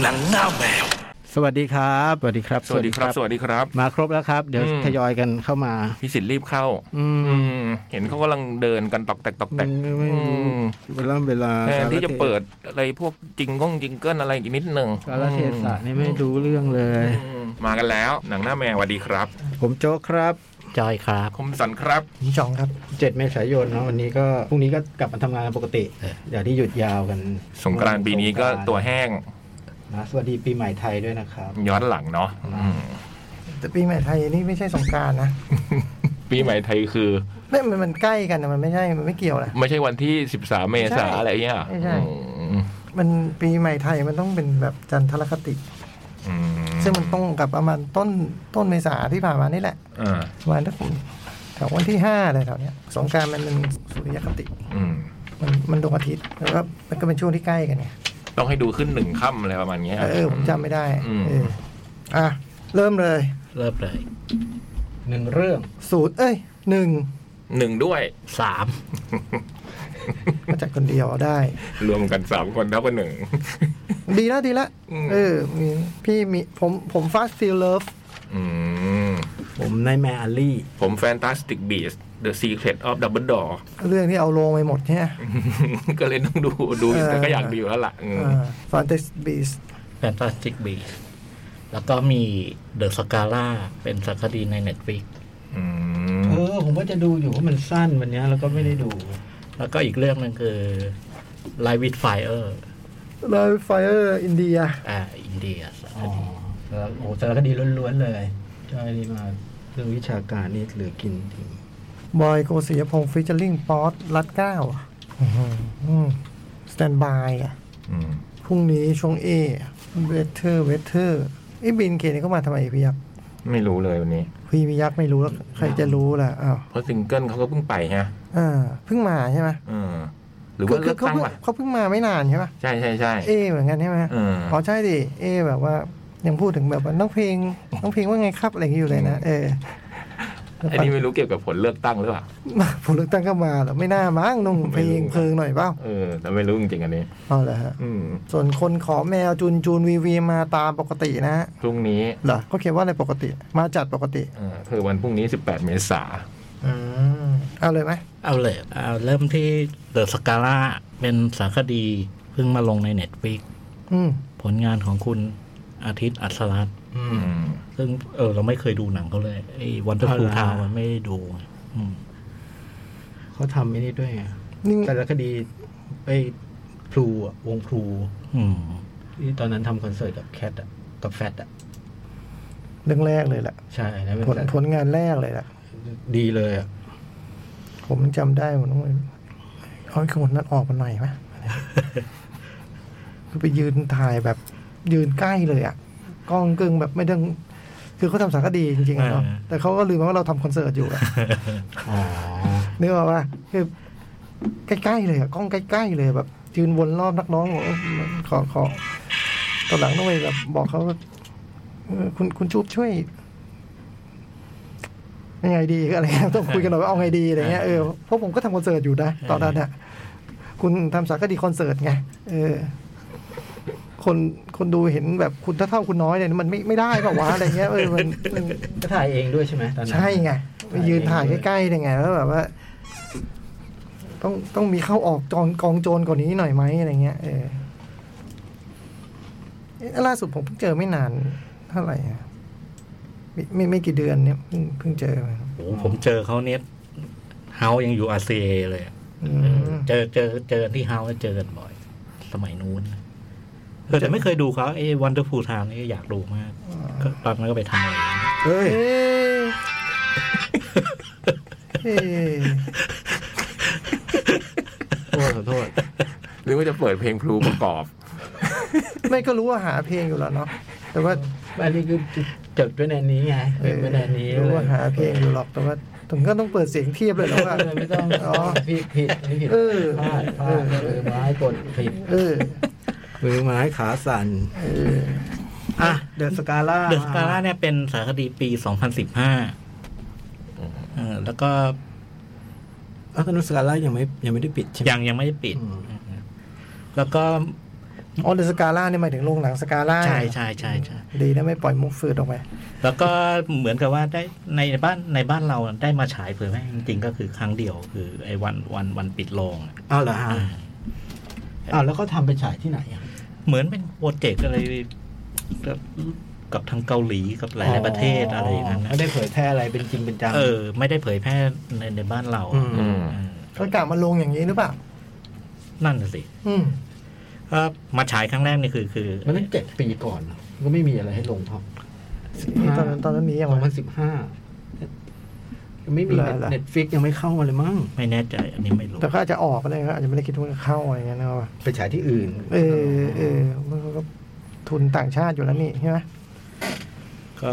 หนังหน้าแมว สวัสดีครับ สวัสดีครับ สวัสดีครับ สวัสดีครับ มาครบแล้วครับ เดี๋ยว อืม ทยอยกันเข้ามา พี่สิทธิ์รีบเข้า อืม อืม เห็นเขากำลังเดินกันตอกแตกตอกแต มัน ก ไม่ อืม เวลาเวลา แทนที่จะเปิ ส ดอะไรพวกจิงก้องจิงเกิลอะไรอีกนิดนึง ารเทศะนี่ไม่รู้เรื่องเลย อืมมากันแล้ว หนังหน้าแมวสวัสดีครับ ผมโจ๊กครับ จอยครับ คมสันครับ นี่จองครับ 7 เมษายนเนาะวันนี้ก็พรุ่งนี้ก็กลับมาทำงานปกติ เออ เดี๋ยวที่หยุดยาวกัน สงกรานต์ปีนี้ก็ตัวแห้ง นะสวัสดีปีใหม่ไทยด้วยนะครับ ย้อนหลังเนาะอืม แต่ปีใหม่ไทยนี่ไม่ใช่สงกรารนะ ปีใหม่ไทยคือ ไม่มันมันใกล้กันนะมันไม่ใช่มันไม่เกี่ยวนะ ไม่ใช่วันที่ 13 เมษา ใช่ อะไรเงี้ย ไม่ใช่ อืม มันปีใหม่ไทยมันต้องเป็นแบบจันทรคติ อืม ซึ่งมันตรงกับประมาณต้นต้นเมษาที่ผ่านมานี่แหละ อ่า ประมาณสักแถววันที่ห้าอะไรแถวเนี้ยสงกรารมันเป็นสุริยคติ อืม มันมันดวงอาทิตย์แล้วก็มันก็เป็นช่วงที่ใกล้กันไง ต้องให้ดูขึ้นหนึ่งค่ำอะไรประมาณเนี้ย เออผมจำไม่ได้ อืม เอออ่ะเริ่มเลย เริ่มเลย หนึ่งเรื่อง ศูนย์เอ้ยหนึ่ง หนึ่งด้วย สาม มาจากคนเดียวได้ รวมกันสามคนเท่ากับหนึ่ง ดีละดีละ อืม เออมีพี่มีผมผมฟาสซีเลิฟ อืม ผมนายแมอาลี่ ผม Fantastic Beasts The Secret of Double Door เรื่องที่เอาลงไปหมดเนี่ย ก็เลยต้องดูดูอยู่ เออ แต่ก็อยากดูอยู่แล้วล่ะอืม ฟอนเตสบีส แฟนตาสติกบีแล้วก็มีเดอะสกาล่าเป็นสารคดีในเน็ตฟ i ิก เออ ผมก็จะดูอยู่ว่ามันสั้นวันเนี้ยแล้วก็ไม่ได้ดู แล้วก็อีกเรื่องหนึงคือไลวิดไฟเออร์ ไลฟ์ไฟเออร์อินเดีย อ่าอินเดียสารค อ๋อ ดี แล้วโอ้สารคดีล้วนๆเลยใช่นี่มาเรื่องวิชาการนี่เหลือกินจริง บอยโกศิยพงศ์ฟิชเชอร์ลิงป๊อตรัดเก้าสแตนบายอ่ะ อืม พรุ่งนี้ช่วงเอเวเทอร์เวเทอร์ไอ้บินเกนี่ก็มาทำไมพี่ยักษ์ ไม่รู้เลยวันนี้ พี่มียักษ์ไม่รู้แล้วใครจะรู้ล่ะอ้าว เพราะซิงเกิลเขาก็เพิ่งไปฮะ อ่าเพิ่งมาใช่ไหม เออหรือว่า คื เลือก เขา ตั้ง เพิ่ง ล่ะ เขาเพิ่งมาไม่นานใช่ปะ ใช่ใช่ใช่ เอเหมือนกันใช่ไหม เออ อ๋อใช่ดิเอแบบว่ายังพูดถึงแบบว่าน้องเพลงน้องเพลงว่าไงครับอะไรอย่างนี้อยู่เลยนะเออ ไอ้นี่ไม่รู้เกี่ยวกับผลเลือกตั้งหรือเปล่า มา ผมเลือกตั้งก็มาเหรอไม่น่ามั้งนุ่งเพลงเพลิงหน่อยเปล่า เออ แต่ไม่รู้จริงๆอันนี้ เอาเหรอฮะ อืม ส่วนคนขอแมวจูนจูนวีวีมาตามปกตินะฮะ พรุ่งนี้ เหรอเขาเขียนว่าอะไรปกติ มาจัดปกติ เออคือวันพรุ่งนี้ 18 เมษา อืมเอาเลยไหม เอาเลยเอาเริ่มที่เดอะสกาล่าเป็นสารคดีเพิ่งมาลงในเน็ตฟ i ิก อืม ผลงานของคุณอาทิตย์อัศรัตน์ อืม ซึ่งเออเราไม่เคยดูหนังเขาเลยไอ้วันเดอร์ฟูลทาวมันไม่ได้ดูอืม เขาทำไอ้นี่ด้วยไง นี่ สารคดีไปพลูอะวงพลู อืม ที่ตอนนั้นทำคอนเสิร์ตกับแคทอะกับแฟตอะ เรื่องแรกเลยแหละ ใช่นะเป็น ผลผลงานแรกเลยแหละ ดีเลยอะ ผมจำได้ผมต้องไปเอาไอ้คนนั้นออกมาหน่อยไหมคือไปยืนถ่ายแบบยืนใกล้เลยอ่ะกล้องกึ่งแบบไม่ต้องคือเขาทำสารคดีจริงๆอะเนาะแต่เขาก็ลืมว่าเราทำคอนเสิร์ตอยู่อะ อ๋อ นึกออกว่าคือใกล้ๆเลยอะกล้องใกล้ๆเลยแบบยืนวนรอบนักร้องบอกเออขอขอตอนหลังต้องไปแบบบอกเขาว่าเออคุณคุณจูบช่วยยังไงดีอะไรเงี้ยต้องคุยกันหน่อยว่าเอาไงดีอะไรเงี้ยเออเพราะผมก็ทำคอนเสิร์ตอยู่นะตอนนั้นอะคุณทำสารคดีคอนเสิร์ตไงเออ คนคนดูเห็นแบบคุณเท่าเท่าๆคุณน้อยเนี่ยมันไม่ไม่ได้เปล่าวะอะไรเงี้ยเออมันมัน ก็ถ่ายเองด้วยใช่ไหมตอนนั้น ใช่ไงไปยืนถ่ายใกล้ๆเลยไงแล้วแบบว่า ต้องต้องมีเข้าออกจองกองโจรกว่านี้หน่อยไหมอะไรเงี้ยเออเอ๊ะล่าสุดผมเพิ่งเจอไม่นานเท่าไหร่อะไม่ไม่ไม่กี่เดือนเนี่ยเพิ่งเพิ่งเจอมา โอ้ผมเจอเขาเนี้ยเฮายังอยู่อาเซียเลยอะ อื เออ ม เจอเจอเจอที่เฮาเจอกันบ่อย สมัยนู้นเออแต่ไม่เคยดูเขาไอ้วันเดอร์ฟูลทาวนี่อยากดูมากก็ตอนนั้นก็ไปทำอะไรอย่างเงี้ย เฮ้ย เอ๊ะเอ๊ะ โทษขอโทษ หรือว่าจะเปิดเพลงพลูประกอบ ไม่ก็รู้ว่าหาเพลงอยู่แล้วเนาะแต่ว่า อันนี้คือจบด้วยในนี้ไง เอ จ อบ ด้วยในนี้ รู้ว่าหาเพลงอยู่หรอกแต่ว่าถึงก็ต้องเปิดเสียงเทียบเลยเหรอว่า เลยไม่ต้อง อ๋อ ผิดผิดไม่ผิด เออ พลาดพลาดมือไม้กดผิด เออ มือไม้ขาสั่นอ่ะ เดอะสกาล่า เดอะสกาล่าเนี่ยเป็นสารคดีปี 2015เออแล้วก็ เอ้าตอนนั้นสกาล่ายังไม่ยังไม่ได้ปิดใช่ไหม ยังยังไม่ได้ปิด อืม แล้วก็ อ๋อเดอะสกาล่านี่หมายถึงโรงหนังสกาล่า ใช่ใช่ใช่ใช่ ดีนะไม่ปล่อยมุกฟืดออกมา แล้วก็เหมือนกับว่าได้ในบ้านในบ้านเราได้มาฉายเผยแพร่จริงๆก็คือครั้งเดียวคือไอ้วันวันวันปิดโรงอะ เอาเหรอฮะเอาแล้วก็ทำไปฉายที่ไหนอะ เหมือนเป็นโปรเจกต์อะไรกับกับทางเกาหลีกับหลายๆประเทศอะไรอย่างนั้นนะ ไม่ได้เผยแพร่อะไรเป็นจริงเป็นจัง เออ ไม่ได้เผยแพร่ในในบ้านเรา อืม อืม อืม ก็กลับมาลงอย่างนี้หรือเปล่า นั่นน่ะสิ อืม ก็มาฉายครั้งแรกนี่คือคือ มันตั้งเจ็ดปีก่อนนะมันก็ไม่มีอะไรให้ลงท็อป ตอนนั้นตอนนั้นมียัง สอวะงพันสิบห้ายังไม่มี เหรอเหรอ เน็ตฟิกยังไม่เข้ามาเลยมั้ง ไม่แน่ใจ อันนี้ไม่รู้ แต่ก็อาจจะออกก็ได้ก็อาจจะไม่ได้คิดว่าจะเข้าอะไรเงี้ยนะครับ ไปฉายที่อื่น เออเออมันก็ทุนต่างชาติอยู่แล้วนี่ใช่ไหม ก็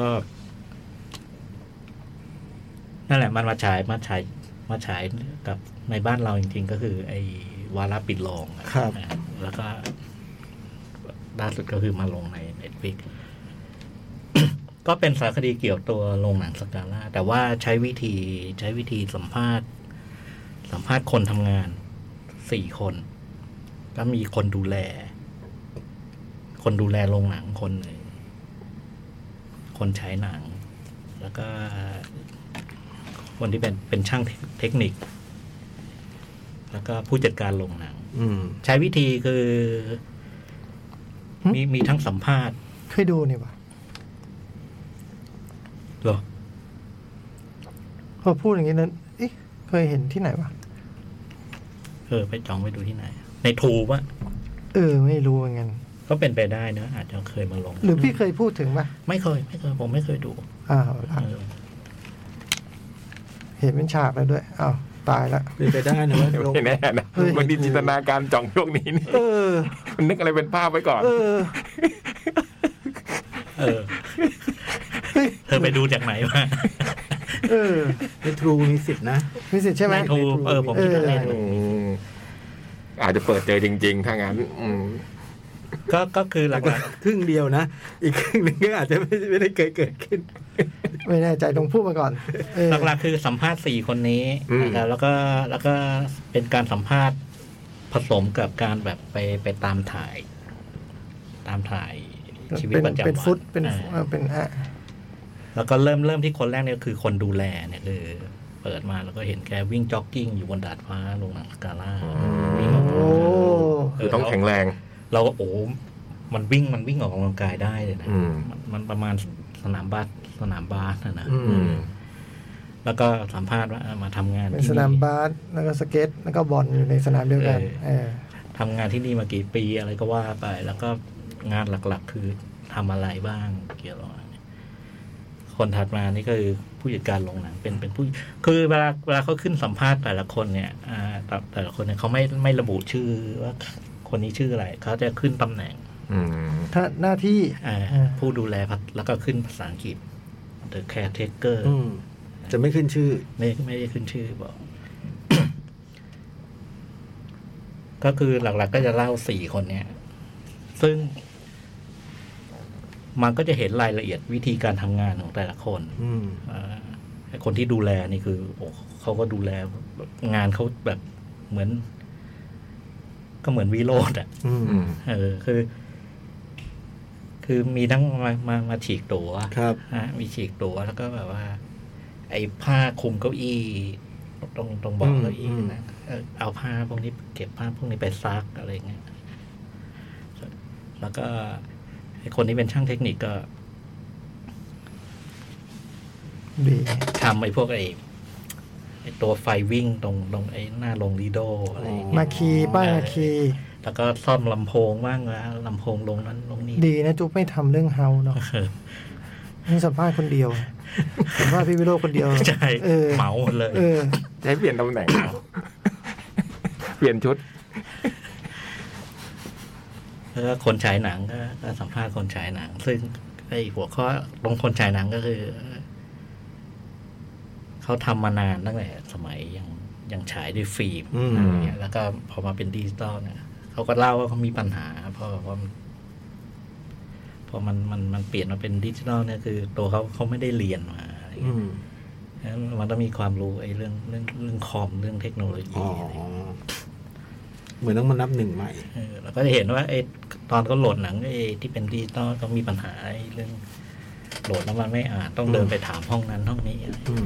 นั่นแหละมันมาฉายมาฉายมาฉายกับในบ้านเราจริงๆ ก็คือ ไอ้วาระปิดโรงอะ ครับ นะแล้วก็ล่าสุดก็คือมาลงในเน็ตฟิก ก็เป็นสารคดีเกี่ยวตัวโรงหนังสกาล่าแต่ว่าใช้วิธีใช้วิธีสัมภาษณ์ สัมภาษณ์คนทำงานสี่คน ก็มีคนดูแล คนดูแลโรงหนังคนหนึ่ง คนใช้หนัง แล้วก็ คนที่เป็นเป็นช่างเทคนิค แล้วก็ผู้จัดการโรงหนัง อืม ใช้วิธีคือ มีมีทั้งสัมภาษณ์ เคยดูนี่ปะ เหรอ พอพูดอย่างนี้นั้นเอ๊ะเคยเห็นที่ไหนปะ เออ ไปจองไปดูที่ไหน ในทูปะ เออ ไม่รู้เหมือนกัน ก็เป็นไปได้นะ อาจจะเคยมาลง หรือพี่เคยพูดถึงปะ ไม่เคย ไม่เคย ผมไม่เคยดู อ้าวละ เออ เห็นเป็นฉากแล้วด้วยอ้าวตายละ เป็นไปได้นะว่าลง ไม่แน่นะ เฮ้ย บางทีจินตนาการจ่องช่วงนี้นี่ เออ มันนึกอะไรเป็นภาพไว้ก่อน เออ เออ เธอไปดูจากไหนมา เออ ในทรูมีสิทธินะ มีสิทธิ์ใช่ไหม ใน True เออผมคิดว่าใน อืมอาจจะเปิดเจอจริง ๆ ถ้างั้น อืม ก็ก็คือหลัก ครึ่งเดียวนะ อีกครึ่งหนึ่งก็อาจจะไม่ไม่ได้เคยเกิดขึ้น ไม่แน่ใจต้องพูดมาก่อนเออ ๆหลักๆคือสัมภาษณ์สี่คนนี้ อืม นะครับแล้วก็แล้วก็เป็นการสัมภาษณ์ผสมกับการแบบไปไปตามถ่าย ตามถ่ายชีวิต เป็น ประจำวัน เป็นฟุตเป็น อ่า เออเป็นอ่ะ แล้วก็เริ่มเริ่มที่คนแรกเนี่ยคือคนดูแลเนี่ยคือเปิดมาแล้วก็เห็นแกวิ่งจ็อกกิ้งอยู่บนดาดฟ้าลงหนังสกาล่าวิ่งออกกำลั โอ้ งกายเ คือต้องแข็งแรง เราก็โอ้มันวิ่งมันวิ่งออกกำลังกายได้เลยนะ อืม นมันประมาณสนามบาสสนามบาสนะนะ อื อืม แล้วก็สัมภาษณ์ว่าเออมาทำงาน เป็น ที่ สนามบาสแล้วก็สเก็ตแล้วก็บอลอยู่ในสนามเดียวกันเออ ทำงานที่นี่มากี่ปีอะไรก็ว่าไป แล้วก็งานหลักๆ คือทำอะไรบ้างเกี่ยวกับอะไรเนี่ยคนถัดมานี่ก็คือผู้จัดการโรงหนังเป็นเป็นผู้ คือเวลาเวลาเขาขึ้นสัมภาษณ์แต่ละคนเนี่ยอ่าแต่แต่ละคนเนี่ยเขาไม่ไม่ระบุชื่อว่าคนนี้ชื่ออะไรเขาจะขึ้นตำแหน่ง อืม ถ้าหน้าที่ อ่า อ่า ผู้ดูแลพักแล้วก็ขึ้นภาษาอังกฤษ The caretaker อืมจะไม่ขึ้นชื่อ ไม่ไม่ได้ขึ้นชื่อบอก ก็คือหลัก ๆ ก็จะเล่าสี่คนเนี้ย ซึ่ง มันก็จะเห็นรายละเอียดวิธีการทำงานของแต่ละคน อืม เอ่อไอ้คนที่ดูแลนี่คือ โอ้เขาก็ดูแลงานเขาแบบเหมือน ก็เหมือนวิโรดอ่ะ อืม อืม เออคือ คือมีทั้งมามามาฉีกตัว ครับ ฮะมีฉีกตัวแล้วก็แบบว่า ไอ้ผ้าคลุมเก้าอี้ตรงตรงเบอ อื ก ม เก้าอี้ อืม นะเออเอาผ้าพวกนี้เก็บผ้าพวกนี้ไปซักอะไรเงี้ยแล้วก็ไอ้คนที่เป็นช่างเทคนิคก็ ดี ทำไอ้พวกไอ้ไอ้ตัวไฟวิ่งตรงตรงไอ้หน้าโรงลีโดอะไรอย่างเงี้ย มาคีป้ายมาคี แล้วก็ซ่อมลำโพงบ้างนะลำโพงลงนั้นลงนี้ ดีนะจุ๊บไม่ทำเรื่องเฮาเนาะ เออ นี่สัมภาษณ์คนเดียวสัมภาษณ์พี่วิโรจน์คนเดียว ใช่ เออ เหมาหมดเลย เออ จะให้เปลี่ยนตำแหน่งเหรอ เปลี่ยนชุด แล้วก็คนฉายหนังก็ก็สัมภาษณ์คนฉายหนัง ซึ่งไอหัวข้อตรงคนฉายหนังก็คือ เขาทำมานานตั้งแต่สมัยยังยังฉายด้วยฟิล์ม อืม อะไรเงี้ยแล้วก็พอมาเป็นดิจิตอลเนี่ยเขาก็เล่าว่าเขามีปัญหาเพราะว่าพอมันมันมันเปลี่ยนมาเป็นดิจิตอลเนี่ยคือ ตัวเขาเขาไม่ได้เรียนมาอะไร อื เงี้ย ม แล้วมันต้องมีความรู้ไอ้เรื่องเรื่องเรื่องคอมเรื่องเทคโนโลยี อ๋อ อะไรเงี้ย เหมือนต้องมานับหนึ่งใหม่ เออเราก็จะเห็นว่าไอ้ตอนเขาโหลดหนังไอ้ที่เป็นดิจิตอลต้องมีปัญหาไอ้เรื่องโหลดแล้วมันไม่อ่านต้องเดินไปถามห้องนั้นห้องนี้อะไร อืม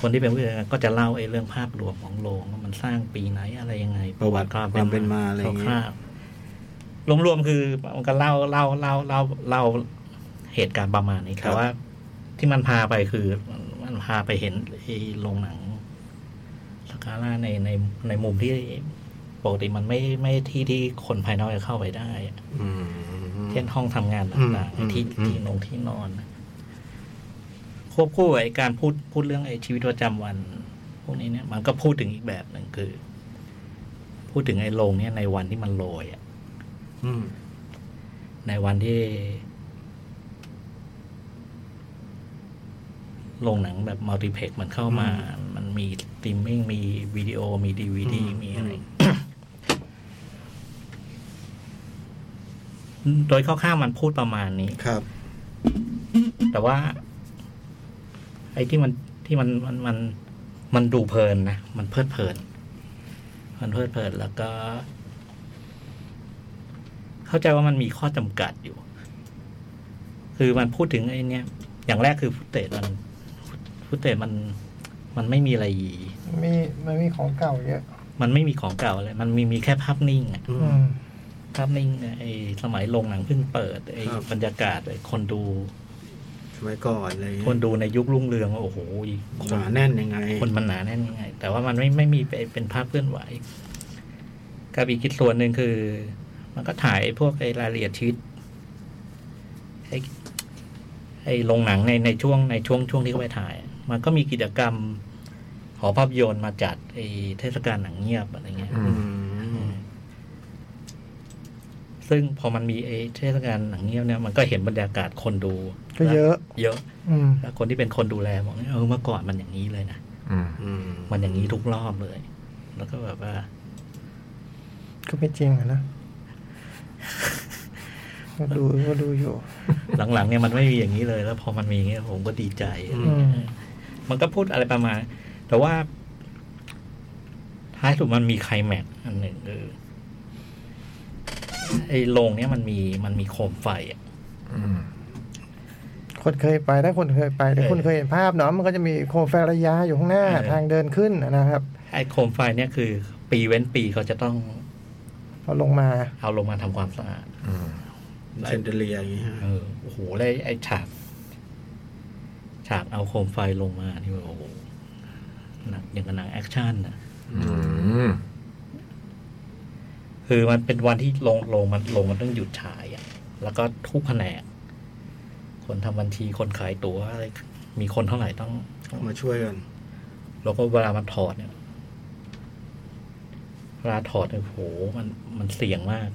คนที่เป็นผู้จัดการก็จะเล่าไอ้เรื่องภาพรวมของโรงว่ามันสร้างปีไหนอะไรยังไง ประวัติความเป็นมาอะไรอย่างเงี้ย คร่าวๆรวมๆคือมันก็เล่าเล่าเล่าเล่าเล่าเหตุการณ์ประมาณนี้แต่ว่า ที่มันพาไปคือมันพาไปเห็นไอ้โรงหนังสกาล่าในในในมุมที่ปกติมันไม่ไม่ที่ที่คนภายนอกจะเข้าไปได้อะ อืม เช่นห้องทำงานต่าง อืม ๆที่ อืม ที่นงที่นอน ควบคู่กับไอ้การพูดพูดเรื่องไอ้ชีวิตประจำวัน พวกนี้เนี่ย มันก็พูดถึงอีกแบบหนึ่งคือ พูดถึงไอ้โรงเนี่ยในวันที่มันโรยอะ อืม ในวันที่โรงหนังแบบมัลติเพล็กซ์มันเข้ามา มันมีสตรีมมิ่ง มีวิดีโอ มีดีวีดี อืม มีอะไร โดยคร่าวๆมันพูดประมาณนี้ ครับ แต่ว่า ไอ้ที่มันที่มันมันมันมันดูเพลินนะ มันเพลิดเพลิน มันเพลิดเพลินแล้วก็ เข้าใจว่ามันมีข้อจำกัดอยู่ คือมันพูดถึงไอ้เนี่ย อย่างแรกคือฟุตเตจมันฟุตเตจมัน มันไม่มีอะไร มีมันมีของเก่าเยอะ มันไม่มีของเก่าอะไร มันมีมีแค่ภาพนิ่งอะ อื อื ม ม ภาพนิ่งไอ้สมัยโรงหนังเพิ่งเปิดไอ้ ครับ บรรยากาศไอ้คนดู สมัยก่อนอะไรอย่าง คน เงี้ย ดูในยุครุ่งเรืองว่าโอ้โหค ห น นาแน่นยังไง คนมันหนาแน่นยังไง แต่ว่ามันไม่ไม่มีเป็นเป็นภาพเคลื่อนไหวกับอีกคิดส่วนหนึ่งคือ มันก็ถ่ายพวกไอ้รายละเอียดชีวิตไอ้ไอ้โรงหนังในในช่วงในช่วงช่วงที่เขาไปถ่าย มันก็มีกิจกรรม หอภาพยนตร์มาจัดไอ้เทศกาลหนังเงียบอะไรเงี้ย อืม อืม ซึ่งพอมันมีไอ้เทศกาลหนังเงียบเนี่ยมันก็เห็นบรรยากาศคนดู ก็เยอะ เยอะ อืม แล้วคนที่เป็นคนดูแลบอกเนี่ยเออเมื่อก่อนมันอย่างนี้เลยนะ อืม อืม มันอย่างนี้ทุกรอบเลย แล้วก็แบบว่า ก็ไม่จริงอะนะก็ดูก็ดูอยู่ หลังๆเนี่ยมันไม่มีอย่างนี้เลย แล้วพอมันมีอย่างเงี้ยผมก็ดีใจ อื อืม มันก็พูดอะไรประมาณ แต่ว่า ท้ายสุดมันมีไคลแม็กซ์อันหนึ่งคือไอ้โรงเนี้ยมันมีมันมีโคมไฟอะ อืม คนเคยไปถ้าคนเคยไปหรือ เออ คนเคยเห็นภาพเนาะมันก็จะมีโคมไฟระยะอยู่ข้างหน้า เออ ทางเดินขึ้นน่ะนะครับ ไอ้โคมไฟเนี่ยคือ ปีเว้นปีเขาจะต้อง พอลงมา เอาลงมาทำความสะอาด อืม เซนเดเลียอย่างงี้ฮะ เออโอ้โหแล้วไอ้ฉาก ฉากเอาโคมไฟลงมานี่แบบโอ้โหหนักอย่างกับหนังแอคชั่นอะ อืม คือมันเป็นวันที่ลงลงมันลงมันต้องหยุดฉายอะแล้วก็ทุกแผนก คนทำบัญชีคนขายตั๋วอะไร มีคนเท่าไหร่ต้อง เอามาช่วยกัน แล้วก็เวลามันถอดเนี่ย เวลาถอดเนี่ยโอ้โห มันมันเสี่ยงมาก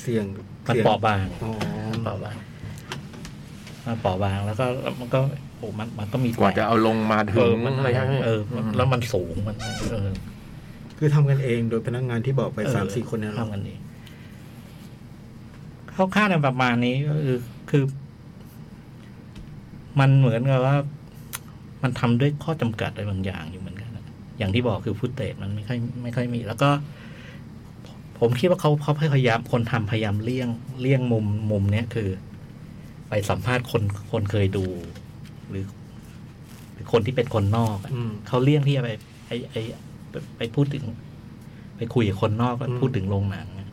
เสี่ยง มัน เสี่ยง เปราะบาง อ๋อ มันเปราะบางมันเปราะบางแล้วก็แล้วมันก็โอ้โหมันมันก็มี กว่าจะเอาลงมาถึ เอง อมัน อะไร มัน ใช่ไหม เออมันแล้วมันสูงมันเออ คือทำกันเองโดยพนักงานที่บอกไปสามสี่คนเนี่ยเหรอ ทำกันเองคร่าวๆในยประมาณนี้ก็คือคือ มันเหมือนกับว่า มันทำด้วยข้อจำกัดอะไรบางอย่างอยู่เหมือนกันอะอย่างที่บอกคือฟุตเตจมันไม่ค่อยไม่ค่อยมี แล้วก็ ผมคิดว่าเขาเขาพยายามคนทำพยายามเลี่ยงเลี่ยงมุมมุมเนี้ยคือ ไปสัมภาษณ์คนคนเคยดู หรือหรือคนที่เป็นคนนอกอะ อืม เขาเลี่ยงที่จะไปไอไอไปไปพูดถึง ไปคุยกับคนนอกแล้ว อืม พูดถึงโรงหนังอะ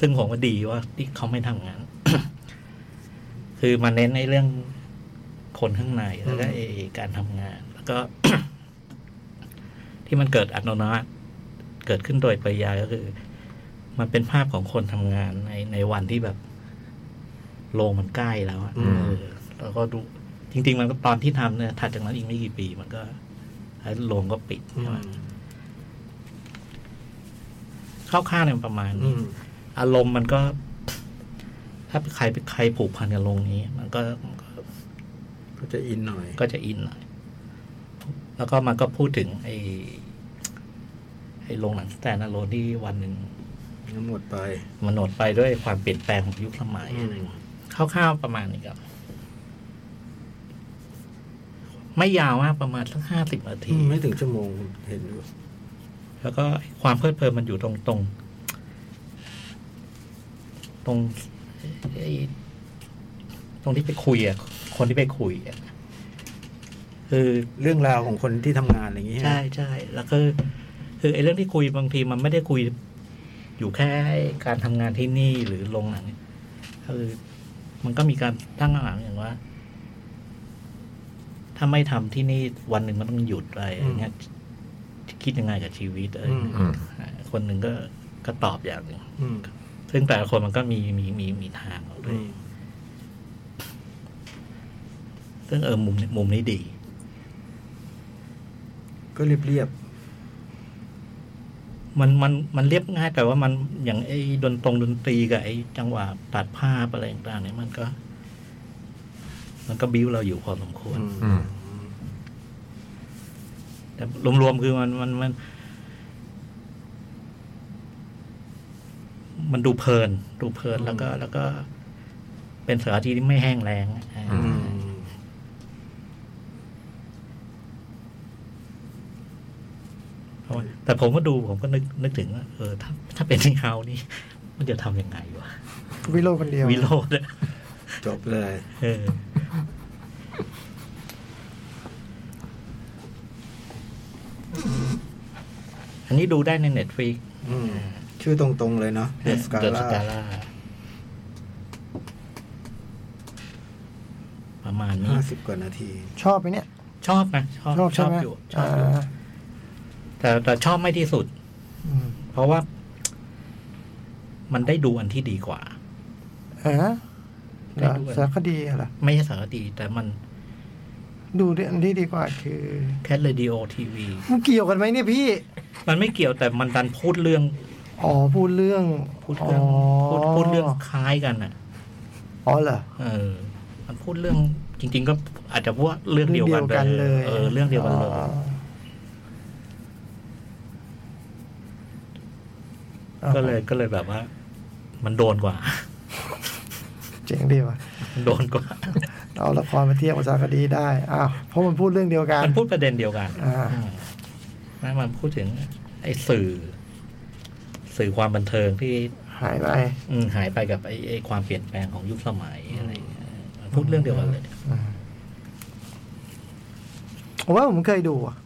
ซึ่งผมว่าดีว่าที่เขาไม่ทำงั้น คือมาเน้นในเรื่องคนข้างในแล้วก็ไอ้การทำงาน แล้วก็ ที่มันเกิดอัตโนมัติเกิดขึ้นโดยปริยายก็คือ มันเป็นภาพของคนทำงานในในวันที่แบบโรงมันใกล้แล้วอะ อืม เออแล้วก็ดูจริง ๆ มันก็ตอนที่ทำเนี่ยถัดจากนั้นอีกไม่กี่ปี มันก็แล้วโรงก็ปิด อื ใช่ไหม ม คร่าวๆเนี่ยมันประมาณ อื นี้ ม อารมณ์มันก็ ถ้าใครใครผูกพันกับโรงนี้ มันก็มันก็ ก็จะอินหน่อย ก็จะอินหน่อยแล้วก็มันก็พูดถึง ไอ้ไอ้โรงหนังสแตนด์อะโลนที่วันหนึ่ง น้ำหมดไป มันหนดไปด้วยความเปลี่ยนแปลงของยุคสมัย อืม คร่าวๆประมาณนี้ครับ ไม่ยาวมากประมาณสักห้าสิบนาที ไม่ถึงชั่วโมงผมเห็นอยู่ แล้วก็ความเพลิดเพลินมันอยู่ตรงตรง ตรงไอ้ตรงที่ไปคุยอะคนที่ไปคุยอะคือ เรื่องราวของคนที่ทำงานอะไรอย่างเงี้ย ใช่ใช่แล้วคือคือไอ้เรื่องที่คุยบางทีมันไม่ได้คุย อยู่แค่การทำงานที่นี่หรือโรงหนังคือมันก็มีการตั้งคำถามอย่างว่า ถ้าไม่ทำที่นี่วันหนึ่งมันต้องหยุดอะไรอย่างเงี้ยคิดยังไงกับชีวิตอะไรอย่างเงี้ย อืม คนหนึ่งก็ก็ตอบอย่างหนึ่ง อืม ซึ่งแต่ละคนมันก็มีมีมีมีทางของตัว อื เอ ม งซึ่งเออมุมมุมนี้ดี ก็เรียบเรียบ มันมันมันเรียบง่ายแต่ว่ามันอย่างไอ้ดนตรงดนตรีกับไอ้จังหวะตัดภาพอะไรต่างๆเนี่ยมันก็ มันก็บิ้วเราอยู่พอสมควร ๆ อืม แต่รวมๆคือมันมันมัน มันดูเพลิน ดูเพลินแล้วก็ แล้วก็ เป็นสถานที่ที่ไม่แห้งแล้งอ่า อื อืม เพราะว่าแต่ผมก็ดูผมก็นึกนึกถึงว่าเออถ้าถ้าเป็นที่เฮานี่ มันจะทำยังไงวะ วิโรจน์คนเดียว วิโรด อะ จบเลย เอออันนี้ดูได้ในเน็ตฟลิก อืมชื่อตรงๆเลยเนาะเดสกา เดสกา ล่า ล่าประมาณนี้ ห้าสิบกว่านาที ชอบไหมเนี่ย ชอบนะ ชอบ ชอบใช่ไหม อยู่ชอบอยู่แต่แต่ชอบไม่ที่สุด อืม เพราะว่า มันได้ดูอันที่ดีกว่า อ่า ได้ด้วย สารคดีเหรอ ไม่ใช่สารคดี แต่มัน ดูดิอันที่ดีกว่าคือ แคทเรดิโอทีวี มันเกี่ยวกันไหมเนี่ยพี่ มันไม่เกี่ยวแต่มันดันพูดเรื่อง อ๋อพูดเรื่อง พูดเรื่องพูดพูดเรื่องคล้ายกันอ่ะ อ๋อเหรอ เออ มันพูดเรื่องจริง ๆ ก็อาจจะพูดว่าเรื่องเดียวกันเออเรื่องเดียวกันเลย อ๋อ ก็เลยก็เลยแบบว่า มันโดนกว่า เจ๋งดีว่ะ มันโดนกว่า เอาละครมาเทียบกับสารคดีได้ อ้าว เพราะมันพูดเรื่องเดียวกัน มันพูดประเด็นเดียวกัน อ่า อืมแล้วมันพูดถึง ไอ้สื่อ สื่อความบันเทิงที่ หายไป อืมหายไปกับไอ้ไอ้ความเปลี่ยนแปลงของยุคสมัยอะไรอย่างเงี้ยมันพูดเรื่องเดียวกันเลย อืมผมว่าผมเคยดูอะ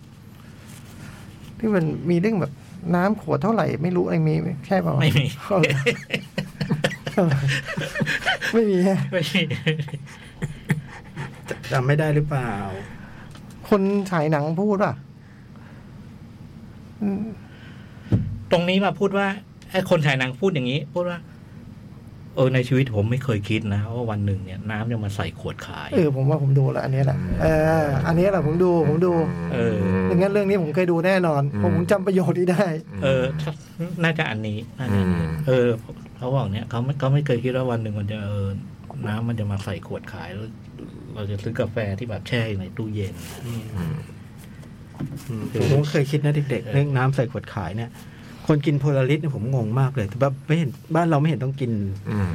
ที่มันมีเรื่องแบบน้ำขวดเท่าไหร่ไม่รู้อะไรมีไหมใช่เปล่าวะ ไม่มี เอาเหรอไม่มีฮะ ไม่ใช่ จำไม่ได้หรือเปล่า คนฉายหนังพูดป่ะอืม ตรงนี้มาพูดว่าไอ้คนถ่ายหนังพูดอย่างนี้ พูดว่า เออในชีวิตผมไม่เคยคิดนะว่าวันหนึ่งเนี่ย น้ำจะมาใส่ขวดขาย เออผมว่าผมดูละอันเนี้ยแหละเอออันเนี้ยแหละผมดู ผมดู เออ ดังนั้นเรื่องนี้ผมเคยดูแน่นอน อืม ผมจำประโยชน์นี้ได้ เออ น่าจะอันนี้น่าจะ อื อันนี้ ม เออเขาบอกเนี่ยเขาไม่เขาไม่เคยคิดว่าวันหนึ่งมันจะเออน้ำมันจะมาใส่ขวดขายแล้วเราจะซื้อกาแฟที่แบบแช่อยู่ในตู้เย็น อืมผมก็เคยคิดนะเด็กๆเรื่องน้ำใส่ขวดขายเนี่ย คนกินโพลาริสเนี่ยผมงงมากเลยแต่แบบไม่เห็นบ้านเราไม่เห็นต้องกิน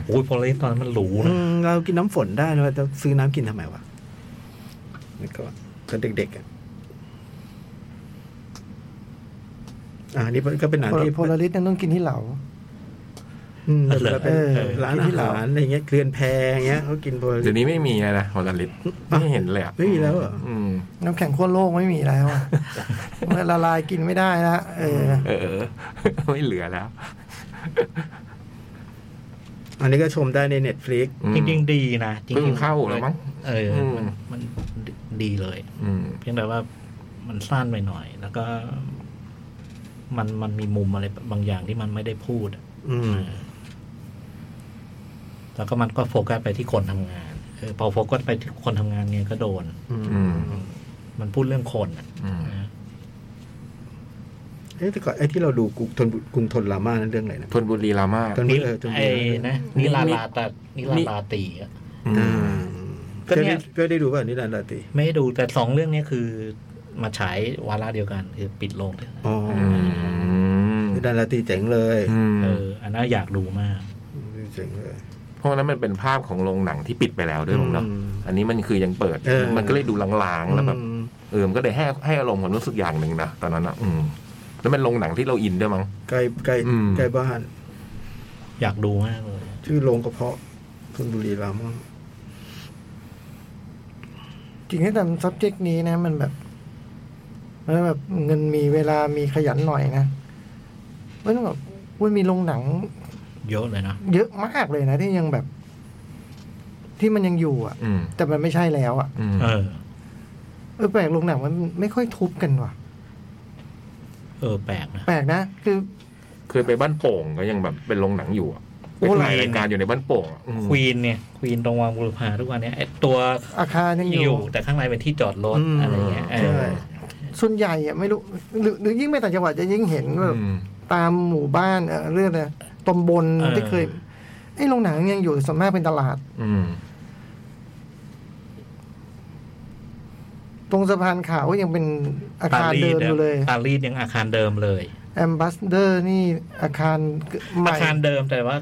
โอ้ยพอเลยตอนนนมันหรู อื นะ มเรากินน้ำฝนได้แล้วจะซื้อน้ำกินทำไมวะนี่ก็ก็เด็กๆอะอ่านี่ก็เป็นหนังที่ โพลาริสนั่นต้องกินที่เหลา อืมแล้วเป็น เออ ร้านอาหารอะไรเงี้ยเกลือนแพงเงี้ยเขากินโพลาริ เดี๋ย ส วนี้ไม่มีแล้วนะโฮลาริสไม่เห็นเลยอะ ไม่มีแล้วเหรอ ม น้ำแข็งขั้วโลกไม่มีแล้วอะ ละลายกินไม่ได้นะเออ เออ ไม่เหลือแล้ว อันนี้ก็ชมได้ใน Netflix อืม จริงๆดีนะจริง เพิ่งเข้าแล้วมั้ง เออ อืม มันมันดีเลย อืม เพียงแต่ว่ามันสั้นไปหน่อย แล้วก็ มันมันมีมุมอะไรบางอย่างที่มันไม่ได้พูดอะ อืม แล้วก็มันก็โฟกัสไปที่คนทำงานเออพอโฟกัสไปที่คนทำงานเนี่ยก็โดน อืม อืม มันพูดเรื่องคนอะ อืม นะ เอ้ยแต่ก่อนไอ้ที่เราดูกรุงทนกรุงทนรามานั่นเรื่องอะไรนะ ธนบุรีรามาส ธน นี่ เออจนมี ไอ้นะนิลาลาตานิลา นี่ ลาตีอะ อื อ่าม ก็เนี่ย เพื่อได้ดูว่านิรันดร์ราตรี ไม่ได้ดูแต่สองเรื่องเนี้คือ มาฉายวาระเดียวกันคือปิดโรงเถอะ อ๋อ อืม นิรันดร์ราตรีเจ๋งเลย อืม เออ อันนั้นอยากดูมาก เจ๋งเลย เพราะฉะนั้นมันเป็นภาพของโรงหนังที่ปิดไปแล้วด้วยมั้งเนาะ อืม อันนี้มันคือยังเปิด เออ มันก็เลยดูลางๆแล้วแบบ เออ มันก็เลยให้ให้อารมณ์ความรู้สึกอย่างหนึ่งนะตอนนั้นอ่ะ อืม แล้วมันลงหนังที่เราอินด้วยมั้ง ใกล้ใกล้ อืม ใกล้บ้าน อยากดูมากเลย ชื่อโรงกระเพาะชนบุรีรามอน จริงที่ทำ subject นี้นะ มันแบบมันแบบเงินมีเวลามีขยันหน่อยนะมันแบบมันมีโรงหนัง เยอะเลยนะ เยอะมากเลยนะ ที่ยังแบบ ที่มันยังอยู่อ่ะ อืม แต่มันไม่ใช่แล้วอ่ะ อืม เออ เออแปลกโรงหนังมันไม่ค่อยทุบกันว่ะ เออ แปลกนะ แปลกนะคือ เคยไปบ้านโป่งก็ยังแบบเป็นโรงหนังอยู่อะ โอ้ ไป หลาถ่ายยรายการอยู่ในบ้านโป่งอะอืม ควีนเนี่ยควีนตรงวางบุรพาทุกวันเนี้ยไอ้ตัว อาคารยัง ยัง อ อยู่ ยู่ แต่ข้างในเป็นที่จอดรถ อืม อะไรเงี้ยเอ ใช่ อ ส่วนใหญ่อะไม่รู้หรือหรือยิ่งไปต่างจังหวัดจะยิ่งเห็นแบบ อืม ตามหมู่บ้านเออเรื่องอะไรตำบลที่เคยไอ้โรงหนังยังอยู่ส่วนมากเป็นตลาด อืม ตรงสะพานขาวก็ยังเป็นอาคารเดิม นี่ อยู่เลย ปารีสยังอาคารเดิมเลย แอมบ s สเดอร์นี่อาคารให อา ม่ คารเดิมแต่ว่า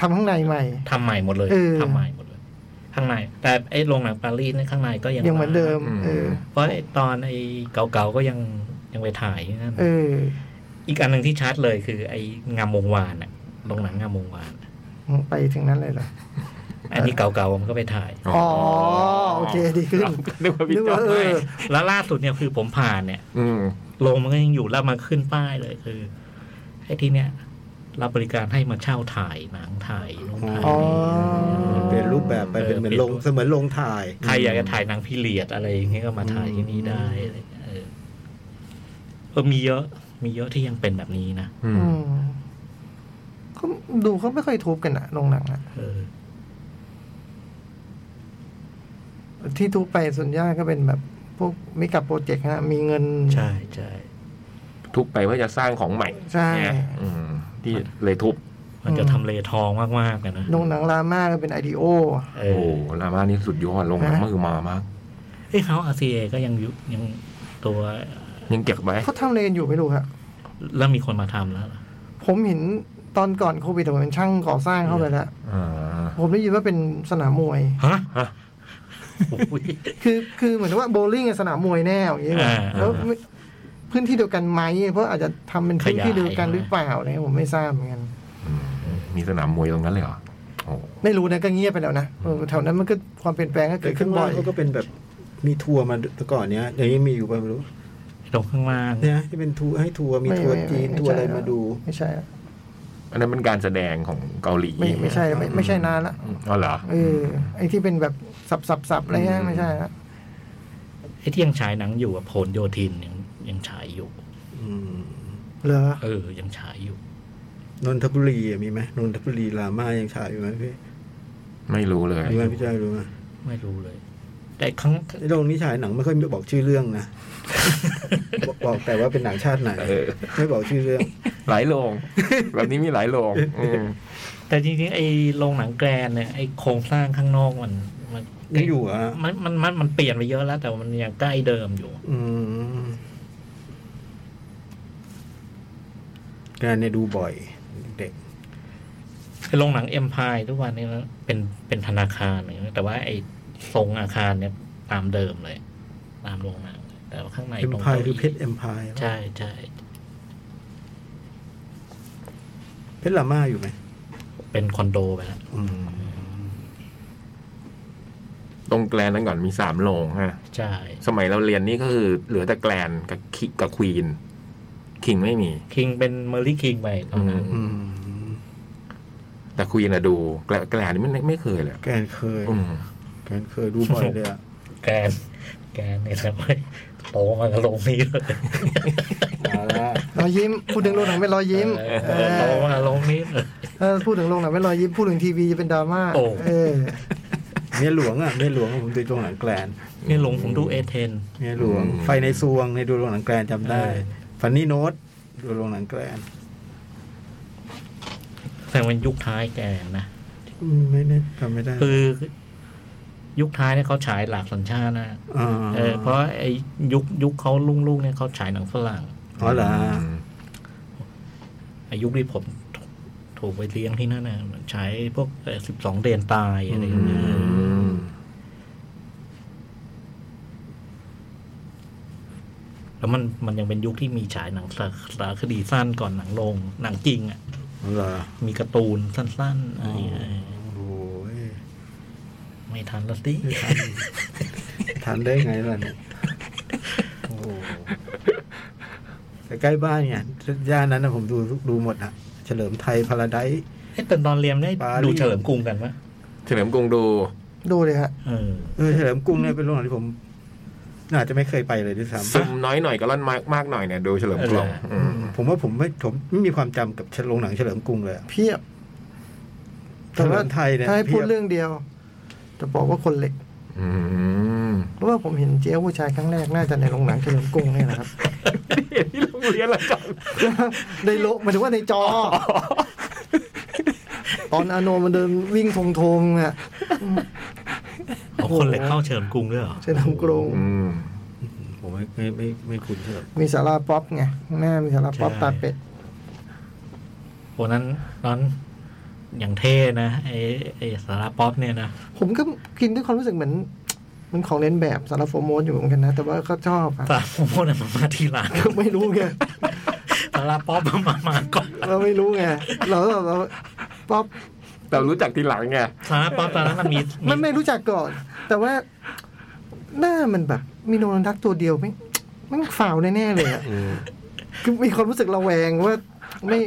ทำข้างในใหม่ ทำใหม่หมดเลย เออ ทำใหม่หมดเลย ข้างใน แต่ไอ้โรงหนังปารีสเนี่ยข้างในก็ยัง ยังเหมือนเดิม อืม เออ เพราะไอ้ตอนไอ้เก่าๆก็ยังยังไปถ่ายอยู่นั่น เออ อีกอันหนึ่งที่ชัดเลยคือไอ้งามวงวานอะโรงหนังงามวงวานอะ ไปถึงนั้นเลยเหรอ อันนี้เก่าๆมันก็ไปถ่าย อ๋อโอเคดีขึ้น นึกว่าพี่ นึก จอ ว่า ด เอ ไม่ อ แล้วล่าสุดเนี่ยคือผมผ่านเนี่ย อืม โรงมันก็ยังอยู่แล้วมาขึ้นป้ายเลยคือไอ้ที่เนี่ยรับบริการให้มาเช่าถ่ายหนังถ่ายโรงถ่าย อ๋อ นี่ เปลี่ยนรูปแบบไปเป็นเหมือนลงเสมือนลงถ่าย ใครอยากจะถ่ายหนังพีเรียดอะไรอย่างเงี้ยก็มาถ่ายที่นี่ได้อะไรเงี้ยเออเออมีเยอะ มีเยอะที่ยังเป็นแบบนี้นะ อืม อืมเขาดูเขาไม่ค่อยทุบกันอะโรงหนังอะ เออ ที่ทุบไปส่วนใหญ่ก็เป็นแบบ พวกมิกับโปรเจกต์นะมีเงิน ใช่ใช่ ทุบไปเพื่อจะสร้างของใหม่ ใช่ เนี่ยอืมที่เลยทุบ มันจะทำเลทองมากๆกันนะ โรงหนังราม่าก็เป็นไอดีโอ เอ โอ้โห อ ลาม่านี่สุดยอดลงหนัง ฮะ มือมามาก เอ้ยเขาอาซีเอก็ยังอยู่ยังตัว ยังเก็บไว้ เขาทำอะไรกันอยู่ไม่รู้ครับ เริ่มมีคนมาทำแล้วเหรอ ผมเห็นตอนก่อนโควิดแต่ผมเป็นช่างก่อสร้างเข้าไปแล้ว อ่า ผมได้ยินว่าเป็นสนามมวย ฮะ ฮะ โอ้ย คือคือเหมือนว่าโบว์ลิ่งกับสนามมวยแน่อย่างเงี้ย อ่า แล้วไม่พื้นที่เดียวกันไหมเพราะอาจจะทำเป็นพื้นที่เดียวกัน ขยาย หรือเปล่าอะไรเงี้ยผมไม่ทราบเหมือนกัน มีสนามมวยตรงนั้นเลยเหรอโอ้โห ไม่รู้นะก็เงียบไปแล้วนะเออแถวนั้นมันก็ความเปลี่ยนแปลงก็ แต่ เกิด ข้า ขึ้ ง นบ่ ล่า อง ย เขาก็เป็นแบบมีทัวร์มาแต่ก่อนเนี้ยเดี๋ยวนี้มีอยู่ไปไม่รู้ ตรงข้างล่าง เนี่ยที่เป็นทัวร์ให้ทัวร์มี ไม่ ทัวร์ ไม่ จีน ม่ ทัวร์อะใช่ไรมาดู ไม่ใช่ละ อันนั้นเป็นการแสดงของเกาหลี ไม่ไม่ใช่ไม่ไม่ใช่นานละ อ๋อเหรอ เออไอ้ที่เป็นแบบสับสับสับอะไรเงี้ย อืม ไม่ใช่ละ ไอ้ที่ยังฉายหนังอยู่อะโผลโยธินยังยังฉายอยู่ อืม เหรอ เออ ยังฉายอยู่ นนทบุรีอะมีไหมนนทบุรีรามายังฉายอยู่ไหมพี่ ไม่รู้เลย มีไหมพี่จ้อยรู้ไหม ไม่รู้เลย แต่ครั้ง ไอ้โรงนี้ฉายหนังไม่ค่อยบอกชื่อเรื่องนะ บอกบอกแต่ว่าเป็นหนังชาติไหน เออ ไม่บอกชื่อเรื่อง หลายโรงแบบนี้มีหลายโรงอืม แต่จริงๆไอ้โรงหนังแกรนเนี่ยไอ้โครงสร้างข้างนอกมัน มัน ยังอยู่เหรอฮะ มันมันมันมันเปลี่ยนไปเยอะแล้ว แต่มันยังใกล้เดิมอยู่ อืมแการเนี่ยดูบ่อย เด็ก ไอ้โรงหนังเอ็มพายทุกวันนี้นะเป็นเป็นธนาคารอย่างเงี้ยแต่ว่าไอ้ทรงอาคารเนี่ยตามเดิมเลย ตามโรงหนังเลยแต่ว่าข้างใน เอ็ม ตรง พายคือเก้าอี้ เพชรเอ็มพาย ใช่ใช่ เพชรลาม่าอยู่ไหม เป็นคอนโดไปแล้ว อืม ตรงแกลนนั้นก่อนมีสามโรงฮะ ใช่ สมัยเราเรียนนี่ก็คือเหลือแต่แกลนกับคิกับควีนคิงไม่มี คิงเป็นเมอร์ลี่คิงไปตอนนั้น อืม แต่ควีนอะดูแกลแกลนนี่ไม่ไม่เคยเลยอะ แกนเคย อืม แกนเคยดูบ่อยเลยอะ แกนแกนเนี่ยทำไมโตมากับโรงนี้เลย มาละ รอยยิ้มพูดถึงโรงหนังเป็นรอยยิ้ม เออ เอ โต อ มากับโรงนี้เลย เออพูดถึงโรงหนังไม่รอยยิ้มพูดถึงทีวีจะเป็นดราม่า โอ้ เออ เมียหลวงอะเมียหลวงอะผมดูโรงหนังแกลน นี่ลงผมดูเอเทน เมียหลวง อืม ไฟในซวงในยดูโรงหนังแกลนจำได้ฟันนี่โน้ตดูโรงหนังแกลน แต่มันยุคท้ายแกนนะ อืมไม่แน่จำไม่ได้ คือยุคท้ายเนี่ยเขาฉายหลากสัญชาตินะ า เออเพราะไอ้ยุคยุคเขาลุ่งๆเนี่ยเขาฉายหนังฝรั่ง อ๋อเหรอ ไอายุคที่ผมถูกถูกไปเลี้ยงที่นั่นนะฉายพวกสิบสองเดนตายอะไรอย่างเงี้ย อืม แต่ แล้วมันมันยังเป็นยุคที่มีฉายหนังสารสารคดีสั้นก่อนหนังโรงหนังจริงอ่ะ เหรอ มีการ์ตูนสั้นๆอะไรอย่างเงี้ย โอ้ย ไม่ทันละสิ ทันทันได้ไงล่ะเนี่ยโอ้โหแต่ใกล้บ้านเนี่ยย่านนั้นนะผมดูดูหมดอะเฉลิมไทยพาราไดซ์ เอ้ยแต่ตอนเรียนได้ ปารีส ดูเฉลิมกรุงกันปะ เฉลิมกรุงดู ดูเลยฮะ เออ เออเฉลิมกรุงเนี่ยเป็นโรงหนังที่ผมอาจจะไม่เคยไปเลยด้วยซ้ ซึมน้อยหน่อยก็ร่อนมากมากหน่อยเนี่ยดูเฉลิมกรุง เออ อืม ำผมว่าผมไม่ผมไม่มีความจำกับโรงหนังเฉลิมกรุงเลยอะ เพียบ ถนนไทยเนี่ย ถ้าให้พูด เพียบ เรื่องเดียว จะบอกว่าคนเหล็ก อืม เพราะว่าผมเห็นเจ๊ผู้ชายครั้งแรกน่าจะในโรงหนังเฉลิมกรุงเนี่ยนะครับ นี่โรงเรียนละจัง ในโลกหมายถึงว่าในจอ ตอนอาโนมันเดินวิ่งทงทงๆอะ เอาคนเหล็กเข้าเฉลิมกรุงด้วยเหรอ เฉลิมกรุง อืม ผมไม่ไม่ไม่ไม่คุ้นเฉลิม มีสาราป๊อปไงข้างหน้ามีสาราป๊อปตาเป็ด โอ้นั้นนั้นอย่างเท่นะไอ้ไอ้สาราป๊อปเนี่ยนะ ผมก็กินด้วยความรู้สึกเหมือนเหมันของเล่นแบบสาราโฟโมนอยู่เหมือนกันนะ แต่ว่าก็ชอบอะ สาราป๊อปเนี่ยมันมาทีหลัง ก็ไม่รู้ไง สาราป๊อปมันมามาก่อน เราไม่รู้ไงเราเราเราป๊อป แต่รู้จักทีหลังไง สาราป๊อปตอนนั้นมันมี มันไม่รู้จักก่อน แต่ว่าหน้ามันแบบ มีโนนทักตัวเดียวไม่มันฝ่าวแน่ๆเลยอะ อืม คือมีความรู้สึกระแวงว่าไม่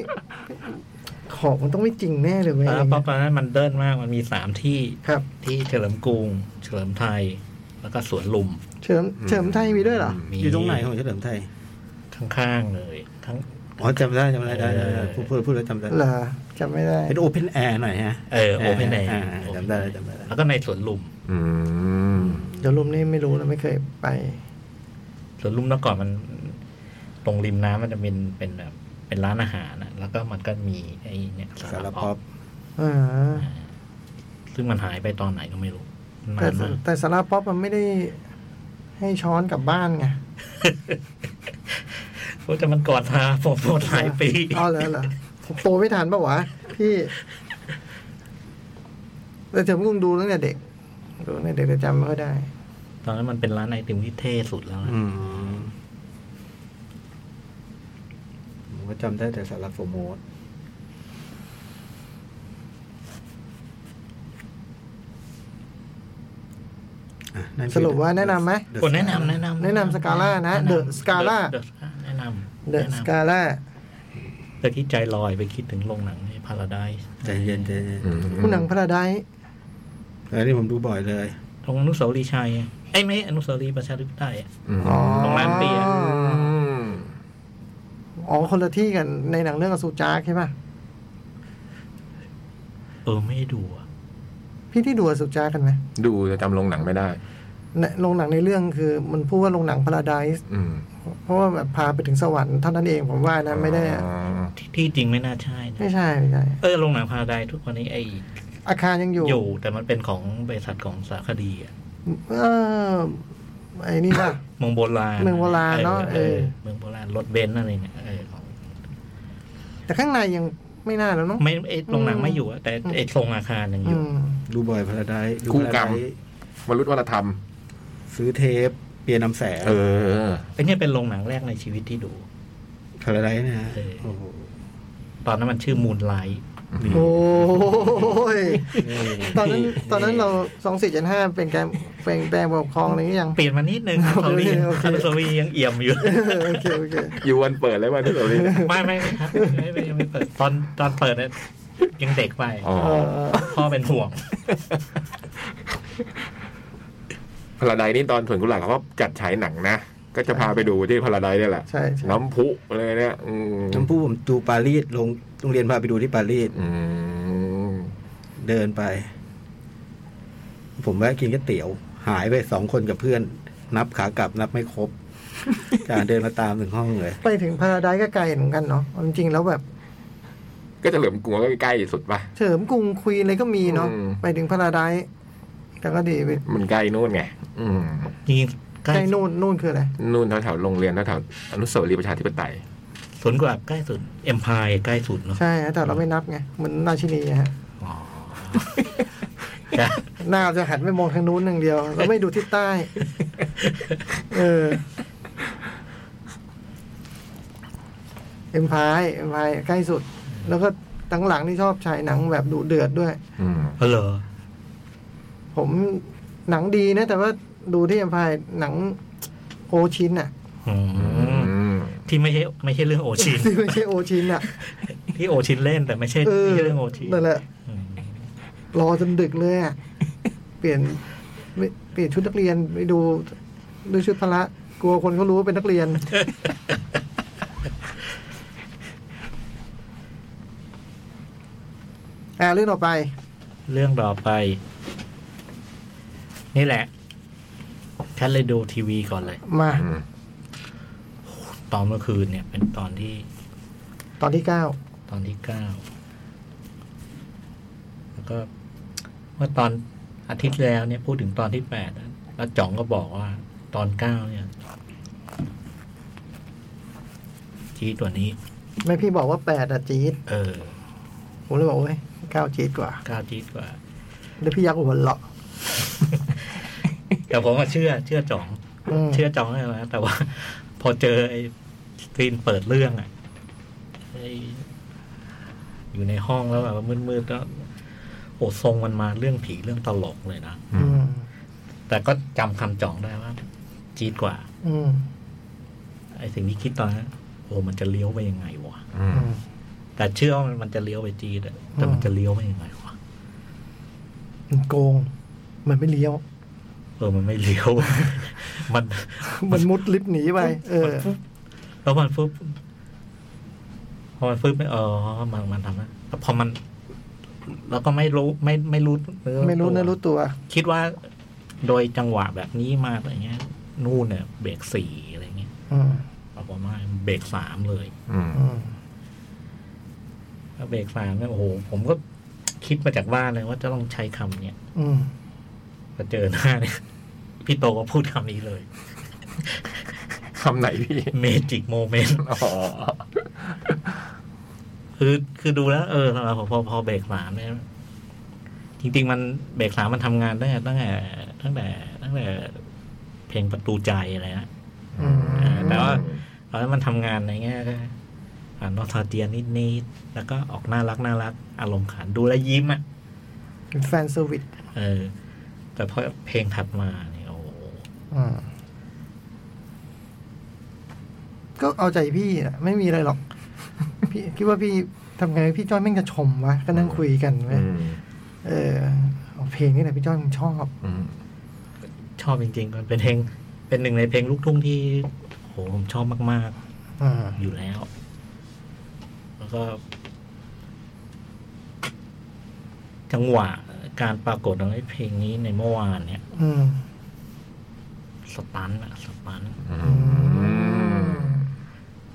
ของมันต้องไม่จริงแน่เลยเว้ย สาราป๊อปตอนนั้นมันเดินมากมันมีสามที่ ครับ ที่เฉลิมกรุง เฉลิมไทย แล้วก็สวนลุม เฉิมเฉิมไทยมีด้วยเหรอ อยู่ตรงไหนของเฉลิมไทย ข้างๆเลยข้าง อ๋อจำได้จำได้ได้ได้ได้พูดพูดพูดแล้วจำได้ เหรอจำไม่ได้ เป็นโอเพนแอร์หน่อยฮะ เออ open air าาจำได้แล้วจำได้แล้ว แล้วก็ในสวนลุม อืม เดี๋ยวรวมนี่ไม่รู้นะไม่เคยไป สวนลุมเมื่อก่อนมันตรงริมน้ำมันจะเป็นเป็นแบบเป็นร้านอาหารนะแล้วก็มันก็มีไอ้เนี่ย สารพับ อ่า อ่าซึ่งมันหายไปตอนไหนก็ไม่รู้ แต่ นานมาก แต่สาราป๊อปมันไม่ได้ให้ช้อนกลับบ้านไง โอ้แต่มันก่อนทา ผมโดนหลายปี อ๋อเหรอเหรอผมโตไม่ทันปะวะพี่แต่เฉิมกุ้งดูตั้งแต่เด็ก ดูตั้งแต่เด็กแต่จำไม่ค่อยได้ ตอนนั้นมันเป็นร้านไอติมที่เท่สุดแล้วนะ อืมผมก็จำได้แต่สารโฟโมดอ่ะนั่นคือ สรุปว่าแนะนำไหม The คนแนะ Scar นำแนะนำ แนะนำ Scala นะ The แำ Scala The Scala แนะนำ เดอะ แนะนำ สกาล่า แต่ที่ใจลอยไปคิดถึงโรงหนังในพาราไดซ์ ใจเย็นใจเย็น อืม ผู้หนังพระได เออนี่ผมดูบ่อยเลย ตรงอนุสาวรีย์ชัยไอ้ยไม่อนุสาวรีย์ประชาธิปไตยอะ ม อ๋อ โรงแรมเปีย อืม อ๋อคนละที่กันในหนังเรื่องอสูรจาร์กใช่ป่ะ เออไม่ได้ดูอะ พี่ที่ดูอสูรจาร์กกันไหม ดูแต่จำโรงหนังไม่ได้ ในโรงหนังในเรื่องคือมันพูดว่าโรงหนังพาราไดส์ อืม เพราะว่าแบบพาไปถึงสวรรค์เท่านั้นเองผมว่านะไม่ได้ อ๋อ ที่ที่จริงไม่น่าใช่นะ ไม่ใช่ไม่ใช่ เออโรงหนังพาราไดซ์ทุกวันนี้ไอ อาคารยังอยู่ อยู่ แต่มันเป็นของบริษัทของสารคดีอะ เออไอ้นี่ป่ะ เมืองโบราณ เมืองโบราณเนอะ เออ เออ เมืองโบราณรถเบนซ์อะไรเนี่ยเออของ แต่ข้างในยังไม่น่าแล้วเนาะ ไม่ไอโรงหนัง อืม ไม่อยู่อะแต่ไอโครงอาคารยังอ อื ยู่ ม ดูบ่อยพาราได คู่กรรม วรุษวรธรรม ซื้อเทป เปียนำแสง เออ ไอเนี่ยเป็นโรงหนังแรกในชีวิตที่ดู พาราไดนะฮะ เออ โอ้โห ตอนนั้นมันชื่อมูนไลท์ โอ้ย นี่ ตอนนั้นตอนนั้นเราสองสี่เจ็ดห้าเป็นการเป็นแปลงปกครองอะไรอย่างเงี้ยยัง เปลี่ยนมานิดนึง โอ โซ เค ลี โอเค อันโซลียังเอี่ยม อยู่ เออโอเคโอเค อยู่วันเปิดเลยวันที่เราเรียน ไม่ไม่ไม่ครับไม่ไม่ไม่เปิดตอนตอนเปิดเนี่ยยังเด็กไป อ๋อ เออ พ่อเป็นห่วง พาราไดซ์นี่ตอนสวนกุหลาบเขาก็จัดฉายหนังนะ ก็จะพาไปดูที่พาราไดซ์เนี่ยแหละ ใช่ใช่ น้ำพุอะไรเนี่ยอืม น้ำผู้ผมดูปารีสลงโรงเรียนพาไปดูที่ปารีส อืม เดินไป ผมแวะกินก๋วยเตี๋ยว หายไปสองคนกับเพื่อน นับขากลับนับไม่ครบ จาเดินมาตามถึงห้องเลย ไปถึงพาราไดซ์ก็ไกลเหมือนกันเนาะเอาจริงๆแล้วแบบ ก็จะเหลิมกลัวก็ใกล้สุดป่ะ เฉลิมกรุงควีนอะไรก็มีเนาะ อืม ไปถึงพาราไดซ์แต่ก็ดีไป มันใกล้นู่นไง อืม จริงๆใก ใก ล้ ล้นู่นนู่นคืออะไร นู่นแถวๆโรงเรียนแถวๆอนุสาวรีย์ประชาธิปไตย สวนกว่าใกล้สุดเอ็มพายใกล้สุดเนาะ ใช่ฮะแต่เราไม่นับไงเหมันราชินีอะฮะ อ๋อ หน้าจะหันไปมองทางนู้นหนึ่างเดียว เราไม่ดูทิศใต้ เออ เอ็มพายเอ็มพายใกล้สุด แล้วก็ตั้งหลังนี่ชอบฉายหนังแบบดุเดือดด้วย อืม เหร อ ผมหนังดีนะ แต่ว่าดูที่เอ็มพายหนังโอชินอะ อื อื ม ม ที่ไม่ใช่ไม่ใช่เรื่องโอชิ น ที่ไม่ใช่โอชินอะ ที่โอชินเล่นแต่ไม่ใช่ เออ ไม่ใช่เรื่องโอชิน นั่นแหละ อืม รอจนดึกเลยอะ เปลี่ยนไม่เปลี่ยนชุดนักเรียนไปดูดูชุดพละกลัวคนเขารู้ว่าเป็นนักเรียน อ่าเรื่องต่อไป เรื่องต่อไป นี่แหละฉันเลยดูทีวีก่อนเลย มา อืม ตอนเมื่อคืนเนี่ย เป็นตอนที่ ตอนที่เก้า ตอนที่เก้าแล้วก็ เมื่อตอนอาทิตย์ที่แล้วเนี่ยพูดถึงตอนที่แปดอะแล้วจ่องก็บอกว่า ตอนเก้าเนี่ยชี้ตัวนี้ ไม่พี่บอกว่าแปดอะจี๊ด เออ ผมเลยบอกเว้ยเก้าจี๊ดกว่า เก้าชี้กว่า แล้วพี่ยักษ์หัวเราะ แต่ผมก็เชื่อ เชื่อจ่อง อืม เชื่อจองได้แล้วนะแต่ว่า พอเจอไอ้ซีนเปิดเรื่องอะไอ้อยู่ในห้องแล้วแบบว่ามืดๆแล้วโอ้ทรงมันมาเรื่องผีเรื่องตลกเลยนะ อืม แต่ก็จำคำจองได้ว่า จี๊ดกว่า อืม ไอ้สิ่งที่คิดตอนนั้นโอ้มันจะเลี้ยวไปยังไงวะ อืม อืม แต่เชื่อว่ามันมันจะเลี้ยวไปจี๊ดอะแต่มัน อืม จะเลี้ยวไปยังไงวะ มันโกง มันไม่เลี้ยว เออมันไม่เลี้ยว มัน มันมุดลิฟต์หนีไป เออ แล้วมันฟึบพอมันฟึบไม่เออมันมันทำนะแต่พอมัน แล้วก็ไม่รู้ไม่ไม่รู้เออ ไม่รู้เนะรู้ตัว คิดว่าโดยจังหวะแบบนี้มาอะไรเงี้ย นู่นเนี่ย เบรกสี่อะไรเงี้ย อืม เอาประมาณเบรกสามเลย อืม อืม แล้วเบรกสามเนี่ยโอ้โหผมก็คิดมาจากบ้านเลยว่าจะต้องใช้คำเนี่ย อืม พอเจอหน้าเนี่ย พี่โตก็พูดคำนี้เลย คำไหนพี่ เมจิกโมเมนต์ อ๋อ คือคือดูแล้ว เออสำหรับผมพอพอเบรกสามเนี่ยจริง ๆ มันเบรกสามมันทำงานได้ตั้งแต่ตั้งแต่ตั้งแต่เพลงประตูใจอะไรนะ อืม แต่ว่า เพราะมันทำงานในแง่ก็อ่านนอทเจียนิดนิดๆแล้วก็ออกน่ารักน่ารัก อารมณ์ขันดูแลวยิ้มอ่ะ เป็นแฟนเซอร์วิส เออ แต่พอเพลงถัดมาเนี่ยโอ้โห อืมก็เอาใจพี่นะไม่มีอะไรหรอก พี่คิดว่าพี่ทำไงพี่จ้อยแม่งจะชมวะ ก็นั่งคุยกันอืเว้ย ม เออเอาเพลงนี่แหละพี่จ้อยมึงชอบ อืม ชอบจริงๆมันเป็นเพลง เป็นหนึ่งในเพลงลูกทุ่งที่โอ้โหผมชอบมาก อืม ๆอยู่แล้ว แล้วก็ จังหวะการปรากฏของไอ้เพลงนี้ในเมื่อวานเนี่ย อืม สตันอะสตัน อื อื ม ม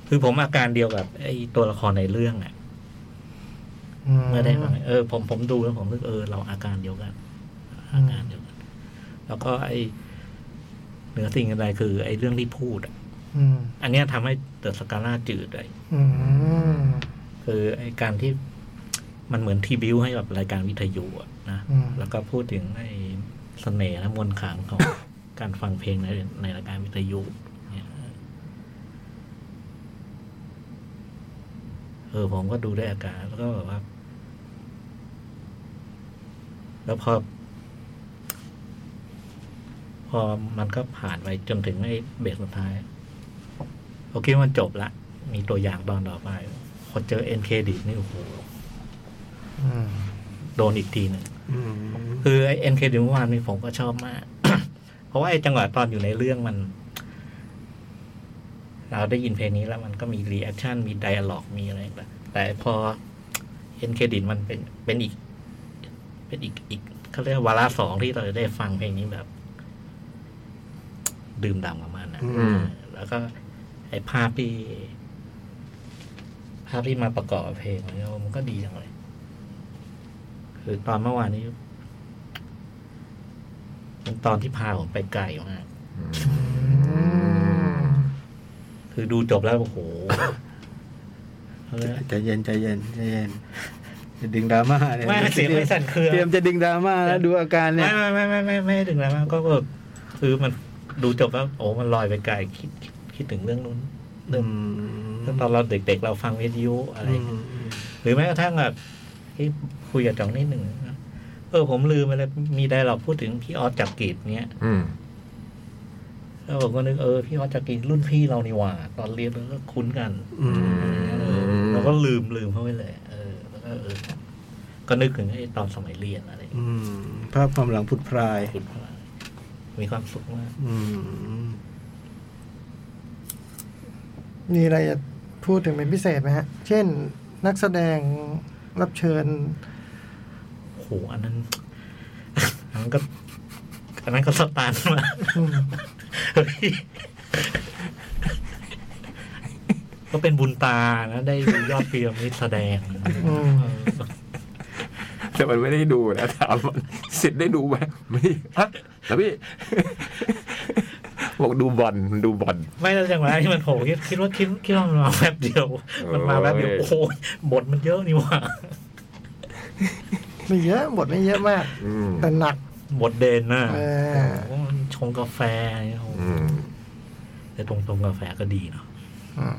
คือผมอาการเดียวกับไอ้ตัวละครในเรื่องอะ เมื่อได้ฟังเออผมผมดูแล้วผมรู้สึกเออเราอาการเดียวกัน อาการเดียวกัน แล้วก็ไอเหนือสิ่งอะไรคือ ไอเรื่องที่พูดอะ อืม อันเนี้ยทำให้เดอะสกาล่าจืดเลย อืม คือไอการที่มันเหมือนทีบิวให้กับรายการวิทยุอะนะ อืม แล้วก็พูดถึงไอเสน่ห์และมวลขลัง ของ การฟังเพลงในในรายการวิทยุเนี่ยเออผมก็ดูได้วยอาการแล้วก็แบบว่า แล้วพอ พอมันก็ผ่านไปจนถึงไอ้เบรกสุดท้ายโอเคมันจบละ มีตัวอย่างตอนต่อไปพอเจอเอ็นเครดิตนี่โอ้โห อืม โดนอีกทีหนึ่ง อืม คือไอเอ็นเคดิเมื่อวานนี้ผมก็ชอบมาก เพราะว่าไอจังหวะตอนอยู่ในเรื่องมัน เราได้ยินเพลงนี้แล้วมันก็มีรีแอคชั่นมีไดอะล็อกมีอะไรแบบแต่พอเอ็นเคดิมันเป็นเป็นอีก เป็นอีกอีกเขาเรียกว่าวาระสองที่เราจะได้ฟังเพลงนี้แบบ ดื่มด่ำกับมันนะ อืม แล้วก็ ไอภาพที่ ภาพที่มาประกอบกับเพลงเนี่ยมันก็ดีจังเลย คือตอนเมื่อวานนี้ เป็นตอนที่พาผมไปไกลมาก อืม คือดูจบแล้วโอ้โหเอาเลยนะ ใจเย็นใจเย็นใจเย็นจะดึงดราม่าเนี่ย ไม่เสียงไม่สั่นเครือ เตรียมจะดึงดราม่าแล้วดูอาการเนี่ย ไม่ไม่ไม่ไม่ไม่ถึงแล้วมันก็แบบคือมันดูจบแล้วโอ้มันลอยไปไกลคิดคิดคิดถึงเรื่องนู้น เดิมซึ่งตอนเราเด็ก ๆ เราฟังวิทยุอะไร อืมอืม หรือแม้กระทั่งแบบที่คุยกับจ่องนิดหนึ่งนะเออผมลืมไปแล้วมีไดเราพูดถึงพี่ออสจากกรีดเนี้ย อืม แล้วผมก็นึกเออพี่ออสจากกรีดรุ่นพี่เรานี่หว่า ตอนเรียนเราก็คุ้นกัน อืม เออเราก็ลืมลืมเขาไปเลย เออแล้วก็เออก็นึกถึงไอ้ตอนสมัยเรียนอะไร อืมภาพความหลังผุดพราย คุณพลังมีความสุขมาก อืม มีอะไรจะพูดถึงเป็นพิเศษไหมฮะ เช่น นักแสดงรับเชิญ โหอันนั้น อันนั้นก็ อันนั้นก็สตาร์ทมาก อืม เฮ้ยก็เป็นบุญตานะ ได้ดูยอดเพียมนี่แสดง อืม เออ แต่มันไม่ได้ดูนะถามมันสิทธิ์ได้ดูไหมไม่ฮะแล้วพี่ บอกดูบอลมันดูบอล ไม่แล้วจังหวะที่มันโผล่คิดคิดว่าคิดคิดว่ามันมาแป๊บเดียว มันมาแป๊บเดียว โอ้ย โอ้โหบทมันเยอะนี่หว่า ไม่เยอะบทไม่เยอะมาก อืม แต่หนัก บทเด่นนะ เออ โอ้โหชงกาแฟเนี่ยโอ้โห อืม แต่ตรงตรงๆกาแฟก็ดีเนาะ อืม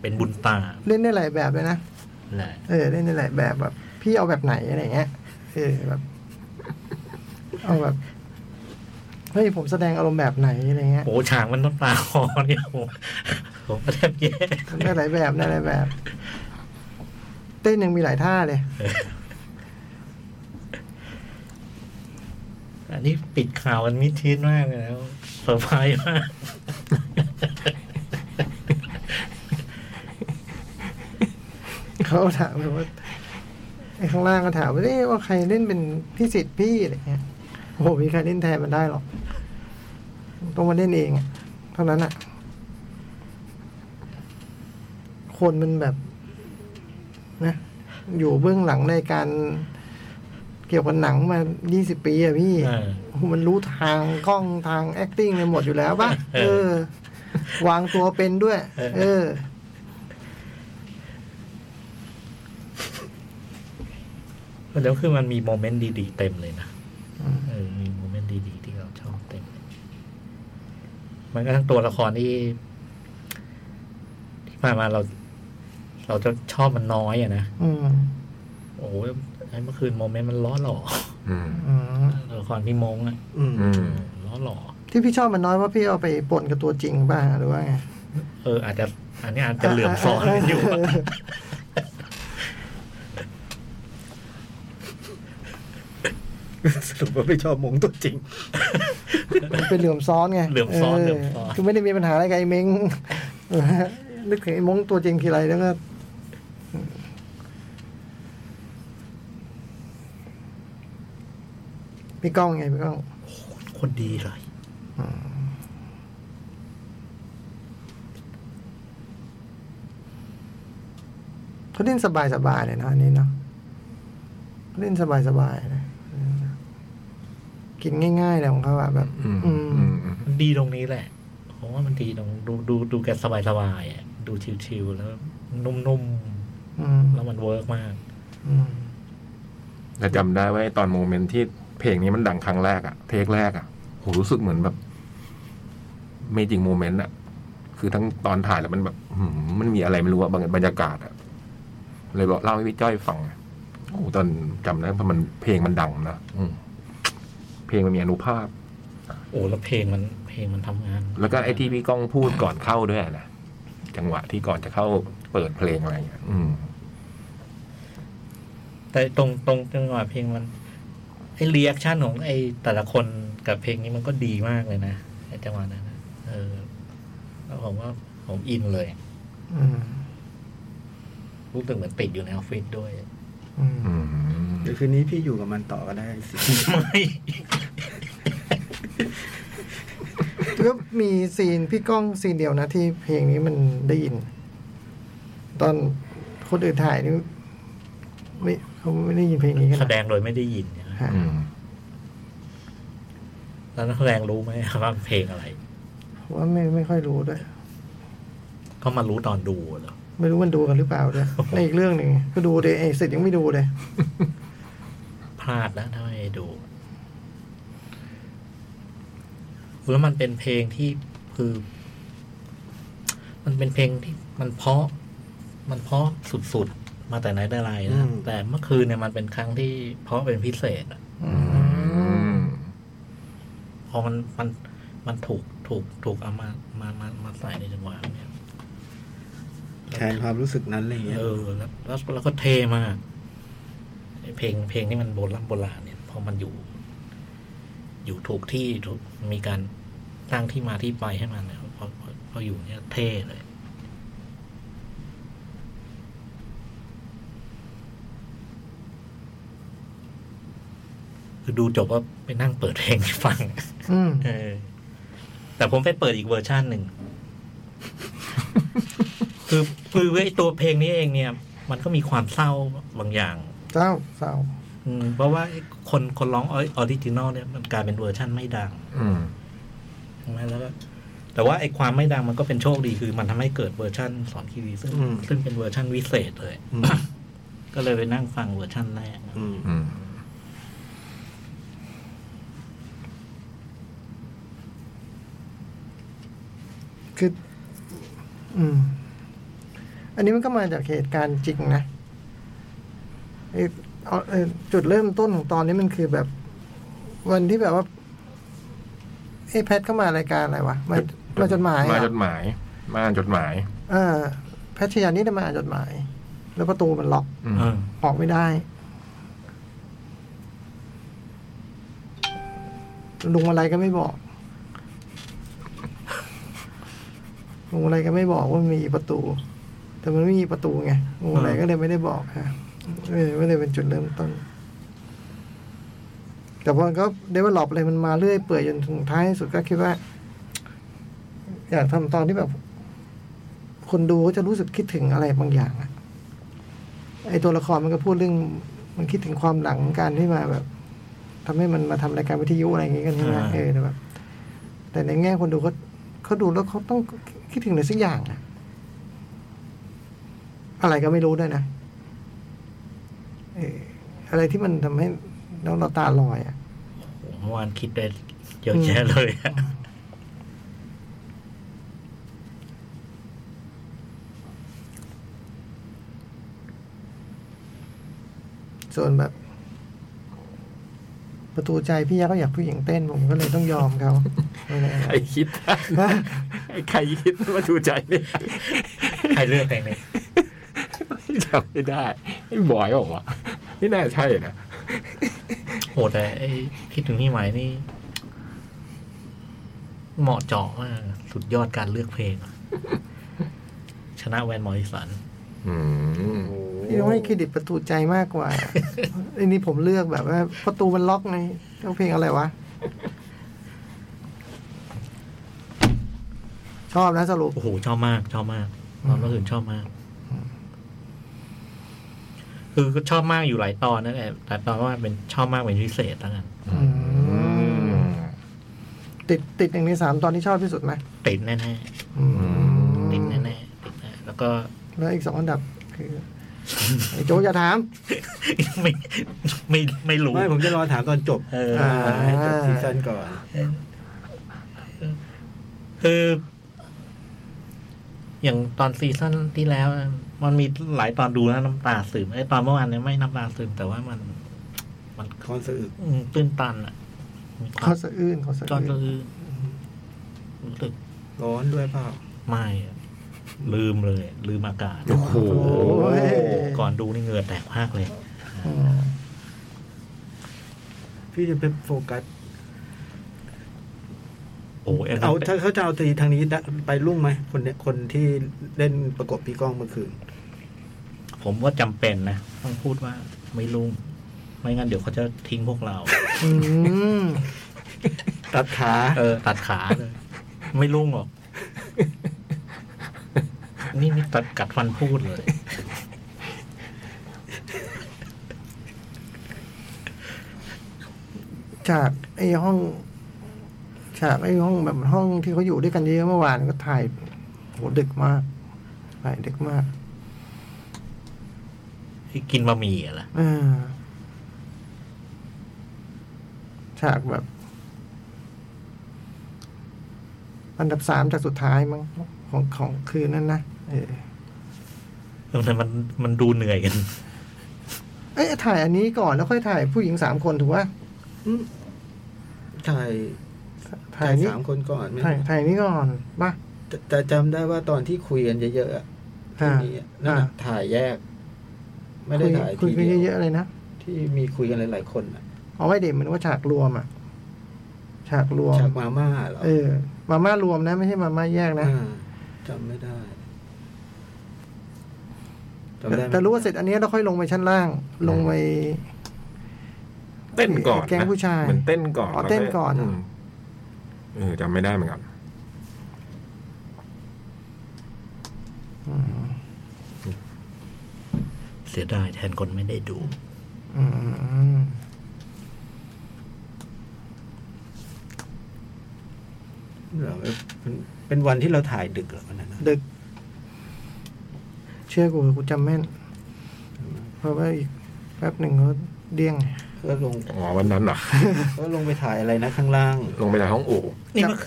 เป็นบุญตา เล่นได้หลายแบบเลยนะ แหละ เออเล่นได้หลายแบบแบบ พี่เอาแบบไหนอะไรเงี้ยเออแบบ เอาแบบเฮ้ยผมแสดงอารมณ์แบบไหนอะไรเงี้ย โอ้โหฉากมันน้ำตาคลอเนี่ย โอ้โหผมก็แทบแย่ ได้หลายแบบได้หลายแบบ เต้นยังมีหลายท่าเลย อันนี้ปิดข่าวมันมิดชิดมากเลยแล้วเซอร์ไพรส์มาก เขาถามแบบว่าไอ้ข้างล่างก็ถามว่าเอ๊ะว่าใครเล่นเป็นพี่สิทธิ์พี่อะไรเงี้ยโอ้โหมีใครเล่นแทนมันได้หรอกต้องมาเล่นเองอะเท่านั้นอะคนมันแบบ นะ อยู่เบื้องหลังในการเกี่ยวกับหนังมา 20 ปีอะพี่ เออ มันรู้ทางกล้องทาง acting ไปหมดอยู่แล้วป่ะเออ วางตัวเป็นด้วย เออ แล้วคือมันมีโมเมนต์ดีๆเต็มเลยนะ อืม เออมีโมเมนต์ดีๆที่เราชอบเต็มเลยมันก็ทั้งตัวละครที่ ที่ผ่านมาเรา เราจะชอบมันน้อยอะนะ อืม โอ้ยไอ้เมื่อคืนโมเมนต์มันล้อหล่อ อืม อืม ตัวละครพี่มงอะ อืม อืม ล้อหล่อ ที่พี่ชอบมันน้อยว่าพี่เอาไปปนกับตัวจริงบ้างหรือว่าไง เออ อาจจะ อันนี้อาจจะเหลื่อมซ้อนกันอยู่อะ สรุปว่าไม่ชอบมงตัวจริง มันเป็นเหลื่อมซ้อนไง เหลื่อมซ้อนเหลื่อมซ้อน คือไม่ได้มีปัญหาอะไรกับไอ้เม้งนึกถึงไอ้มงตัวจริงทีไรแล้วก็พี่ก้องไงพี่ก้อง คนดีเลย เขาเล่นสบายสบายๆเลยนะอันนี้เนาะเขาเล่นสบายสบายๆเลยเออกินง่ายๆเลยของเขาอะแบบ อืม อื อื ม ม มันดีตรงนี้แหละผมว่ามันดีตรงดูดูดูแกสบายสบายๆอะดูชิวๆแล้ว นุ่ม อืม ๆ แล้วมันเวิร์กมาก อืม แต่จำได้ว่าไอ้ตอนโมเมนต์ที่เพลงนี้มันดังครั้งแรกอะเทคแรกอะโหรู้สึกเหมือนแบบเมจิ c โมเมนต์อะคือทั้งตอนถ่ายแล้วมันแบบหืมมันมีอะไรไม่รู้อะบางบรรยากาศอะเลยบอกเล่าให้พี่จ้อยฟังอะโอ้โหตอนจำได้เพราะมันเพลงมันดังนะอืมเพลงมันมีอนุภาพ โอ้แล้วเพลงมันเพลงมันทำงาน แล้วก็ไอ้ที่พี่ก้องพูดก่อนเข้าด้วยนะจังหวะที่ก่อนจะเข้าเปิดเพลงอะไรอย่างเงี้ยอืม แต่ตรงตรงจังหวะเพลงมันไอ้เรีแอคชั่นของไอ้แต่ละคนกับเพลงนี้มันก็ดีมากเลยนะไอ้จังหวะนั้นนะเออแล้วผมว่าผมอินเลย อืม รู้สึกเหมือนติดอยู่ในออฟฟิศด้วย อืม อืม เดี๋ยวคืนนี้พี่อยู่กับมันต่อก็ได้สิ ไม่ ก็มีซีนพี่ก้องซีนเดียวนะ ที่เพลงนี้มันได้ยิน ตอนคนอื่นถ่ายนี่ไม่เขาไม่ได้ยินเพลงนี้กัน แส นะ ดงโดยไม่ได้ยินนะ ฮะ อืม แล้วนักแสดงรู้ไหมว่าเพลงอะไร ผมว่าไม่ไม่ค่อยรู้ด้วย ก็มารู้ตอนดูเหรอ ไม่รู้มันดูกันหรือเปล่า ด้วยในอีกเรื่องหนึ่งก็ดูเลยไอ้เสร็จยังไม่ดูเลย พลาดแล้วถ้าไม่ได้ดู แล้วมันเป็นเพลงที่คือ มันเป็นเพลงที่มันเพราะ มันเพราะสุดๆ มาแต่ไหนแต่ไร อื นะ ม แต่เมื่อคืนเนี่ยมันเป็นครั้งที่เพราะเป็นพิเศษอะพอมันมันมันถูกถูกถูกเอามามามามาใส่ในจังหวะเนี่ย แทนความรู้สึกนั้นอะไรเงี้ย เออแล้วแล้วแล้วก็เทมากไอ้เพลงเพลงที่มันโบราณโบราณเนี่ย พอมันอยู่ อยู่ถูกที่ถูกมีการตั้งที่มาที่ไปให้มันเนี่ยพอพอพออยู่เนี่ยเท่เลย คือดูจบว่าไปนั่งเปิดเพลงฟัง อืม เออ แต่ผมไปเปิดอีกเวอร์ชัน หนึ่ง คือคือไอตัวเพลงนี้เองเนี่ย มันก็มีความเศร้าบางอย่าง เจ้าสาว อืมเพราะว่าไอ้คนคนร้องออริจินอลเนี่ยมันกลายเป็นเวอร์ชันไม่ดังใช่ไหมแล้วก็แต่ว่าไอความไม่ดังมันก็เป็นโชคดีคือมันทำให้เกิดเวอร์ชันสอนคีรีซึ่งซึ่งเป็นเวอร์ชันวิเศษเลย อืม ก็เลยไปนั่งฟังเวอร์ชันแรก อืม คือ อืม อันนี้มันก็มาจากเหตุการณ์จริงนะไอ้เอาเอ่อจุดเริ่มต้นของตอนนี้มันคือแบบ วันที่แบบว่าไอ้แพทเข้ามารายการอะไรวะมามาจดหมาย มา เหร จ อ ดหมายมาอ่านจดหมาย เออแพทยานี่ได้มาอ่านจดหมาย แล้วประตูมันล็อก อืม เออ ออกไม่ได้ลุงอะไรก็ไม่บอกลุงอะไรก็ไม่บอกว่ามันมีประตู แต่มันไม่มีประตูไงลุงอะไรก็เลยไม่ได้บอกฮะเออไม่ได้เป็นจุดเริ่มต้น แต่พอมันก็เดเวลลอปอะไรมันมาเรื่อยเปื่อยจนถึงท้ายสุดก็คิดว่า อยากทำตอนที่แบบ คนดูก็จะรู้สึกคิดถึงอะไรบางอย่างอะไอตัวละครมันก็พูดเรื่อง มันคิดถึงความหลังการที่มาแบบทำให้มันมาทำรายการวิทยุอะไรอย่างงี้กันใช่ไหมเออแต่แบบ แต่ในแง่คนดูเขาเขาดูแล้วเขาต้องคิดถึงอะไรสักอย่างอะอะไรก็ไม่รู้ด้วยนะเอออะไรที่มันทำให้น้องเราตาลอยอะ ผมเมื่อวานคิดได้เยอะแยะเลยอะ ส่วนแบบ ประตูใจพี่ยักษ์ก็อยากผู้หญิงเต้น ผมก็เลยต้องยอม เขาไม่ได้ ใครคิดไอ้ใครคิดว่าดูใจเนี่ย ใครเลือกเพลงนี้ จำไม่ได้ไอ้บอยบอกว่าวะไม่น่าใช่นะ โหแต่ไอ้คิดถึงพี่ไหมายนี่ เหมาะเจาะมากสุดยอดการเลือกเพลงอะชนะแวนมอริสัน อืม โอ้ พี่ต้องให้เครดิตประตูใจมากกว่าไอ้นี่ผมเลือกแบบว่า ประตูมันล็อกไงต้องเพลงอะไรวะ ชอบนะสรุป โอ้โห ชอบมาก ชอบมากความรู้สึกชอบมาก คือก็ชอบมากอยู่หลายตอนนั่นแหละแต่ตอนว่าเป็นชอบมากเป็นพิเศษแล้วกัน อืม ติดติดอย่างในสามตอนที่ชอบที่สุดไหม ติดแน่ อืม ๆติดแน่ๆติดแน่แล้วก็ แล้วอีกสองอันดับคือไอ้โจ๊กอย่าถาม ไม่ไม่ไม่รู้ ไม่ผมจะรอถามตอนจบ เออ าให้จบซีซั่นก่อน คือ อย่างตอนซีซั่นที่แล้วนะมันมีหลายตอนดูแล้วน้ำตาซึมไอ้ตอนเมื่อวานเนี่ยไม่น้ำตาซึมแต่ว่ามัน มัน คอนเสิร์ต อืมตื้นตันอะมีควา เขา ม สะอื้นเขาสะ ตอนก็ อื้น คือรู้สึก ร้อนด้วยเปล่า ไม่อะลืมเลย ลืมอากาศ โอ้โห โอ้ย ก่อนดูนี่เหงื่อแตกพากเลย อืม พี่จะไปโฟกัส โอ้เอ็น เอาถ้าเขาจะเอาตีทางนี้ได้ไปรุ่งไหมคนเนี้ยคนที่เล่นประกบพี่ก้องเมื่อคืน ผมว่าจำเป็นนะ ต้องพูดว่าไม่ลุ่มไม่งั้นเดี๋ยวเขาจะทิ้งพวกเรา อืม ตัดขา เออ ตัดขาเลย ไม่รุ่งหรอก นี่นี่ตัดกัดฟันพูดเลย ฉากไอ้ห้องฉากไอ้ห้องแบบห้องที่เขาอยู่ด้วยกันเยอะเมื่อวานก็ถ่ายโหดึกมากถ่ายดึกมาก ที่กินบะหมี่อะล่ะ อ่าฉากแบบ อันดับสามจากสุดท้ายมั้งของของคืนนั้นนะเออ ตรงนั้นมันมันดูเหนื่อยกัน เอ้ยถ่ายอันนี้ก่อนแล้วค่อยถ่ายผู้หญิงสามคนถูกป่ะ ถ่าย ถ่า ถ่าย ย นี้ สามคนก่อนไหม ถ่ายถ่ายนี้ก่อนป่ะ แต่แต่จำได้ว่าตอนที่คุยกันเยอะๆอะที่ อ่า มีอะนั่น อ่า อะถ่ายแยก ไม่ได้ คุย ถ่าย คุย ที กัน เดี เย ยว อะๆเลยนะ ที่มีคุยกันหลายๆคนอะ เอาไว้เด็กมันว่าฉากรวมอ่ะ ฉากรวม ฉากมาม่าเหรอ เออ มาม่ารวมนะ ไม่ใช่มาม่าแยกนะ อ่าจำไม่ได้จำได้ไหม แต่รู้ว่าเสร็จอันนี้เราค่อยลงไปชั้นล่าง ลงไป เต้นก่อนนะ แก๊งผู้ชาย เหมือนเต้นก่อน อ๋อเต้นก่อน แล้วมเออจำไม่ได้เหมือนกัน เสียดายแทนคนไม่ได้ดู อืม เหรอเป็นเป็นวันที่เราถ่ายดึกเหรอวันนั้นอะ ดึก เชื่อกูกูจำแม่น เพราะว่าอีกแป๊บหนึ่งก็เดี้ยง ก็ลง อ๋อวันนั้นเห รอ ก็ลงไปถ่ายอะไรนะข้างล่าง ลงไปจากห้องโอ นี่มัน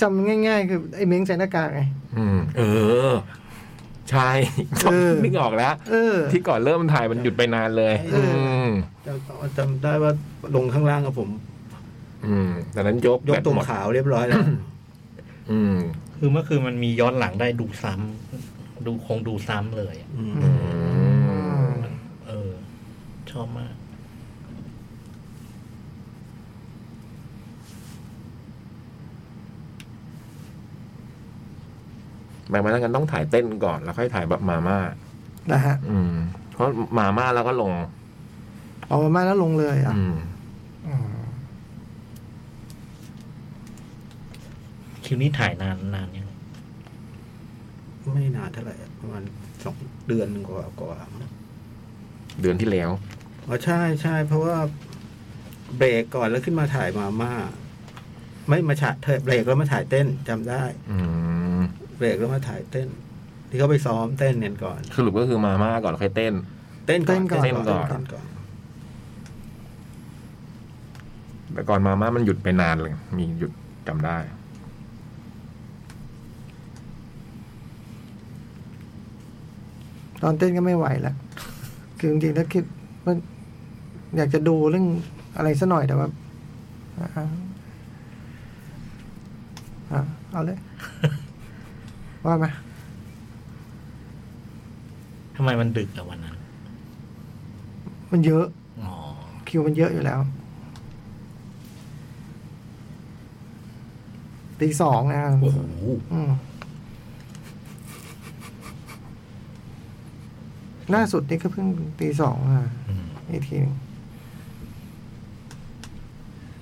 จำง่ายๆ คือ ไอ้เม้งใส่หน้ากากไง อืม เออ ใช่ เออ นึกออกแล้ว เออ ที่ก่อนเริ่มถ่ายมันหยุดไปนานเลย เอ อื ออื ม จำจำได้ว่าลงข้างล่างกับผม อืมแต่นั้นยก ยก แบต ตุ่ม หมด ขาวเรียบร้อยแล้ว อืม คือเมื่อคืนมันมีย้อนหลังได้ดูซ้ำดูคงดูซ้ำเลยอะ อืม อื ม เออ ชอบมาก หมายความว่างั้นต้องถ่ายเต้นก่อนแล้วค่อยถ่ายแบบมาม่า นะฮะ อืม เพราะมาม่าแล้วก็ลง เอามาม่าแล้วลงเลยอ่ะ อืม อืม คิวนี้ถ่ายนานนานยัง ไม่นานเท่าไหร่อะประมาณสองเดือนกว่ากว่ามั้ง เดือนที่แล้ว อ๋อใช่ใช่เพราะว่าเบรกก่อนแล้วขึ้นมาถ่ายมาม่าไม่มาฉะเธอเบรกแล้วมาถ่ายเต้นจำได้ อืม เบรกแล้วมาถ่ายเต้น ที่เขาไปซ้อมเต้นเนี่ยก่อน สรุปก็คือมาม่าก่อนแล้วค่อยเต้น เต้นก่อน เต้นก่อน เต้นก่อน แต่ก่อนมาม่ามันหยุดไปนานเลย มีหยุดจำได้ ตอนเต้นก็ไม่ไหวละ คือจริงๆแล้วคิดว่าอยากจะดูเรื่องอะไรสักหน่อยแต่ว่าอ่ะอ่ะอ่ะเอาเลย ว่ามา ทำไมมันดึกแต่วันนั้น มันเยอะ อ๋อ คิวมันเยอะอยู่แล้วตีสองนะครับ โอ้โห อืมล่าสุดนี่ก็เพิ่งตีสองอ่ะ อืม อีกทีหนึ่ง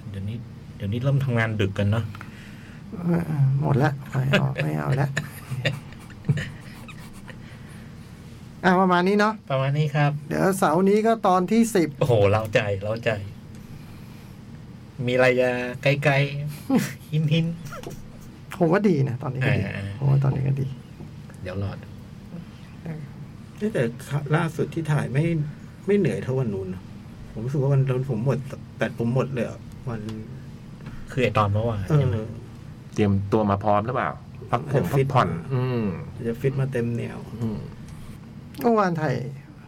เดี๋ยวนี้ เดี๋ยวนี้เริ่มทำงานดึกกันเนาะ เออหมดละไม่เอาไม่เอาละอ่ะประมาณนี้เนาะ ประมาณนี้ครับ เดี๋ยวเสาร์นี้ก็ตอนที่สิบ โอ้โหเล้าใจเล้าใจ มีอะไรจะไกลๆ หินหิน ผมว่าดีนะตอนนี้ก็ดี อ่า ผมว่าตอนนี้ก็ดี ๆเดี๋ยวรอด เอ๊ะแต่ล่าสุดที่ถ่ายไม่ไม่เหนื่อยเท่าวันนู้นนะผมรู้สึกว่าวันนั้นผมหมดแบตผมหมดเลยอะวัน คือไอตอนเมื่อวาน เอ ใช่ไหม อ เตรียมตัวมาพร้อมหรือเปล่า พักผมพักผ่อน อืม จะฟิตมาเต็มเหนียว อืม เมื่อวานถ่าย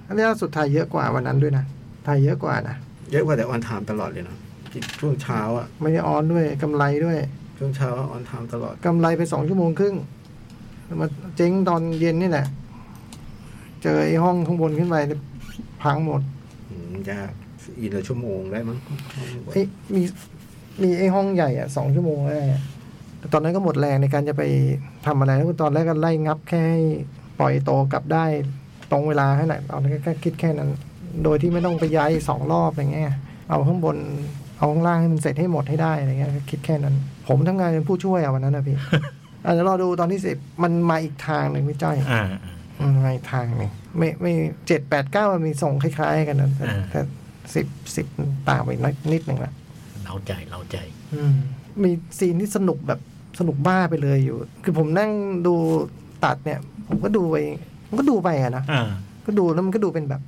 อันนี้ล่าสุดถ่ายเยอะกว่าวันนั้นด้วยนะถ่ายเยอะกว่านะ เยอะกว่าแต่ออนไทม์ตลอดเลยนะช่วงเช้าอะ ไม่ได้ออนด้วยกำไรด้วย ช่วงเช้าออนไทม์ตลอด กำไรไปสองชั่วโมงครึ่งมาเจ๊งตอนเย็นนี่แหละ เจอไอ้ห้องข้างบนขึ้นไปเนี่ยพังหมด อืมยากอีกเหลือชั่วโมงได้มั้ง ไอ้ยมีมีไอ้ห้องใหญ่อ่ะสองชั่วโมงแรกอะแต่ตอนนั้นก็หมดแรงในการจะไปทำอะไรแล้วตอนแรกก็ไล่งับแค่ให้ปล่อยโตกลับได้ตรงเวลาให้หน่อยตอนแรกก็คิดแค่นั้น โดยที่ไม่ต้องไปย้ายสองรอบอะไรเงี้ยเอาข้างบนเอาข้างล่างให้มันเสร็จให้หมดให้ได้อะไรเงี้ยก็คิดแค่นั้น ผมทำงานเป็นผู้ช่วยอะวันนั้นนะพี่ อาจจะรอดูตอนที่สิบมันมาอีกทางหนึ่งไม่จ้อย อ่า มันมาอีกทางหนึ่งไม่ไม่เจ็ดแปดเก้ามันมีส่งคล้ายๆ กันนะแต่ อ่า แต่สิบสิบต่างไปนิดนิดหนึ่งละ ๆเล้าใจเล้าใจ อืมมีซีนที่สนุกแบบสนุกบ้าไปเลยอยู่ คือผมนั่งดูตัดเนี่ย ผมก็ดูไปผมก็ดูไปอะนะ อ่า ก็ดูแล้วมันก็ดูเป็นแบบ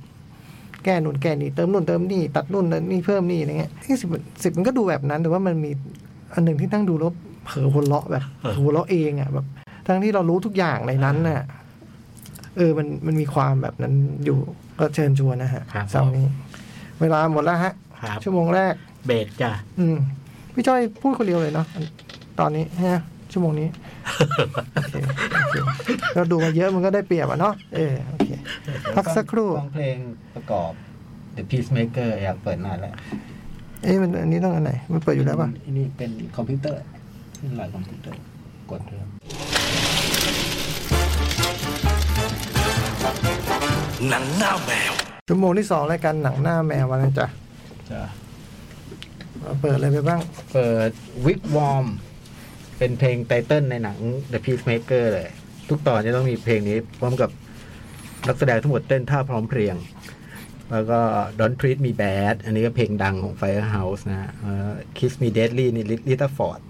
แก้นู่นแก้นี่เติมนู่นเติมนี่ตัดนู่นเติมนี่เพิ่มนี่อะไรเงี้ยที่สิบสิบมันก็ดูแบบนั้น แต่ว่ามันมีอันหนึ่งที่นั่งดูแล้ว เผลอหัวเราะแบบ เออ หัวเราะเองอ่ะแบบ ทั้งที่เรารู้ทุกอย่างในนั้นน่ะ เออ มันมันมีความแบบนั้นอยู่ก็เชิญชวนนะฮะ ครับ เสาร์นี้ เวลาหมดแล้วฮะ ครับ ชั่วโมงแรก เบรกจ้ะ อืม พี่จ้อยพูดคนเดียวเลยเนาะตอนนี้ฮะชั่วโมงนี้โอเคโอเคเราดูมาเยอะมันก็ได้เปรียบอ่ะเนาะเออโอเค พักสักครู่ ฟังเพลงประกอบ The Peacemaker อยากเปิดนานแล้ว เอ้มันอันนี้ต้องอันไหน มันเปิดอยู่แล้วป่ะ อันนี่เป็นคอมพิวเตอร์เป็นหลายคอมพิวเตอร์ กดเริ่ม ชั่วโมงที่สองรายการหนังหน้าแมววันนี้จ้ะ จะ เราเปิดอะไรไปบ้าง เปิด Whip Warm เป็นเพลงไตเติลในหนัง The Peacemaker เลย ทุกตอนจะต้องมีเพลงนี้พร้อมกับนักแสดงทั้งหมดเต้นท่าพร้อมเพรียง แล้วก็ Don't Treat Me Bad อันนี้ก็เพลงดังของ Firehouse นะฮะเอ่อ Kiss Me Deadly นี่ Lita Ford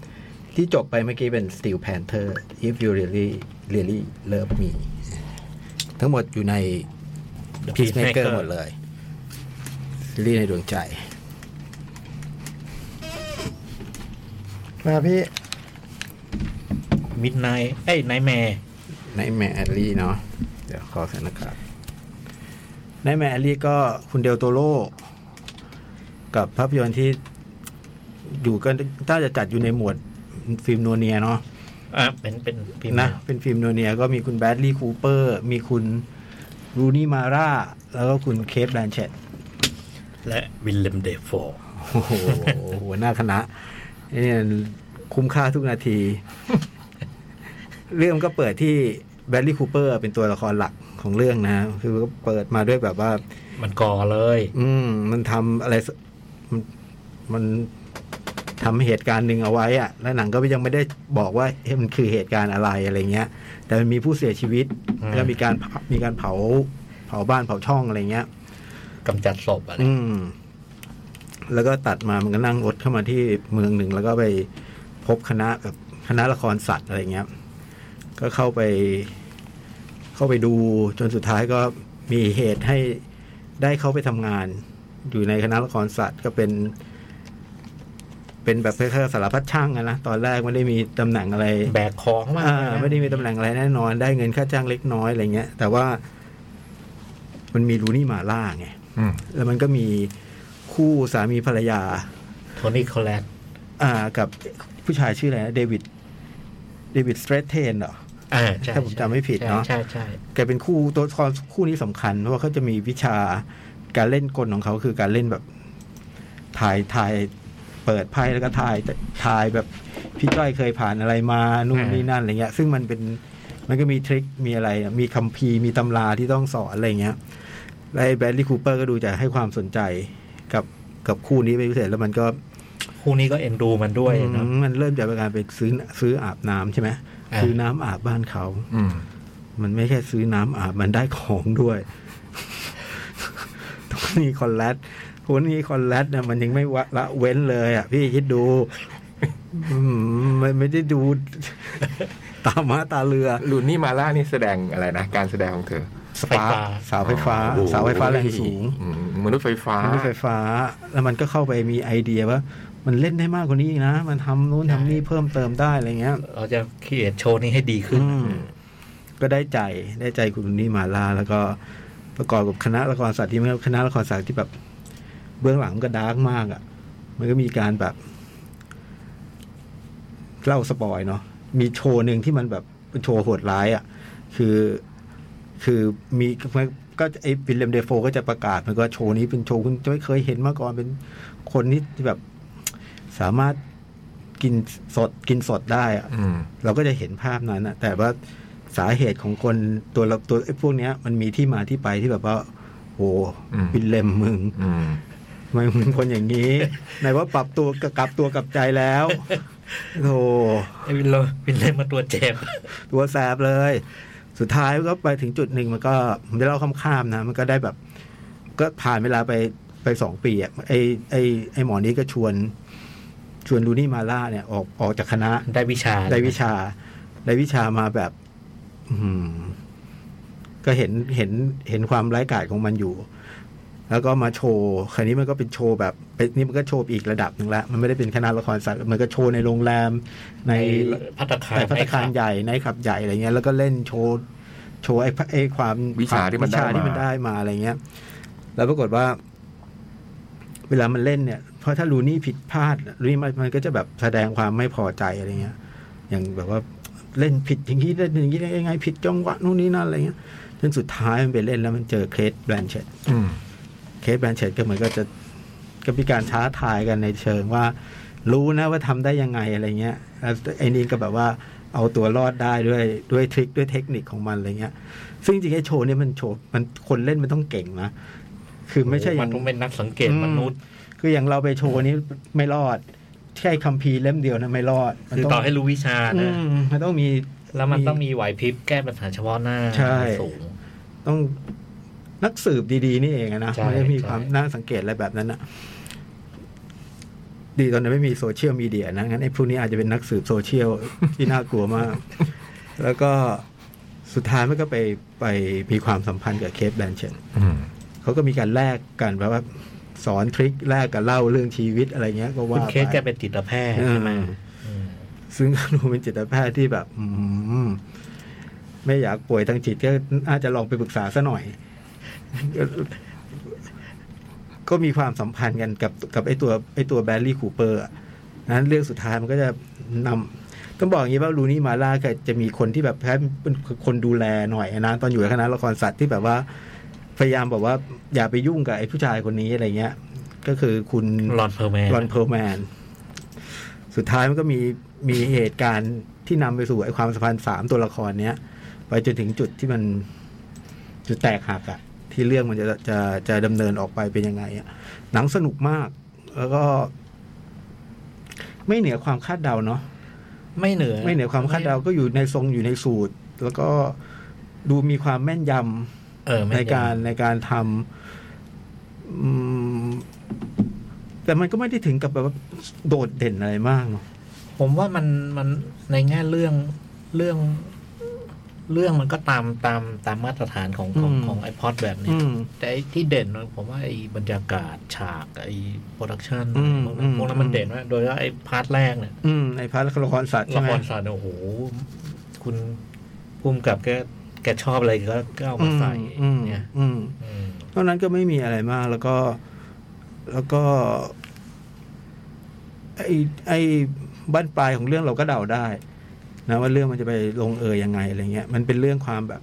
ที่จบไปเมื่อกี้เป็น Steel Panther If You Really Really Love Me ทั้งหมดอยู่ใน The Peacemaker Peacemaker หมดเลย ซีรีส์ในดวงใจ มาพี่ มิดไนท์เอ้ยไนแมร์ นายแมรแอลลี่เนาะเดี๋ยวขอใส่หน้ากากนายแมรแอลลี่ก็คุณเดลโตโรกับภาพยนตร์ที่อยู่ก็ถ้าจะจัดอยู่ในหมวดฟิล์มโนเนียเนาะ อ่ะเป็นเป็นพิมพ์ นะเป็นฟิล์มโนเนียก็มีคุณแบดลี่คูเปอร์ มีคุณรูนี่มาร่า แล้วก็คุณเคปแบนเชต และวิลเลมเดฟโฟ โอ้โห หัวหน้าคณะไอ้เนี่ยคุ้มค่าทุกนาที เรื่องก็เปิดที่แบดลี่คูเปอร์เป็นตัวละครหลักของเรื่องนะ คือก็เปิดมาด้วยแบบว่า มันก่อเลย อืมมันทำอะไรสมันมันทำเหตุการณ์หนึ่งเอาไว้อะแล้วหนังก็ยังไม่ได้บอกว่าเอ๊ะมันคือเหตุการณ์อะไรอะไรเงี้ย แต่มันมีผู้เสียชีวิต อืม แล้วมีการเผามีการเผาเผาบ้านเผาช่องอะไรเงี้ย กำจัดศพอะไร อืม แล้วก็ตัดมามันก็นั่งรถเข้ามาที่เมืองหนึ่ง แล้วก็ไปพบคณะแบบคณะละครสัตว์อะไรเงี้ย ก็เข้าไป เข้าไปดูจนสุดท้ายก็มีเหตุให้ได้เข้าไปทำงาน อยู่ในคณะละครสัตว์ก็เป็น เป็นแบบคล้ายๆสารพัดช่างอะนะตอนแรกไม่ได้มีตำแหน่งอะไร แบกของมา อ่าไม่ได้มีตำแหน่งอะไรแน่นอน ได้เงินค่าจ้างเล็กน้อยอะไรเงี้ย แต่ว่ามันมีรูนี่หมาล่าไง อืม แล้วมันก็มีคู่สามีภรรยา โทนี่คอลแลต อ่ากับผู้ชายชื่ออะไรนะเดวิดเดวิดสเตรทเทนเหรอ อ่าใช่ ถ้าผมจำไม่ผิดเนอะ ใช่ใช่ใช่ แกเป็นคู่ตัวละครคู่นี้สำคัญ เพราะว่าเขาจะมีวิชาการเล่นกลของเขาคือการเล่นแบบทายทายเปิดไพ่แล้วก็ทายทายแบบพี่จ้อยเคยผ่านอะไรมานู่น อ่านี่ นี่นั่นอะไรเงี้ย ซึ่งมันเป็นมันก็มีทริคมีอะไร มีคัมภีร์มีตำราที่ต้องสอนอะไรเงี้ยแล้วไอ้แบรดลี่คูเปอร์ก็ดูจะให้ความสนใจกับกับคู่นี้เป็นพิเศษแล้วมันก็ คู่นี้ก็เอ็นดูมันด้วยเนอะ อืมมันเริ่มจากการไปซื้อซื้ออาบน้ำใช่ไหม อ่า ซื้อน้ำอาบบ้านเขา อืม มันไม่แค่ซื้อน้ำอาบมันได้ของด้วย ทุกนี้คอนแลตทุกนี้คอนแลตนะมันยังไม่วะละเว้นเลยอ่ะ พี่คิดดูอืมมันไม่ได้ดู ตามาตาเรือ ลุนนี่มาล่านี่แสดงอะไรนะ การแสดงของเธอ สปาร์ค เสาไฟฟ้า โอ้โห เสาไฟฟ้าแรงสูง อืมมนุษย์ไฟฟ้า รถไฟฟ้า แล้วมันก็เข้าไปมีไอเดียว่า มันเล่นได้มากกว่านี้อีกนะ มันทำนู้นทำนี่เพิ่มเติมได้อะไรเงี้ย เราจะเขียนโชว์นี้ให้ดีขึ้น อืมก็ได้ใจได้ใจคุณนี่มาลาแล้วก็ประกอบกับคณะละครศาสตร์ที่มันคณะละครศาสตร์ที่แบบเบื้องหลังมันก็ดาร์กมากอะ่ะ มันก็มีการแบบเล่าสปอยเนาะมีโชว์หนึ่งที่มันแบบเป็นโชว์โหดร้ายอะ่ะ คือคือมีก็ไอ้ฟิลเลมเดโฟก็จะประกาศมันก็โชว์นี้เป็นโชว์คุณไม่เคยเห็นมาก่อนเป็นคนที่แบบสามารถกินสดกินสดได้อะ อืม เราก็จะเห็นภาพนั้นนะแต่ว่าสาเหตุของคนตัวละตัวไอ้พวกเนี้ย มันมีที่มาที่ไปที่แบบว่า โอ้ อืม บินเลมมึง อืม ทำไมมึงคนอย่างนี้ ไหนว่าปรับตัวกับกลับตัวกลับใจแล้วโธ่ ไอ้วินเลวินเล่นมาตัวเจ็บ ตัวแสบเลย สุดท้ายก็ไปถึงจุดหนึ่งมันก็ผมได้เล่าข้ามๆนะ มันก็ได้แบบ ก็ผ่านเวลาไปไปสองปีอะไอไอไอหมอนี้ก็ชวน ชวนลูนี่มาล่าเนี่ย ออกออกจากคณะ ได้วิชา ได้วิชาได้วิชามาแบบ อืมก็เห็นเห็นเห็นความร้ายกาจของมันอยู่ แล้วก็มาโชว์ คราวนี้มันก็เป็นโชว์แบบเป็นนี่มันก็โชว์อีกระดับหนึ่งละ มันไม่ได้เป็นคณะละครสัตว์มันก็โชว์ในโรงแรม ใน พัตตาคาร แต่พัตตาคาร ในผับ ใหญ่ในขับใหญ่อะไรเงี้ยแล้วก็เล่นโชว์โชว์ไอ้พระไอ้ความ วิชาที่มันได้ วิชาที่ มามั มันได้มาอะไรเงี้ย แล้วปรากฏว่า เวลามันเล่นเนี่ยเพราะถ้าลูนี่ผิดพลาดลูนี่มันมันก็จะแบบแสดงความไม่พอใจอะไรเงี้ย อย่างแบบว่าเล่นผิดอย่างนี้เล่นอย่างนี้ได้ยังไงผิดจังหวะนู่นนี่นั่นอะไรเงี้ยจนสุดท้ายมันไปเล่นแล้วมันเจอเคสแบรนเชต อืม เคสแบนเชตก็เหมือนก็จะก็มีการท้าทายกันในเชิงว่า รู้นะว่าทำได้ยังไงอะไรเงี้ยแล้วไอ้นี่ก็แบบว่าเอาตัวรอดได้ด้วยด้วยทริคด้วยเทคนิคของมันอะไรเงี้ย ซึ่งจริงๆไอ้โชว์เนี่ยมันโชว์มันคนเล่นมันต้องเก่งนะคือไม่ใช่อ มั ย่าน ง ต้องเป็นนักสังเกต อืม มนุษย์ คืออย่างเราไปโชว์นี้ไม่รอดใช่คัมภีร์เล่มเดียวนะไม่รอดมัน คือ ต้ ต่อ อง ให้รู้วิชา อื นะ มมันต้องมี แล้วมันต้องมีไหวพริบแก้ปัญหาเฉพาะหน้า ใช่ สูง ต้องนักสืบดีๆ นี่เองอะนะ ใช่ มันจะมี ใช่ ความน่าสังเกตอะไรแบบนั้นอะดีตอนนั้นไม่มีโซเชียลมีเดียนะงั้นไอ้พวกนี้อาจจะเป็นนักสืบโซเชี ยล ที่น่ากลัวมาก แล้วก็สุดท้ายมันก็ไปไปมีความสัมพันธ์กับเคปแบนเชน อืม เขาก็มีการแลกกันแบบว่า สอนทริคแลกกับเล่าเรื่องชีวิตอะไรเงี้ย ก็ คุ ว่า ณ ไป เคสแกเป็นจิตแพทย์ เออ ใช่ไหมอืม ซึ่งก็ดูเป็นจิตแพทย์ที่แบบ อืมไม่อยากป่วยทางจิตก็อาจจะลองไปปรึกษาซะหน่อย ก็มีความสัมพันธ์กันกับกับไอตัวไอตัวแบรรี่คูเปอร์อะนั้นเรื่องสุดท้ายมันก็จะนำต้องบอกอย่างนี้ว่าลูนี่มาล่าก็จะมีคนที่แบบแพ้เป็นคนดูแลหน่อยนะตอนอยู่ในคณะละครสัตว์ที่แบบว่า พยายามบอกว่า อย่าไปยุ่งกับไอ้ผู้ชายคนนี้อะไรเงี้ย ก็คือคุณ รอนเพอร์แมน รอนเพ r ร์แมน สุดท้ายมันก็มีมีเหตุการณ์ที่นำไปสู่ไอ้ความสัมพันธ์สามตัวละครเนี้ย ไปจนถึงจุดที่มันจุดแตกหักอะที่เรื่องมันจะจะจะดำเนินออกไปเป็นยังไงอะหนังสนุกมาก แล้วก็ ไม่เหนือความคาดเดาเนาะ ไม่เหนือ ไม่เหนือความคาดเดา ก็อยู่ในทรงอยู่ในสูตร แล้วก็ดูมีความแม่นยำ เออไม่ ใน เหอ การในการทำอืมแต่มันก็ไม่ได้ถึงกับแบบว่าโดดเด่นอะไรมากเนาะ ผมว่ามันมันในแง่เรื่องเรื่อง เรื่องมันก็ตามตามตามมาตรฐานของของของไอพอดแบบนี้ อืม แต่ไอ้ที่เด่นมันผมว่าไอ้บรรยากาศฉากไอ้โปรดักชัน อืม พวกนั้น อืม พวกนั้นมันเด่นมากโดยเฉพาะไอ้พาร์ทแรกเนี่ย อืมในพาร์ทละครสัตว์ ละ ใช่ไห ค ม รศาสตร์เนี่ยโอ้โห คุณภูมิกับแกแกชอบอะไรก็ก็เอามาใส่ อืม เนี่ย อืม อืม เท่านั้นก็ไม่มีอะไรมาก แล้วก็ แล้วก็ ไอไอบ้านปลายของเรื่องเราก็เดาได้ นะว่าเรื่องมันจะไปลงเอยยังไงอะไรเงี้ย มันเป็นเรื่องความแบบ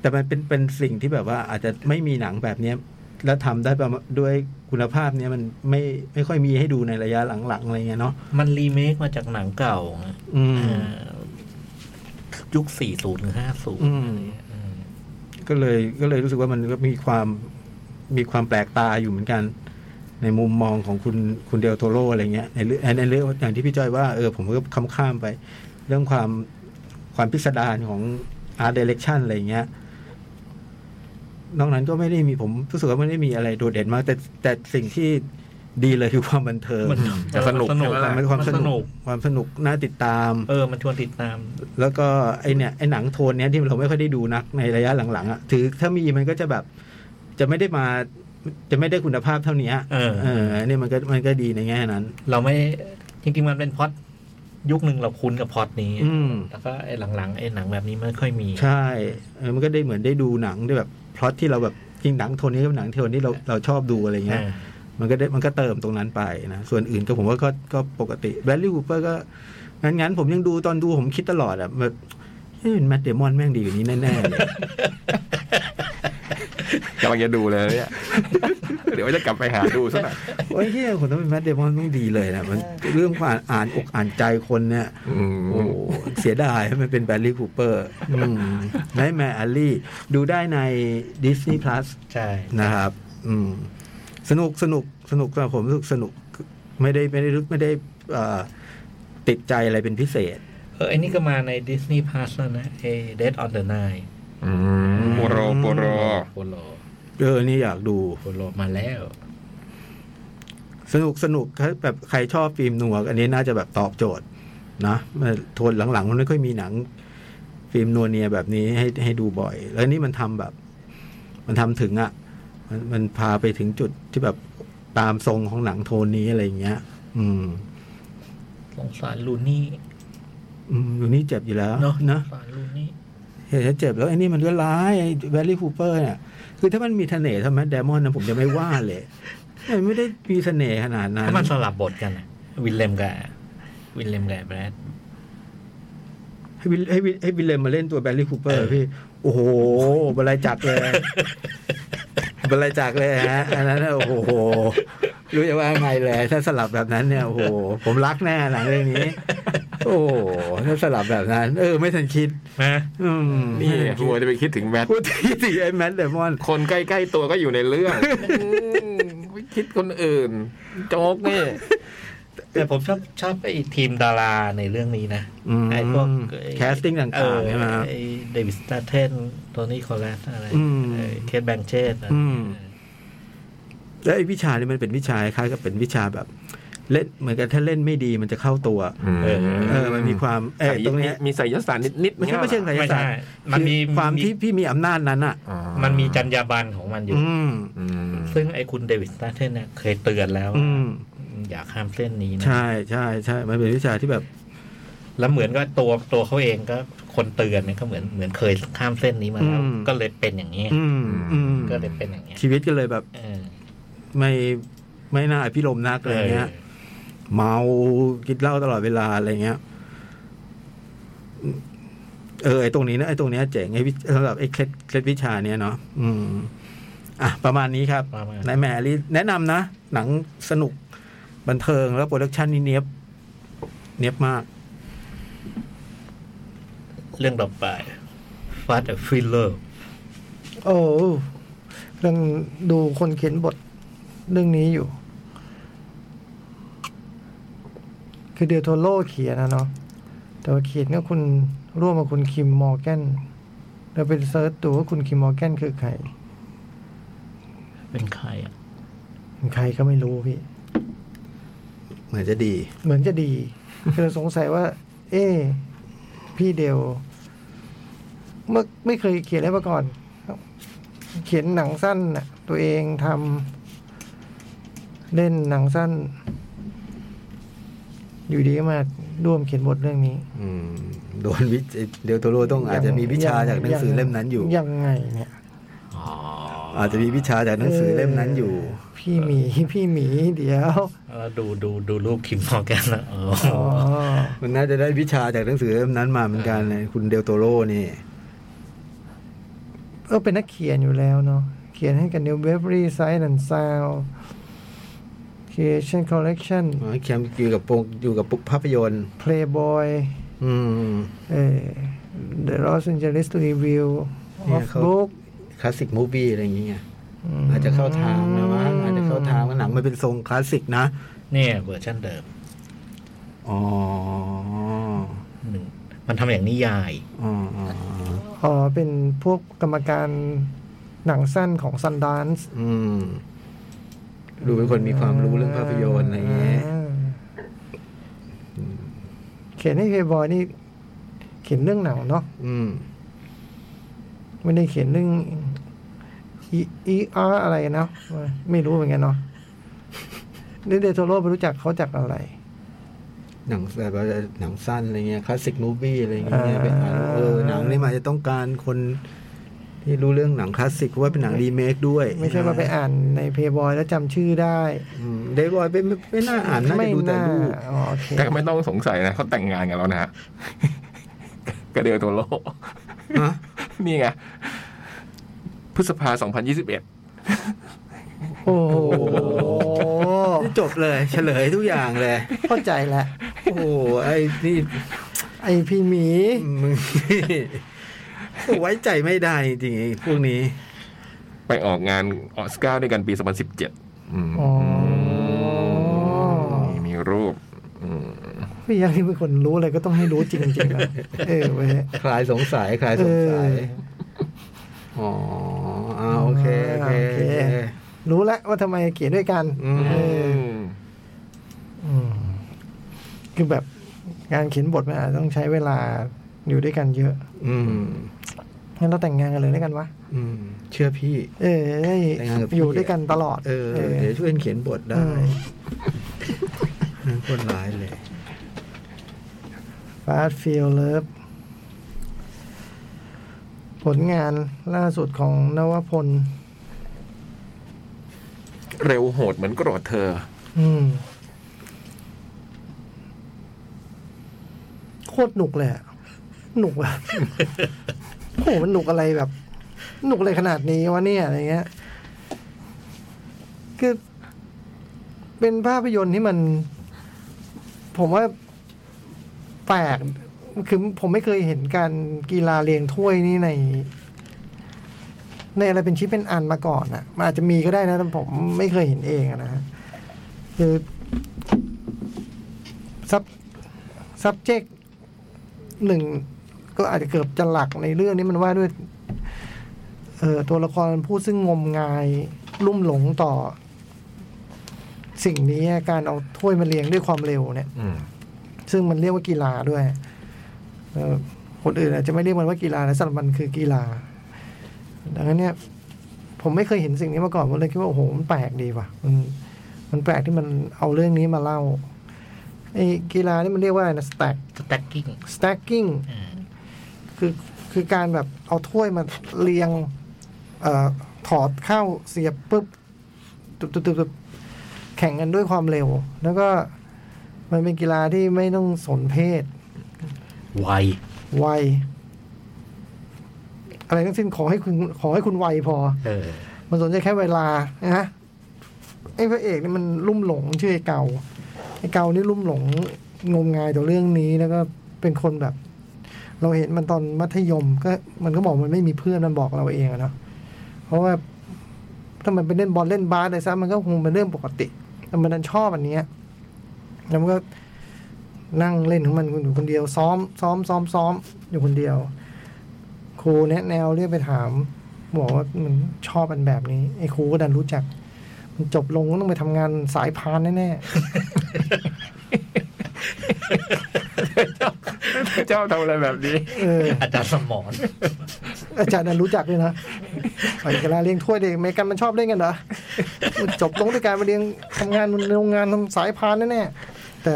แต่มันเป็นเป็นสิ่งที่แบบว่า อาจจะไม่มีหนังแบบเนี้ย แล้วทำได้ประมาณด้วยคุณภาพเนี้ยมันไม่ไม่ค่อยมีให้ดูในระยะหลังๆอะไรเงี้ยเนาะ มันรีเมคมาจากหนังเก่าไง อืม เอ่อยุค 40ถึง50 อืม ก็เลยก็เลยรู้สึกว่ามันก็มีความมีความแปลกตาอยู่เหมือนกัน ในมุมมองของคุณคุณเดลโทโรอะไรเงี้ยในเรื่องในเรื่องอย่างที่พี่จ้อยว่าเออผมก็คำข้ามไป เรื่องความความพิสดารของอาร์ตเดเรคชันอะไรเงี้ยนอกนั้นก็ไม่ได้มีผมรู้สึกว่าไม่ได้มีอะไรโดดเด่นมาก แต่แต่สิ่งที่ดีเลยคือความบันเทิง มัน จะสนุก มั ใช่ไห มันเป็นความสนุกความสนุกน่าติดตาม เออ มันชวนติดตาม แล้วก็ไอเนี่ยไอหนังโทนเนี้ยที่เราไม่ค่อยได้ดูนักในระยะหลังๆอะ่ะถือถ้ามีมันก็จะแบบ จะไม่ได้มา จะไม่ได้คุณภาพเท่านี้ เออ เออเนี่ยมันก็มันก็ดีในแง่นั้น เราไม่จริงๆมันเป็นพล็อดยุคหนึ่งเราคุ้นกับพล็อดนี้ อืม แล้วก็ไอ้หลังๆไอ้หนังแบบนี้ไม่ค่อยมี ใช่เออมันก็ได้เหมือนได้ดูหนังได้แบบพล็อตที่เราแบบจริงหนังโทนนี้กับหนังโทนที่เราเราชอบดูอะไรเงี้ย มันก็ได้มันก็เติมตรงนั้นไปนะ ส่วนอื่นก็ผมว่าก็ก็ปกติแบลลี่คูเปอร์ก็ งั้นงั้นผมยังดูตอนดูผมคิดตลอดอะแบบเฮ้ยแมตเดมอนแม่งดีกว่านี้แน่ๆเลย กำลังจะดูเลย เนี่ย เดี๋ยวจะกลับไปหาดูซะหน่อย โอ้ยเฮียผมต้องเป็นแมทเดมอนต้องดีเลยนะมันเรื่องความอ่านอกอ่านใจคนเนี่ย อืม โอ้โหเสียดายมันเป็นแบรลี่คูเปอร์ไนแมร์อาลี่ดูได้ใน Disney Plus ใช่ นะครับ อืม สนุกสนุกสนุกสำหรับผมรู้สึกสนุกไม่ได้ไม่ได้รู้ไม่ได้เอ่อติดใจอะไรเป็นพิเศษ เออไอ้นี่ก็มาใน Disney Plus แล้วนะเอ Dead on the Nile อืมโปโรโปโร โปโล เออ นี่อยากดู โปโลมาแล้ว สนุกสนุกถ้าแบบใครชอบฟิล์มนัวอันนี้น่าจะแบบตอบโจทย์ นะมันโทนหลังๆ มันไม่ค่อยมีหนัง ฟิล์มนัวเนียแบบนี้ให้ให้ดูบ่อย แล้วนี่มันทำแบบ มันทำถึงอะ มันมันพาไปถึงจุดที่แบบตามทรงของหนังโทนนี้อะไรอย่างเงี้ย อืม สงสารลูนี่ อืมอยู่นี่เจ็บอยู่แล้ว เนาะ นะ สงสารลูนี่ เห็นแล้วเจ็บแล้วไอ้นี่มันก็ร้ายไอ้แวลลี่คูเปอร์เนี่ย คือถ้ามันมีเสน่ห์ทำไมเดมอนนะผมจะไม่ว่าเลย มันไม่ได้มีเสน่ห์ขนาดนั้น ถ้ามันสลับบทกันอะวิลเลมกับวิลเลมกับแบรด ให้วิลให้วิลให้วิลเลมมาเล่นตัวแบลลี่คูเปอร์ เออ พี่ โอ้โหบรรลัยจักรเลยบรรลัยจักรเลยฮะอันนั้นน่ะโอ้โหรู้จะว่าไงเลย ถ้าสลับแบบนั้นเนี่ยโอ้โหผมรักแน่หนังเรื่องนี้ โอ้โหถ้าสลับแบบนั้น เออ ไม่ทันคิด นะ อืม นี่หัวจะไปคิดถึงแมท พูดที่สิไอ้แมทเดมอน คนใกล้ๆตัวก็อยู่ในเรื่องไม่ คิดคนอื่น โจ๊กนี่ แต่ผมชอบชอบไอ้ทีมดาราในเรื่องนี้นะ อืม ไอ้พวก casting ต่างๆ เออ ใช่ไหมครับ ไอ้เดวิสตาเทนโทนี่คอลแลสอะไร อืม ไอ้เคทแบงเชต อืม แล้วไอ้วิชานี่มันเป็นวิชาคล้ายกับเป็นวิชาแบบ เล่นเหมือนกันถ้าเล่นไม่ดีมันจะเข้าตัว เออ เออมันมีความเออตรงเนี้ย มีไสยศาสตร์นิดๆ ไม่ใช่ไม่เชิงไสย ไม่ ศาส ใช่ ตร์ มันมี คือความที่พี่มีอำนาจนั้นอ่ะ อ๋อ มันมีจรรยาบรรณของมันอยู่ อืม อืม ซึ่งไอ้คุณเดวิสตาเทนเนี่ยเคยเตือนแล้วว่า อืม อย่าข้ามเส้นนี้นะ ใช่ใช่ใช่มันเป็นวิชาที่แบบ แล้วเหมือนก็ตัวตัวเขาเองก็คนเตือนเนี่ยก็เหมือนเหมือนเคยข้ามเส้นนี้มาแล้ว อืม ก็เลยเป็นอย่างนี้ย อืมอืม ก็เลยเป็นอย่างนี้ย ชีวิตก็เลยแบบ เออ ไม่ไม่น่าอภิรมย์นักอะไรเงี้ย เมากินเหล้าตลอดเวลาอะไรเงี้ย เออไอตรงนี้นะไอตรงเนี้ยเจ๋งไอวิสำหรับไอเคล็ดเคล็ดวิชาเนี้ยเนาะอืม อ่ะ ประมาณนี้ครับ ประมาณ นายแมรี่แนะนำนะ หนังสนุกบันเทิงแล้วโปรดักชันนี่เนี้ยบ เนี้ยบมาก เรื่องต่อไปฟาดฟิลเลอร์ โอ้เรื่องดูคนเขียนบทเรื่องนี้อยู่ คือเดียโทโลเขียนนะเนาะแต่ว่าเขียนก็คุณร่วมกับคุณคิมมอร์แกนเราไปเซิร์ชดูว่าคุณคิมมอร์แกนคือใคร เป็นใครอ่ะ เป็นใครก็ไม่รู้พี่ เหมือนจะดี เหมือนจะดี คือเราสงสัยว่า เอ๊ะพี่เดวเมื่อไม่เคยเขียนอะไรมาก่อน เขียนหนังสั้นน่ะ ตัวเองทำเล่นหนังสั้น อยู่ดีก็มาร่วมเขียนบทเรื่องนี้ อืม โดนวิจเดลโทโรต้องอาจจะมีวิชาจากหนังสือเล่มนั้นอยู่ ยังไงเนี่ย อ๋อ อาจจะมีวิชาจากหนังสือเล่มนั้นอยู่ เพี่หมีพี่หมี เดี๋ยว แล้วดูดูดูรูปคิมมอร์แกนแล้วอ๋อ อ๋อ มันน่าจะได้วิชาจากหนังสือเล่มนั้นมาเหมือนกันเลยคุณเดลโทโรนี่ เออเป็นนักเขียนอยู่แล้วเนาะเขียนให้กับ New Beverly Sight and Sound Creation Collection อ๋อแคมป์อยู่กับปงอยู่กับปุ๊กภาพยนตร์ Playboy อืม เอ่อ The Los Angeles Review เนี่ย of เขา Book คลาสสิกมูฟวี่อะไรอย่างเงี้ย ม อาจจะเข้าทางนะว่าอาจจะเข้าทางว่าหนังมันเป็นทรงคลาสสิกนะ เนี่ยเวอร์ชันเดิม อ๋อ หนึ่งมันทำอย่างนิยาย อ๋ออ๋อ อ๋อ เป็นพวกกรรมการหนังสั้นของ Sundance อืม ดูเป็นคนมีความรู้เรื่องภาพยนตร์อะไรอย่างเงี้ย าเขียนให้ Playboy นี่ เขียนเรื่องหนังเนาะ อืม ไม่ได้เขียนเรื่อง E E R อะไรนะ ไม่รู้เหมือนกันเนาะเดเดโทโร่ไปรู้จักเขาจากอะไร หนังแบบว่าหนังสั้นอะไรเงี้ยคลาสสิกมูฟวี่อะไรอย่างเงี้ย อ่า ไปอ่านเออหนังนี่มันอาจจะต้องการคนที่รู้เรื่องหนังคลาสสิกเพราะว่าเป็นหนังรีเมคด้วย ไม่ใช่ว่าไปอ่านใน Playboy แล้วจำชื่อได้ อืมเดย์บอยไม่ไม่ไม่น่าอ่านน่าจะดูแต่รูป อ๋อโอเค แต่ก็ไม่ต้องสงสัยนะเขาแต่งงานกันแล้วนะฮ ะกระเดือตัวโลก ฮะ นี่ไงพฤษภา 2021 โอ้โห จบเลย เฉลยทุกอย่างเลย เข้าใจแล้ว โอ้โหไอ้นี่ ไอพี่หมี มึง ไว้ใจไม่ได้จริงๆไอ้พวกนี้ ไปออกงานออสการ์ด้วยกันปี 2017 อืม อ๋อ มีมีรูป อืม พี่ยักษ์นี่เป็นคนรู้อะไรก็ต้องให้รู้จริงๆนะเออเว้ย คลายสงสัยคลายสงสัย เออ อ๋ออ่าโอเคโอเค อ่าโอ โอ เค เค รู้แล้วว่าทำไมเขียนด้วยกัน อืม เออ อืมคือแบบงานเขียนบทมันอาจจะต้องใช้เวลาอยู่ด้วยกันเยอะ อืม งั้นเราแต่งงานกันเลยด้วยกันวะ อืม เชื่อพี่ เออ แต่งงานกับพี่ อยู่ด้วยกันตลอด เออ เดี๋ยวช่วยกันเขียนบทได้ อืม นั่นคนร้ายเลย ฟาสฟิลเลิฟผลงานล่าสุดของนวพล เร็วโหดเหมือนโกรธเธอ อืม โคตรหนุกเลยอะหนุกอะ โหมันหนุกอะไรแบบ หนุกอะไรขนาดนี้วะเนี่ยอะไรเงี้ย คือ เป็นภาพยนตร์ที่มัน ผมว่าแปลกคือผมไม่เคยเห็นการกีฬาเรียงถ้วยนี่ใน ในอะไรเป็นชิ้นเป็นอันมาก่อนอะมันอาจจะมีก็ได้นะแต่ผมไม่เคยเห็นเองอะนะฮะ คือ sub subject หนึ่งก็อาจจะเกือบจะหลักในเรื่องนี้มันว่าด้วย เอ่อตัวละครผู้ซึ่งงมงายลุ่มหลงต่อ สิ่งนี้การเอาถ้วยมาเรียงด้วยความเร็วเนี่ย อืม ซึ่งมันเรียกว่ากีฬาด้วยเอ่อคนอื่นอาจจะไม่เรียกมันว่ากีฬานะสำหรับมันคือกีฬา ดังนั้นเนี่ย ผมไม่เคยเห็นสิ่งนี้มาก่อนผมเลยคิดว่าโอ้โหมันแปลกดีว่ะ มันมันแปลกที่มันเอาเรื่องนี้มาเล่าไอ้กีฬานี่มันเรียกว่าอะไรนะ stack สแต็กกิ้ง stacking คือคือการแบบเอาถ้วยมาเรียง เอ่อถอดเข้าเสียบปุ๊บตุ๊บตุ๊บตุ๊บตุ๊บแข่งกันด้วยความเร็ว แล้วก็มันเป็นกีฬาที่ไม่ต้องสนเพศ ไวย วัย อะไรทั้งสิ้นขอให้คุณขอให้คุณไวัยพอ เออ มันสนใจแค่เวลานะไอ้พระเอกนี่มันลุ่มหลงชื่อไอ้เก่าไอ้เก่านี่ลุ่มหลงงมงายต่อเรื่องนี้แล้วก็เป็นคนแบบ เราเห็นมันตอนมัธยม ก็มันก็บอกมันไม่มีเพื่อนมันบอกเราเองอะเนาะเพราะว่าถ้ามันไปเล่นบอลเล่นบาสอะไรซะมันก็คงเป็นเรื่องปกติแต่มันดันชอบอันเนี้ยแล้วมันก็นั่งเล่นของมันอยู่คนเดียวซ้อม ซ้อมซ้อมซ้อมอยู่คนเดียว ครูแนะแนวเรียกไปถาม บอกว่ามันชอบอันแบบนี้ ไอ้ครูก็ดันรู้จัก มันจบลงก็ต้องไปทำงานสายพานแน่ เจ้าทำอะไรแบบนี้ ๆเออ อาจารย์สมร อาจารย์ดันรู้จักเลยนะไอ้กะลาเลี้ยงถ้วยเด็กอเมริกันมันชอบเล่นกันเหรอมันจบลงด้วยการไปเรียนทำงานโรงงานทำสายพานแน่ๆแต่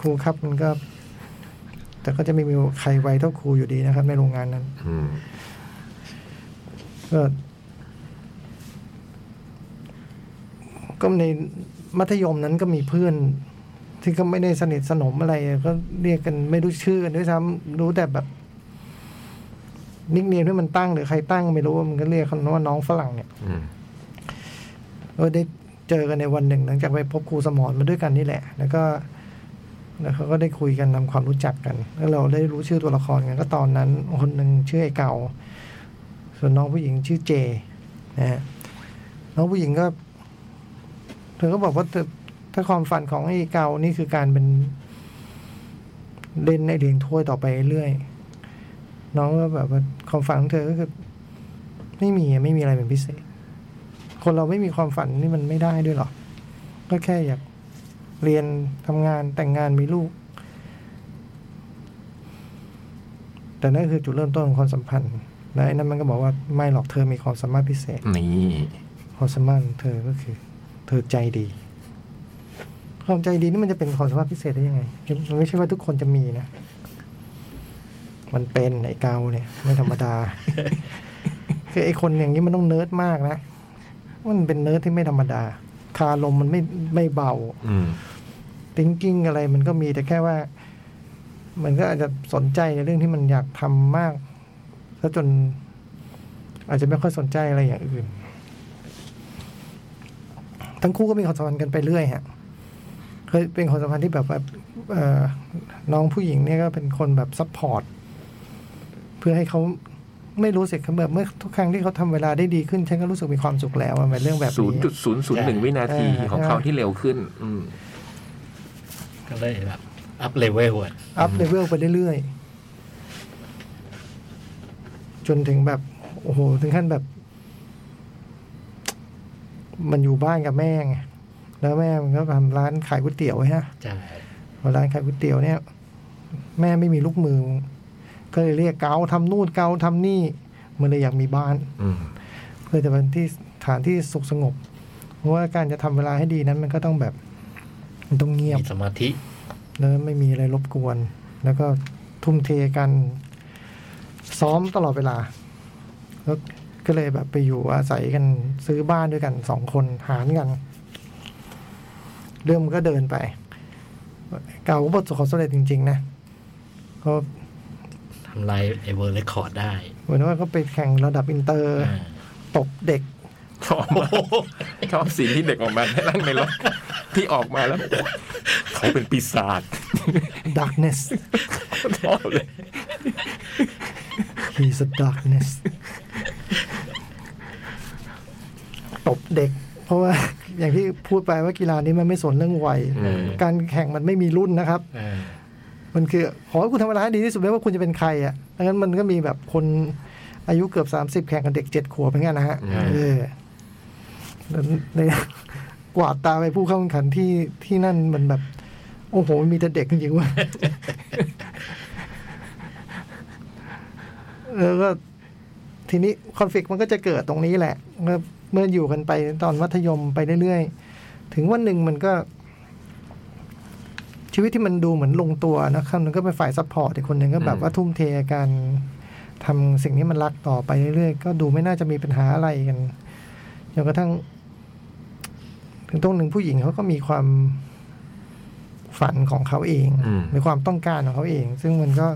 ครูครับมันก็ แต่ก็จะไม่มีใครไวเท่าครูอยู่ดีนะครับ ในโรงงานนั้น อืม ก็ก็ในมัธยมนั้นก็มีเพื่อน ที่ก็ไม่ได้สนิทสนมอะไร ก็เรียกกันไม่รู้ชื่อกันด้วยซ้ำรู้แต่แบบ นิกเนียมที่มันตั้งหรือใครตั้ง ไม่รู้ว่ามันก็เรียกกันว่าน้องฝรั่งเนี่ย อืม ก็ได้เจอกันในวันหนึ่ง หลังจากไปพบครูสมอนมาด้วยกันนี่แหละ แล้วก็ แล้วเขาก็ได้คุยกันทำความรู้จักกัน แล้วเราได้รู้ชื่อตัวละครกันก็ตอนนั้น คนหนึ่งชื่อไอ้เก่า ส่วนน้องผู้หญิงชื่อเจนะฮะน้องผู้หญิงก็เธอก็บอกว่าเธอถ้าความฝันของไอ้เกานี่คือการเป็นเล่นในเหรียญถ้วยต่อไปเรื่อยน้องก็แบบว่าความฝันของเธอก็คือ ไม่มีอะไม่มีอะไรเป็นพิเศษ คนเราไม่มีความฝันนี่มันไม่ได้ด้วยหรอก็แค่อยากเรียนทำงานแต่งงานมีลูก แต่นั่นคือจุดเริ่มต้นของความสัมพันธ์แล้วไอ้นั่นมันก็บอกว่าไม่หรอกเธอมีความสามารถพิเศษ นี่ ความสามารถของเธอก็คือ เธอใจดี ความใจดีนี่มันจะเป็นความสามารถพิเศษได้ยังไง มันไม่ใช่ว่าทุกคนจะมีนะ มันเป็นไอ้เกาเนี่ย ไม่ธรรมดา คือไอ้คนอย่างนี้มันต้องเนิร์ดมากนะ มันเป็นเนิร์ดที่ไม่ธรรมดา คาลมมันไม่ไม่เบา อืม ทิงกิ้งอะไรมันก็มีแต่แค่ว่า มันก็อาจจะสนใจในเรื่องที่มันอยากทำมากซะจน อาจจะไม่ค่อยสนใจอะไรอย่างอื่น ทั้งคู่ก็มีความสัมพันธ์กันไปเรื่อยฮะเคยเป็นความสัมพันธ์ที่แบบว่าเอ่อน้องผู้หญิงเนี่ยก็เป็นคนแบบซัพพอร์ตเพื่อให้เขาไม่รู้สึกเขาแบบเมื่อทุกครั้งที่เขาทำเวลาได้ดีขึ้นฉันก็รู้สึกมีความสุขแล้วอะมันเรื่องแบบ ศูนย์ นี้ จุดศูนย์ศูนย์หนึ่งวินาที อ่า ของเขาที่เร็วขึ้น อืม ก็เลยแบบ อัพเลเวลอะ อัพเลเวลไปเรื่อยๆ จนถึงแบบ โอ้โห ถึงขั้นแบบ มันอยู่บ้านกับแม่ไง แล้วแม่มันก็ทำร้านขายก๋วยเตี๋ยวไว้ฮะ ใช่ พอร้านขายก๋วยเตี๋ยวเนี่ย แม่ไม่มีลูกมือ ก็เลยเรียกเกาทำนู่นเกาทำนี่ มันเลยอยากมีบ้าน อืม เพื่อจะเป็นที่ฐานที่สุขสงบ เพราะว่าการจะทำเวลาให้ดีนั้นมันก็ต้องแบบมันต้องเงียบ มีสมาธิ แล้วไม่มีอะไรรบกวน แล้วก็ทุ่มเทกันซ้อมตลอดเวลา แล้วก็เลยแบบไปอยู่อาศัยกันซื้อบ้านด้วยกันสองคนหารกัน เรื่องมันก็เดินไป เก่าก็ประสบความสำเร็จจริง ๆ นะก็ ทำลายไอเวอร์เรคคอร์ดได้ เหมือนว่าก็ไปแข่งระดับอินเตอร์ า ตบเด็ก ชอบมากชอบสีนที่เด็กออกมาได้นั่งในรถที่ออกมาแล้ว เขาเป็นปีศาจ darkness ชอบเลย he's a darkness ตบเด็ก เพราะว่า อย่างที่พูดไปว่ากีฬานี้มันไม่สนเรื่องวัย อืม การแข่งมันไม่มีรุ่นนะครับ อ่า มันคือ ขอให้คุณทำเวลาให้ดีที่สุดไม่ว่าคุณจะเป็นใครอ่ะดังนั้นมันก็มีแบบคนอายุเกือบสามสิบ30 แข่งกับเด็กเจ็ดขวบเหมือนกันนะฮะ อืม เออแล้วใน กวาดตาไปผู้เข้าแข่งขันที่ที่นั่นมันแบบ โอ้โหมันมีแต่เด็กจริงๆเว่า แล้วก็ทีนี้คอนฟ lict มันก็จะเกิดตรงนี้แหละ เมื่อเมื่ออยู่กันไปตอนมัธยมไปเรื่อยๆ ถึงวันหนึ่งมันก็ ชีวิตที่มันดูเหมือนลงตัวนะครับมันก็เป็นฝ่ายซัพพอร์ตอีกคนหนึ่งก็แบ อื บ ม ว่าทุ่มเทกันทำสิ่งนี้มันรักต่อไปเรื่อยๆ ก็ดูไม่น่าจะมีปัญหาอะไรกันจนกระทั่ง ถึงตรงหนึ่งผู้หญิงเขาก็มีความฝันของเขาเอง อืม หรือความต้องการของเขาเอง ซึ่งมันก็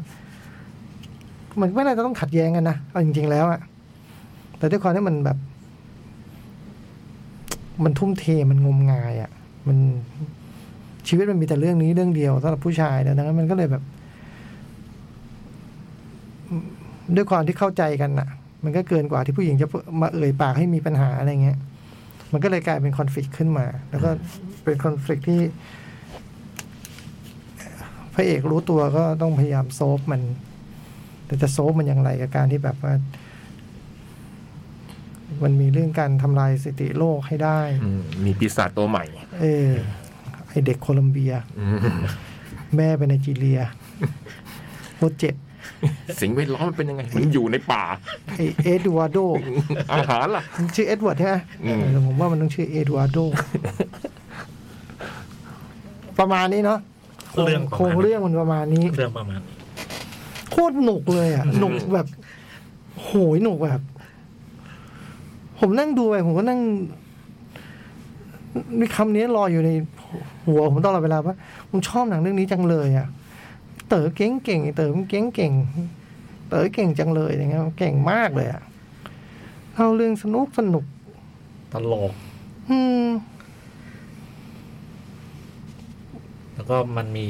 มันไม่น่าจะต้องขัดแย้งกันนะเอาจริง ๆ แล้วอะแต่ด้วยความที่มันแบบ มันทุ่มเทมันงมงายอะมันชีวิตมันมีแต่เรื่องนี้เรื่องเดียวสำหรับผู้ชายนะดังนั้นมันก็เลยแบบ ด้วยความที่เข้าใจกันน่ะ มันก็เกินกว่าที่ผู้หญิงจะมาเอ่ยปากให้มีปัญหาอะไรเงี้ย มันก็เลยกลายเป็นคอนฟ lict ขึ้นมา แล้วก็เป็นคอนฟ lict ที่พระเอกรู้ตัวก็ต้องพยายามโซฟมัน แต่จะโซฟมันอย่างไรกับการที่แบบว่า มันมีเรื่องการทำลายสถิติโลกให้ได้ อืมมีปีศาจตัวใหม่ เออ ไอเด็กโคลัมเบีย อืม แม่เป็นไนจีเรียโคตรเจ็บ สิ่งแวดล้อมมันเป็นยังไง มันอยู่ในป่า ไอเอ็ดวาร์โด อาหารล่ะ มันชื่อเอ็ดเวิร์ดใช่ไหม อืม แต่ผมว่ามันต้องชื่อเอ็ดวาร์โด ประมาณนี้เนาะ เรื่อง โครงเรื่องมันประมาณนี้ เรื่องประมาณนี้ โคตรหนุกเลยอ่ะ หนุกแบบ โหยหนุกแบบ ผมนั่งดูไปผมก็นั่ง มีคำนี้ลอยอยู่ในหัวผมตลอดเวลาว่าผมชอบหนังเรื่องนี้จังเลยอ่ะ เต๋อเก่งเก่งๆไอ้เต๋อมันเก่งเก่งๆเต๋อเก่งจังเลยอย่างเงี้ยเก่งมากเลยอ่ะเล่าเรื่องสนุกสนุก ตลก อืม แล้วก็มันมี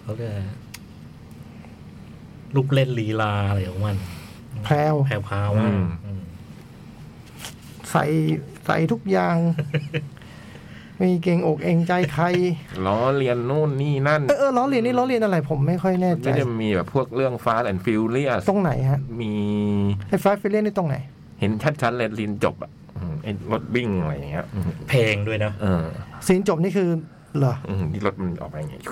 เขาเรียกอะไรลูกเล่นลีลาอะไรของมัน แพรว แพรวพราวมาก อืม อืม ใส่ใส่ทุก อย่าง มีเก่งอกเองใจใคร ล้อเรียนนู่นนี่นั่น เออเออล้อเรียนนี่ล้อเรียนอะไร ผมไม่ค่อยแน่ใจ ก็จะมีแบบพวกเรื่องฟา s แอนฟิลเลียส ตรงไหนฮะ มี ไอ้ฟ้าฟิเลียนนี่ตรงไหน เห็นชัดๆเลยลินจบอ่ะอืมไอ้รถวิ่งอะไรอย่างเงี้ยอืม เพลงด้วยนะ เออ สีนจบนี่คือเหรอ อืมที่รถมันออกมาอย่างเงี้ย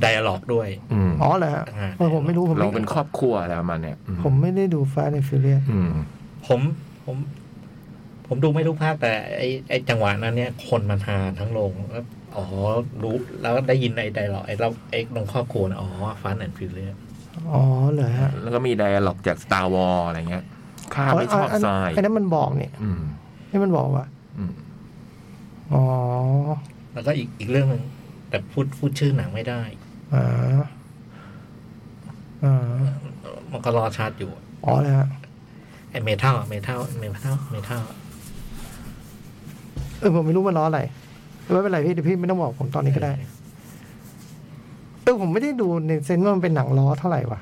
ไดอะล็อกด้วย อืม อ๋อเหรอฮะ อ่า เออผมไม่รู้ผม เรา ไม่ เป็นครอบครัวอะไรประมาณเนี้ยอื ผมไม่ได้ดูฟ้าในฟิเลียน อืม ผมผม ผมดูไม่ทุกภาคแต่ไอไอจังหวะนั้นเนี่ย คนมันหาทั้งโรงแล้วอ๋อรู้แล้วได้ยินไอไดอะล็อกไอเราไอตรงครอบครัวนะอ๋อฟันแอนฟิลเลย อ๋อเหรอฮะ แล้วก็มีไดอะล็อกจาก Star War อะไรเงี้ย ข้าไม่ชอบ น ทราย ไอ้นั้นมันบอกนี่ อืม นี่มันบอกว่า อืม อ๋อ แล้วก็อีกอีกเรื่องหนึ่งแต่พูดพูดชื่อหนังไม่ได้ อ่าอ่า มันก็รอชาร์จอยู่ อ๋อเหรอฮะ ไอเมทัลเมทัลเมทัลเมทัล เออผมไม่รู้มันล้ออะไรไม่เป็นไรพี่เดี๋ยวพี่ไม่ต้องบอกผมตอนนี้ก็ได้ เออผมไม่ได้ดูในเซนส์ว่ามันเป็นหนังล้อเท่าไหร่วะ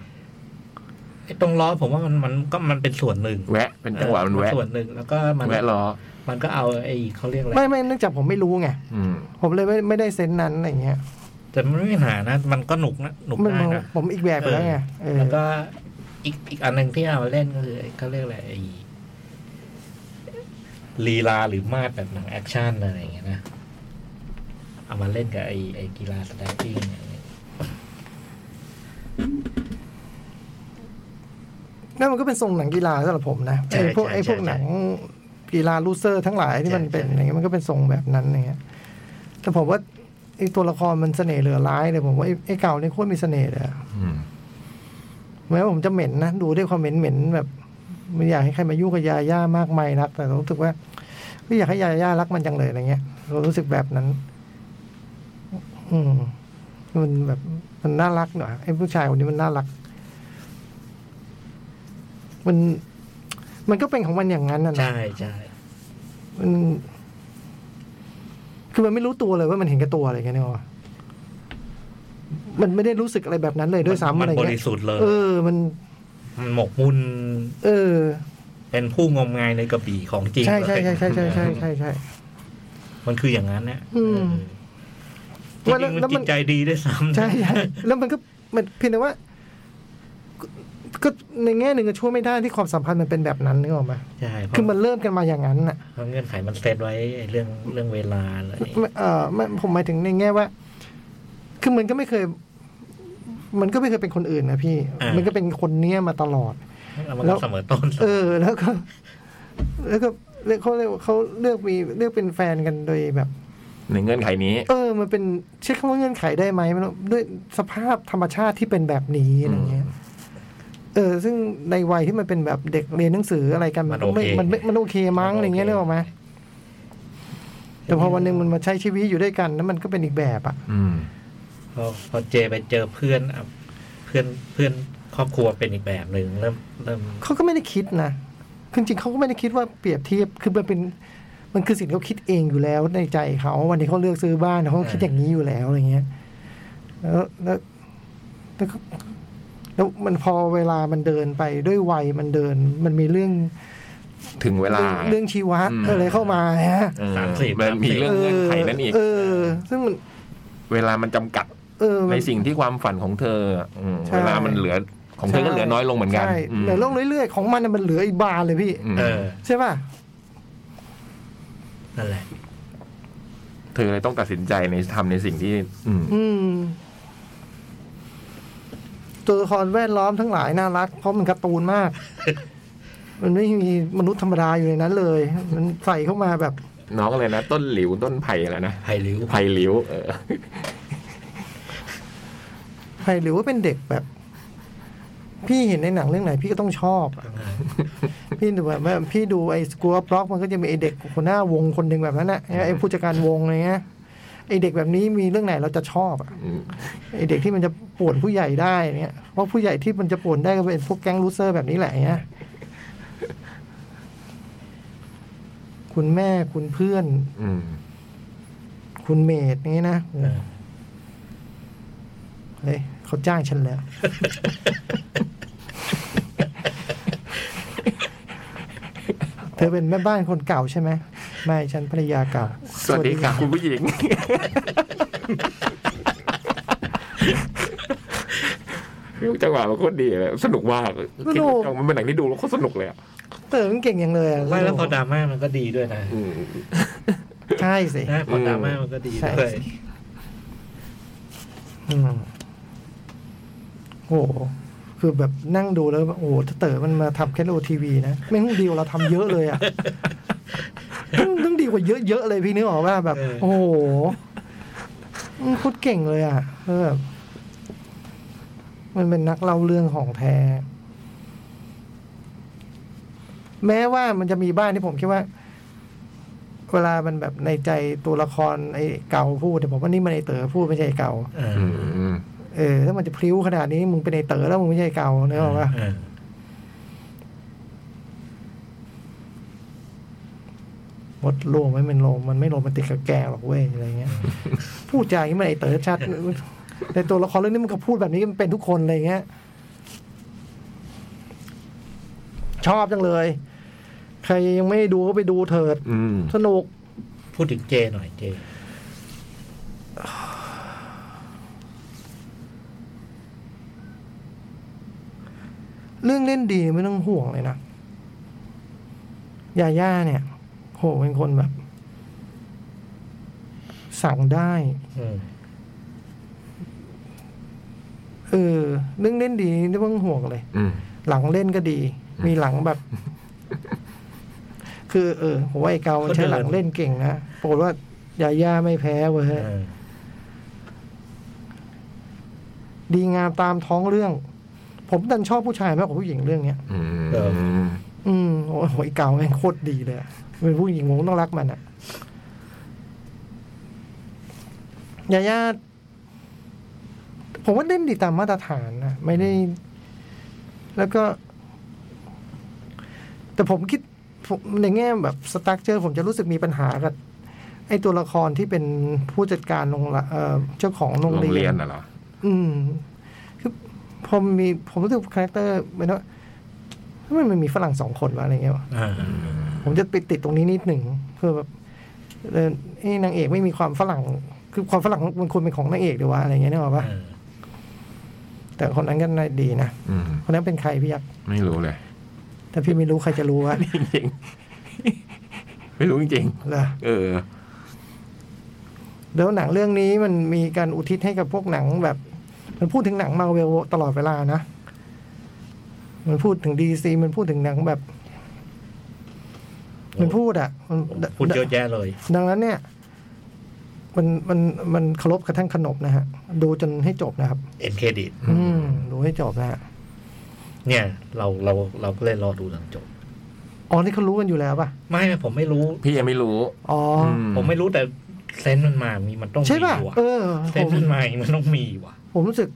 ไอตรงล้อผมว่ามันมันก็มันเป็นส่วนหนึ่ง แวะ เป็นจังหวะมันแวะ ส่วนหนึ่งแล้วก็มัน แวะล้อ มันก็เอาไอ้เขาเรียกอะไร ไม่ไม่เนื่องจากผมไม่รู้ไง อืม ผมเลยไม่ไม่ได้เซนส์นั้นอะไรเงี้ย แต่มันไม่มีปัญหานะ มันก็หนุกนะหนุก มัน ได้ มัน นะ ผมอีกแบบไปแล้วไงเออ แล้วก็อีกอีกอันหนึ่งที่เอามาเล่นก็คือไอ้เขาเรียกอะไรไอ้ลีลาหรือมาดแบบหนังแอคชั่นอะไรอย่างเงี้ยนะเอามาเล่นกับไอ้ไอ้กีฬาสไตปิ้งอะไรอย่างเงี้ย เ นั่นมันก็เป็นทรงหนังกีฬาสำหรับผมนะ ใช่ ไอ้พวก ใช่ ไอ้พวก ใช่ หนังกีฬาลูเซอร์ทั้งหลายที่มัน ใช่ เป็น ใช่ อย่างเงี้ยมันก็เป็นทรงแบบนั้นอย่างเงี้ยแต่ผมว่าไอ้ตัวละครมันเสน่ห์เหลือร้ายเลยผมว่าไอ้ไอ้เก่าเนี่ยโคตรมีเสน่ห์เลยอะ อืม แม้ว่าผมจะเหม็นนะดูด้วยความเหม็นเหม็นๆแบบไม่อยากให้ใครมายุ่งกับยาย่ามากมายนัก แต่รู้สึกว่าก็อยากให้ยาย่ารักมันจังเลยอะไรเงี้ยเรารู้สึกแบบนั้น อืมมันแบบมันน่ารักหน่อยไอ้ผู้ชายคนนี้มันน่ารัก มัน มันก็เป็นของมันอย่างนั้นนะนะ ใช่ใช่ มัน คือมันไม่รู้ตัวเลยว่ามันเห็นแก่ตัวอะไรอย่างเงี้ยเนกออกปะมันไม่ได้รู้สึกอะไรแบบนั้นเลยด้วย มั ซ้ำ มั อะไร บ เงี้ ริ ย สุทธิ์เลย เออ มัน มันหมกมุ่น เออ เป็นผู้งมงายในกระบี่ของจริง ใช่ เลย ใช่ใช่ใช่ใช่ใช่ใช่ใช่ มันคืออย่างนั้นนะ อืม เออจริงๆมันจิตใจดีด้วยซ้ำ ใช่ใช่แล้วมันก็มันเพียงแต่ว่า ก็ก็ในแง่หนึ่งก็ช่วยไม่ได้ที่ความสัมพันธ์มันเป็นแบบนั้นนึกออกไหม ใช่เพ คือ ราะ มันเริ่มกันมาอย่างนั้นน่ะ เพราะเงื่อนไขมันเซตไว้ไอ้เรื่องเรื่องเวลาอะไรอย่างเงี้ย ไม่เออไม่ผมหมายถึงในแง่ว่า คือมันก็ไม่เคย มันก็ไม่เคยเป็นคนอื่นนะพี่ อ่ามั มันก็เป็นคนเนี้ยมาตลอด แล้วมัน แล้วก็เสมอต้นเสม เอ อ อ แล้วก็ แล้วก็เรียกเขาเรียกเขาเลือกมีเลือกเป็นแฟนกันโดยแบบ ในเงื่อนไขนี้ เออ มันเป็นใช้คำว่าเงื่อนไขได้ไหมไม่รู้ด้วยสภาพธรรมชาติที่เป็นแบบนี้อะไรเงี้ย เออ ซึ่งในวัยที่มันเป็นแบบเด็กเรียนหนังสืออะไรกันมันก็ไม่มันไม่มันโอเคมั้งอะไรเงี้ยนึกออกไหมแต่พอวันหนึ่งมันมาใช้ชีวิตอยู่ด้วยกันแล้วมันก็เป็นอีกแบบอ่ะ อืม พอพอเจไปเจอเพื่อนอ่ะเพื่อนเพื่อนครอบครัวเป็นอีกแบบหนึ่งเริ่มเริ่ม เขาก็ไม่ได้คิดนะคือจริงๆเขาก็ไม่ได้คิดว่าเปรียบเทียบ คือมันเป็น มันคือสิ่งที่เขาคิดเองอยู่แล้วในใจเขา วันนี้เขาเลือกซื้อบ้านเขาก็คิด อ่า อย่างนี้อยู่แล้วอะไรเงี้ย แล้วแล้วแล้วก็แล้วมันพอเวลามันเดินไปด้วยวัยมันเดิน มันมีเรื่อง ถึงเวลา เรื่องเรื่องชีวะ อืม อะไรเข้ามาฮะ เออ สามสิบ มันมีเรื่องเงื่อนไขนั่นอีก เออ ซึ่งมัน เวลามันจำกัด เออมั ใน น สิ่งที่ความฝันของเธออืม ใช่ เวลามันเหลือของเธอก็เหลือน้อยลงเหมือนกัน ใช่ อืม แต่ลงเรื่อยๆของมันน่ะมันเหลืออีกบานเลยพี่ ม เออ ใช่ป่ะ นั่นแหละ เธอเลยต้องตัดสินใจในทำในสิ่งที่ อืม อืม ตัวละครแวดล้อมทั้งหลายน่ารัก เพราะมันการ์ตูนมาก มันไม่มีมนุษย์ธรรมดาอยู่ในนั้นเลย มันใส่เข้ามาแบบ น้องอะไรนะ ต้นหลิวต้นไผ่อะไรนะ ไฮริ้ว ไผ่หลิวเออ ใครหรือว่าเป็นเด็กแบบ พี่เห็นในหนังเรื่องไหน พี่ก็ต้องชอบอะพี่ดูแบบว่าพี่ดูไอ้สกู๊ปล็อกมันก็จะมีไอ้เด็กคนหน้าวงคนหนึ่งแบบนั้นนะไอ้ผู้จัดการวงอะไรเงี้ยไอ้เด็กแบบนี้มีเรื่องไหนเราจะชอบอะ อืม ไอเด็กที่มันจะป่วนผู้ใหญ่ได้เนี่ยเพราะผู้ใหญ่ที่มันจะป่วนได้ก็เป็นพวกแก๊งลูเซอร์แบบนี้แหละเนี่ยคุณแม่คุณเพื่อน อืม คุณเมดนี่นะ เออ เฮ้ยเขาจ้างฉันแล้ว เธอเป็นแม่บ้านคนเก่าใช่ไหมไม่ฉันภรรยาเก่า สวัสดีครับคุณผู้หญิง จังหวะมันโคตรดีเลยสนุกมากคิดว่ามันเป็นหนังที่ดูแล้วโคตรสนุกเลยอ่ะ เต๋อมันเก่งอย่างเลยอะ ไม่แล้วพอดราม่ามันก็ดีด้วยนะ อืม ใช่สิ นะพอดราม่ามันก็ดี ใช่ ด้วย สิ อืมโอ้โหคือแบบนั่งดูแล้วแบบโอ้โหถ้าเต๋อมันมาทำแคทโอทีวีนะไม่ต้องดีกว่าเราทำเยอะเลย อะ่ะต้องต้องดีกว่าเยอะๆเลยพี่นึกออกว่าแบบ โอ้โหอืมโคตรเก่งเลยอะ่ะเออแบบมันเป็นนักเล่าเรื่องของแท้ แม้ว่ามันจะมีบ้านที่ผมคิดว่า เวลามันแบบในใจตัวละครไอ้เก่าพูดแต่ผมว่านี่มันไอ้เต๋อพูดไม่ใช่ไอ้เก่า เออ อืม เออถ้ามันจะพลิ้วขนาดนี้มึงเป็นไอเต๋อแล้วมึงไม่ใช่ไอ้เก่าเนกอะว่า เออ มดโลมไม่เป็นโลมมันไม่โลมมันติดกับแกหรอกเว้ยอะไรเงี้ย พูดจาอย่างนี้มันไอเต๋อชัดในตัวละครเรื่องนี้มันก็พูดแบบนี้มันเป็นทุกคนอะไรเงี้ย ชอบจังเลย ใครยังไม่ได้ดูก็ไปดูเถิด อืม สนุก พูดถึงเจหน่อยเจ เรื่องเล่นดีไม่ต้องห่วงเลยนะยาย่าเนี่ย โหเป็นคนแบบ สั่งได้ อืม เออ เรื่องเล่นดีไม่ต้องห่วงเลย อืม หลังเล่นก็ดี มีหลังแบบ คือเออผมว่าไอ้เกามันใช้หลังเล่นเก่งนะปรากฏว่ายาย่าไม่แพ้เว้ย เออ ดีงามตามท้องเรื่อง ผมดันชอบผู้ชายมากกว่าผู้หญิงเรื่องเนี้ย อืม อืมโอ้โหไอ้เกาแม่งโคตรดีเลยอะเป็นผู้หญิงผมต้องรักมันอะยาย่าผมว่าเล่นดีตามมาตรฐานนะไม่ได้ แล้วก็ แต่ผมคิดผมในแง่แบบสตั๊กเจอผมจะรู้สึกมีปัญหากับไอ้ตัวละครที่เป็นผู้จัดการโรงละเอ่อเจ้าของโรง โรง เรี เรี ย ย น นน่ะเหรอ อืม คือผมมีผมรู้สึกคาแรคเตอร์เหมือนว่าทำไมมันมีฝรั่งสองคนวะอะไรเงี้ยวะ อ่า ผมจะไปติดตรงนี้นิดหนึ่งเพื่อแบบเออเอ้ยนางเอกไม่มีความฝรั่ง คือความฝรั่งมันควรเป็นของนางเอกดีวะอะไรเงี้ยนึกออกปะ เออ แต่คนนั้นก็น่าดีนะ อืม คนนั้นเป็นใครพี่ยักษ์ ไม่รู้เลย ถ้าพี่ไม่รู้ใครจะรู้วะ จริงๆไม่รู้จริง เหร อ ๆเออ แล้วหนังเรื่องนี้มันมีการอุทิศให้กับพวกหนังแบบ มันพูดถึงหนังมาเวลตลอดเวลานะมันพูดถึงดีซีมันพูดถึงหนังแบบ มันพูดอ่ะมัน พูดเยอะแยะเลย ดังนั้นเนี่ย มันมันมันเคารพกระทั่งขนบนะฮะ ดูจนให้จบนะครับ เอ็นเครดิต อืม ดูให้จบนะฮะ เนี่ย เราเราเราก็เลยรอดูหลังจบ อ๋อนี่เขารู้กันอยู่แล้วป่ะ ไม่ผมไม่รู้ พี่ยังไม่รู้ อ๋ออ ม ผมไม่รู้แต่เซนส์มันมามีมันต้อง ใช่ มี ป่ะ ว่ะ เออ เซ ผ น ม ส์มันมามันต้องมีว่ะ ผมรู้สึก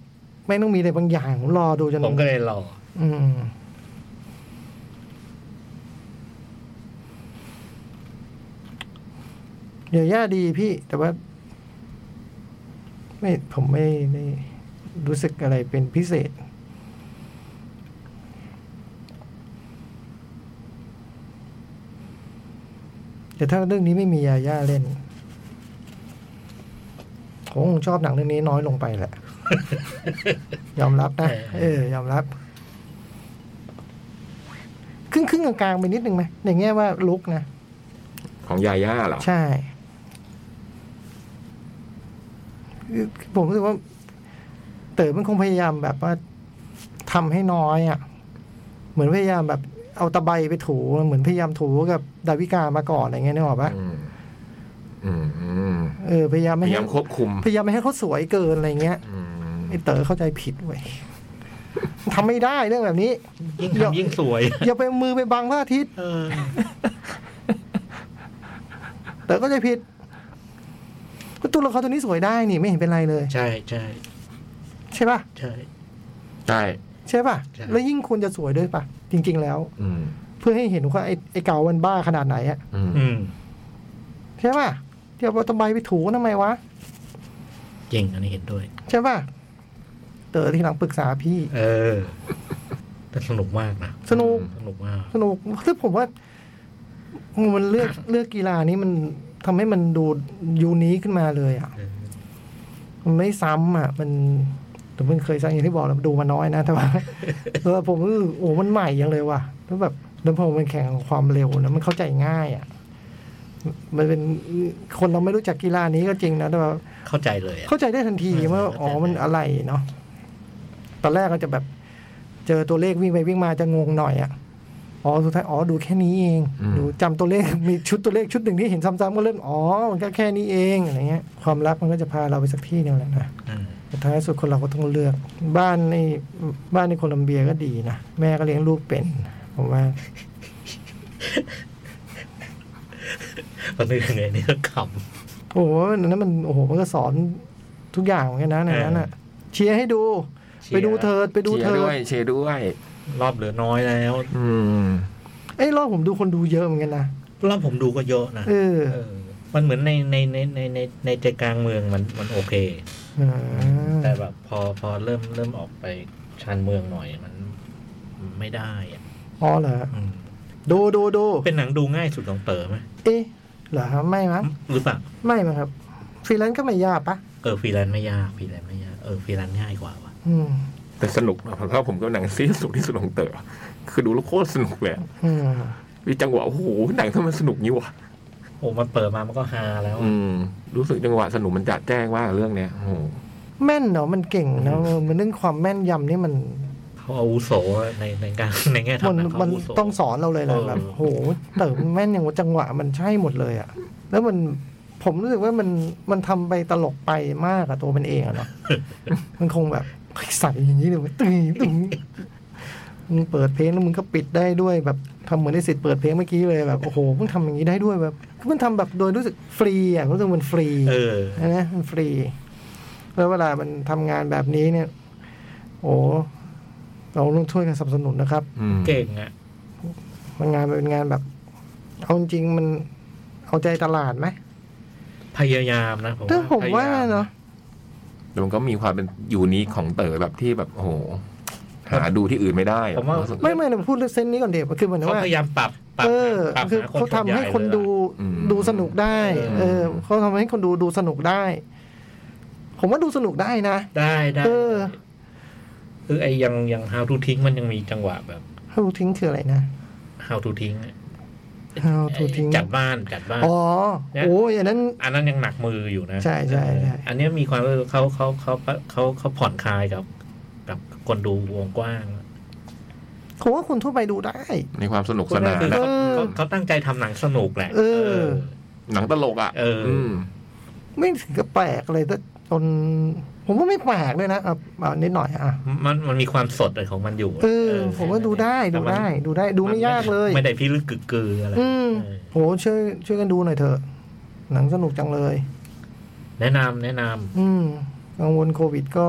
ไม่ต้องมีอะไรบางอย่างผมรอดูจน ผมก็เลยรอ อืม เดี๋ยวย่าดีพี่ แต่ว่า ไม่ผมไม่ได้รู้สึกอะไรเป็นพิเศษ แต่ถ้าเรื่องนี้ไม่มียาย่าเล่นผมคงชอบหนังเรื่องนี้น้อยลงไปแหละ ยอมรับนะเออยอมรับ ครึ่งครึ่งๆกลางๆไปนิดนึงไหมในแง่ว่าลุกนะ ของยาย่าเหรอ ใช่คือผมรู้สึกว่า เต๋อมันคงพยายามแบบว่าทำให้น้อยอะ่ะ เหมือนพยายามแบบเอาตะไบไปถู เหมือนพยายามถูกับดาวิกามาก่อนอะไรเงี้ยนึกออกปะ อืมอืมอืม เออพยายาม พ ไม่ ยา ให้ ยามควบคุม พยายามไม่ให้เขาสวยเกินอะไรเงี้ย อืม ไอ้เต๋อเข้าใจผิดเว้ยทำไม่ได้เรื่องแบบนี้ ยิ่ง เดี๋ยว ทำยิ่งสวย อย่าไปมือไปบังพระอาทิตย์ เออ เต๋อเข้าใจผิดก็ตัวละครตัวนี้สวยได้นี่ไม่เห็นเป็นไรเลย ใช่ใช่ ใช่ปะ ใช่ ใช่ ใช่ป่ะ ใช่ แล้วยิ่งควรจะสวยด้วยป่ะ จริง ๆ แล้ว อืม เพื่อให้เห็นว่าไอ้ไอ้เก่ามันบ้าขนาดไหนอะ อืม อืม ใช่ป่ะ เดี๋ยวเอาตะไบไปถูทำไมวะ จริงอันนี้เห็นด้วย ใช่ป่ะ เต๋อทีหลังปรึกษาพี่ เออ แต่สนุกมากนะ สนุก สนุกมาก สนุกซึ่งผมว่า มันเลื อกเลือกกีฬานี้มันทำให้มันดูยูนี้ขึ้นมาเลยอะ เออ มันไม่ซ้ำอ่ะ มันแต่มันเคยซ้ำอย่างที่บอกแล้วดูมาน้อยนะ แต่ว่า แต่ว่าผมรู้สึกโอ้ มันใหม่ยังเลยว่ะ แล้วแบบแล้วพอมันแข่งกับความเร็วนะมันเข้าใจง่ายอ่ะ มันเป็นคนเราไม่รู้จักกีฬานี้ก็จริงนะ แต่ว่า เข้าใจเลยอะ เข้าใจได้ทันที เออ ว่า เข้าใจ อ๋อมันอะไรเนาะตอนแรกก็จะแบบ เจอตัวเลขวิ่งไปวิ่งมาจะงงหน่อยอะอ๋อสุดท้ายอ๋อดูแค่นี้เองดูจำตัวเลข มีชุดตัวเลขชุดหนึ่งที่เห็นซ้ำๆก็เริ่มอ๋อมันก็แค่นี้เองอะไรเงี้ย ความรักมันก็จะพาเราไปสักที่หนึงแหละนะ เออ แต่ท้ายสุดคนเราก็ต้องเลือก บ้านในบ้านในโคลัมเบียก็ดีนะแม่ก็เลี้ยงลูกเป็นผมว่า ตอนนี้ยังไง นี่ก็ข โอ้โหอันนั้นมันโอ้โหมันก็สอนทุกอย่างเหมือนกันนะในนั้นอะเชียร์ให้ดู เชียร์ ไปดูเธอไปดู เชีย เธ ร์ อ ด้วยเชียร์ด้วย ำรอบเหลือน้อยแล้ว อืม เอ้ยรอบผมดูคนดูเยอะเหมือนกันนะ รอบผมดูก็เยอะนะ เออ เออ มันเหมือนในในในในในในใจกลางเมืองมันมันโอเค แต่แบบพอพอเริ่มเริ่มออกไปชานเมืองหน่อยมันไม่ได้อะ อ๋อเหรอ อืม ดูดูดู เป็นหนังดูง่ายสุดของเต๋อไหม เอ๊ะเหรอครับไม่มั้ง หรือเปล่า ไม่มั้งครับ ฟรีแลนซ์ก็ไม่ยากปะ เออฟรีแลนซ์ไม่ยากฟรีแลนซ์ไม่ยากเออฟรีแลนซ์ง่ายกว่าว่ะ อืม แต่สนุกนะเพราะผมก็หนังซีสุดที่สุดของเต๋อคือดูแล้วโคตรสนุกเลยอะ อืม มีจังหวะโอ้โหหนังทำไมสนุกนี้วะ โอ้มันเปิดมามันก็ฮาแล้ว อืมอะรู้สึกจังหวะสนุกมันจะแจ้งว่ากเรื่องเนี้ยโอ้โห แม่นเนาะมันเก่งเนาะมันเรื่องความแม่นยำนี่มัน เข เขาอาวุโสในในการในแง่ทำ มัน หงเขา มัน อาวุโส ต้องสอนเราเลยแหละ เออ แบบโหเติมแม่นอย่างว่าจังหวะมันใช่หมดเลยอ่ะ แล้วมันผมรู้สึกว่ามันมันทำไปตลกไปมากอะตัวมันเอง อะเนาะ มันคงแบบเฮ้ยใส่อย่างนี้เลยเว้ยตึงตึงมึงเปิดเพลงแล้วมึงก็ปิดได้ด้วยแบบทำเหมือนได้สิทธิ์เปิดเพลงเมื่อกี้เลยแบบโอ้โหมึงทำอย่างนี้ได้ด้วยแบบคือมันทำแบบโดยรู้สึกฟรีอ่ะรู้สึกมันฟรี เออ นะมันฟรี แล้วเวลามันทำงานแบบนี้เนี่ย โอ้เราต้องช่วยกันสนับสนุนนะครับ อืม เก่งอ่ะ มันงานมันเป็นงานแบบ เอาจริงๆมันเอาใจตลาดไหม พยายามนะผม แต่ผม พยย ว่าเนาะ แต่มันก็มีความเป็นยูนิคของเต๋อแบบที่แบบโอ้โหหาดูที่อื่นไม่ได้อะ ผมว่า รู้สึก ไม่ไม่เราพูดเรื่องเส้นนี้ก่อนเด็กคือเหมือน เขา ว่า พยายามปรับปรับ เออ ปรับ คือ ห เขาทำให้ ส่วญ่ คน เลยอะ ดู อืม ดูสนุกได้ เออ เออเขาทำให้คนดูดูสนุกได้ ผมว่าดูสนุกได้นะ ได้ได้ เออ คือไอ้ยังยัง how to ทิ้งมันยังมีจังหวะแบบ ให้รู้ทิ้งคืออะไรนะ how to ทิ้งอะ เอาทูทิ้ง จัดบ้านจัดบ้าน อ๋อ เนี่ย โอ้ยอันนั้น อันนั้นยังหนักมืออยู่นะ ใช่ใช่ใช่ อันเนี้ยมีความรู้สึกเขาเขาเขาเขาเขาผ่อนคลายกับ กับคนดูวงกว้าง ผมว่าคนทั่วไปดูได้ ในความสนุกสนาน คือ อะ เขา เออ เขาเขาตั้งใจทำหนังสนุกแหละ เออ หนังตลกอ่ะ เอออ ม ไม่ถึงกับแปลกเลยแต่จนผมว่าไม่แปลกเลยนะอ่ะอ่ะนิดหน่อยอ่ะ มันมันมีความสดเลยของมันอยู่ะ เออ เออ ผมว่าดูได้ แต่ ดู มัน ได้ดูได้ดูไม่ยากเลย ไม่ได้พี่ลึกกึกกืออะไร อืม เออ โหช่วยช่วยกันดูหน่อยเถอะ หนังสนุกจังเลย แนะนำแนะนำ อืมกังวลโควิดก็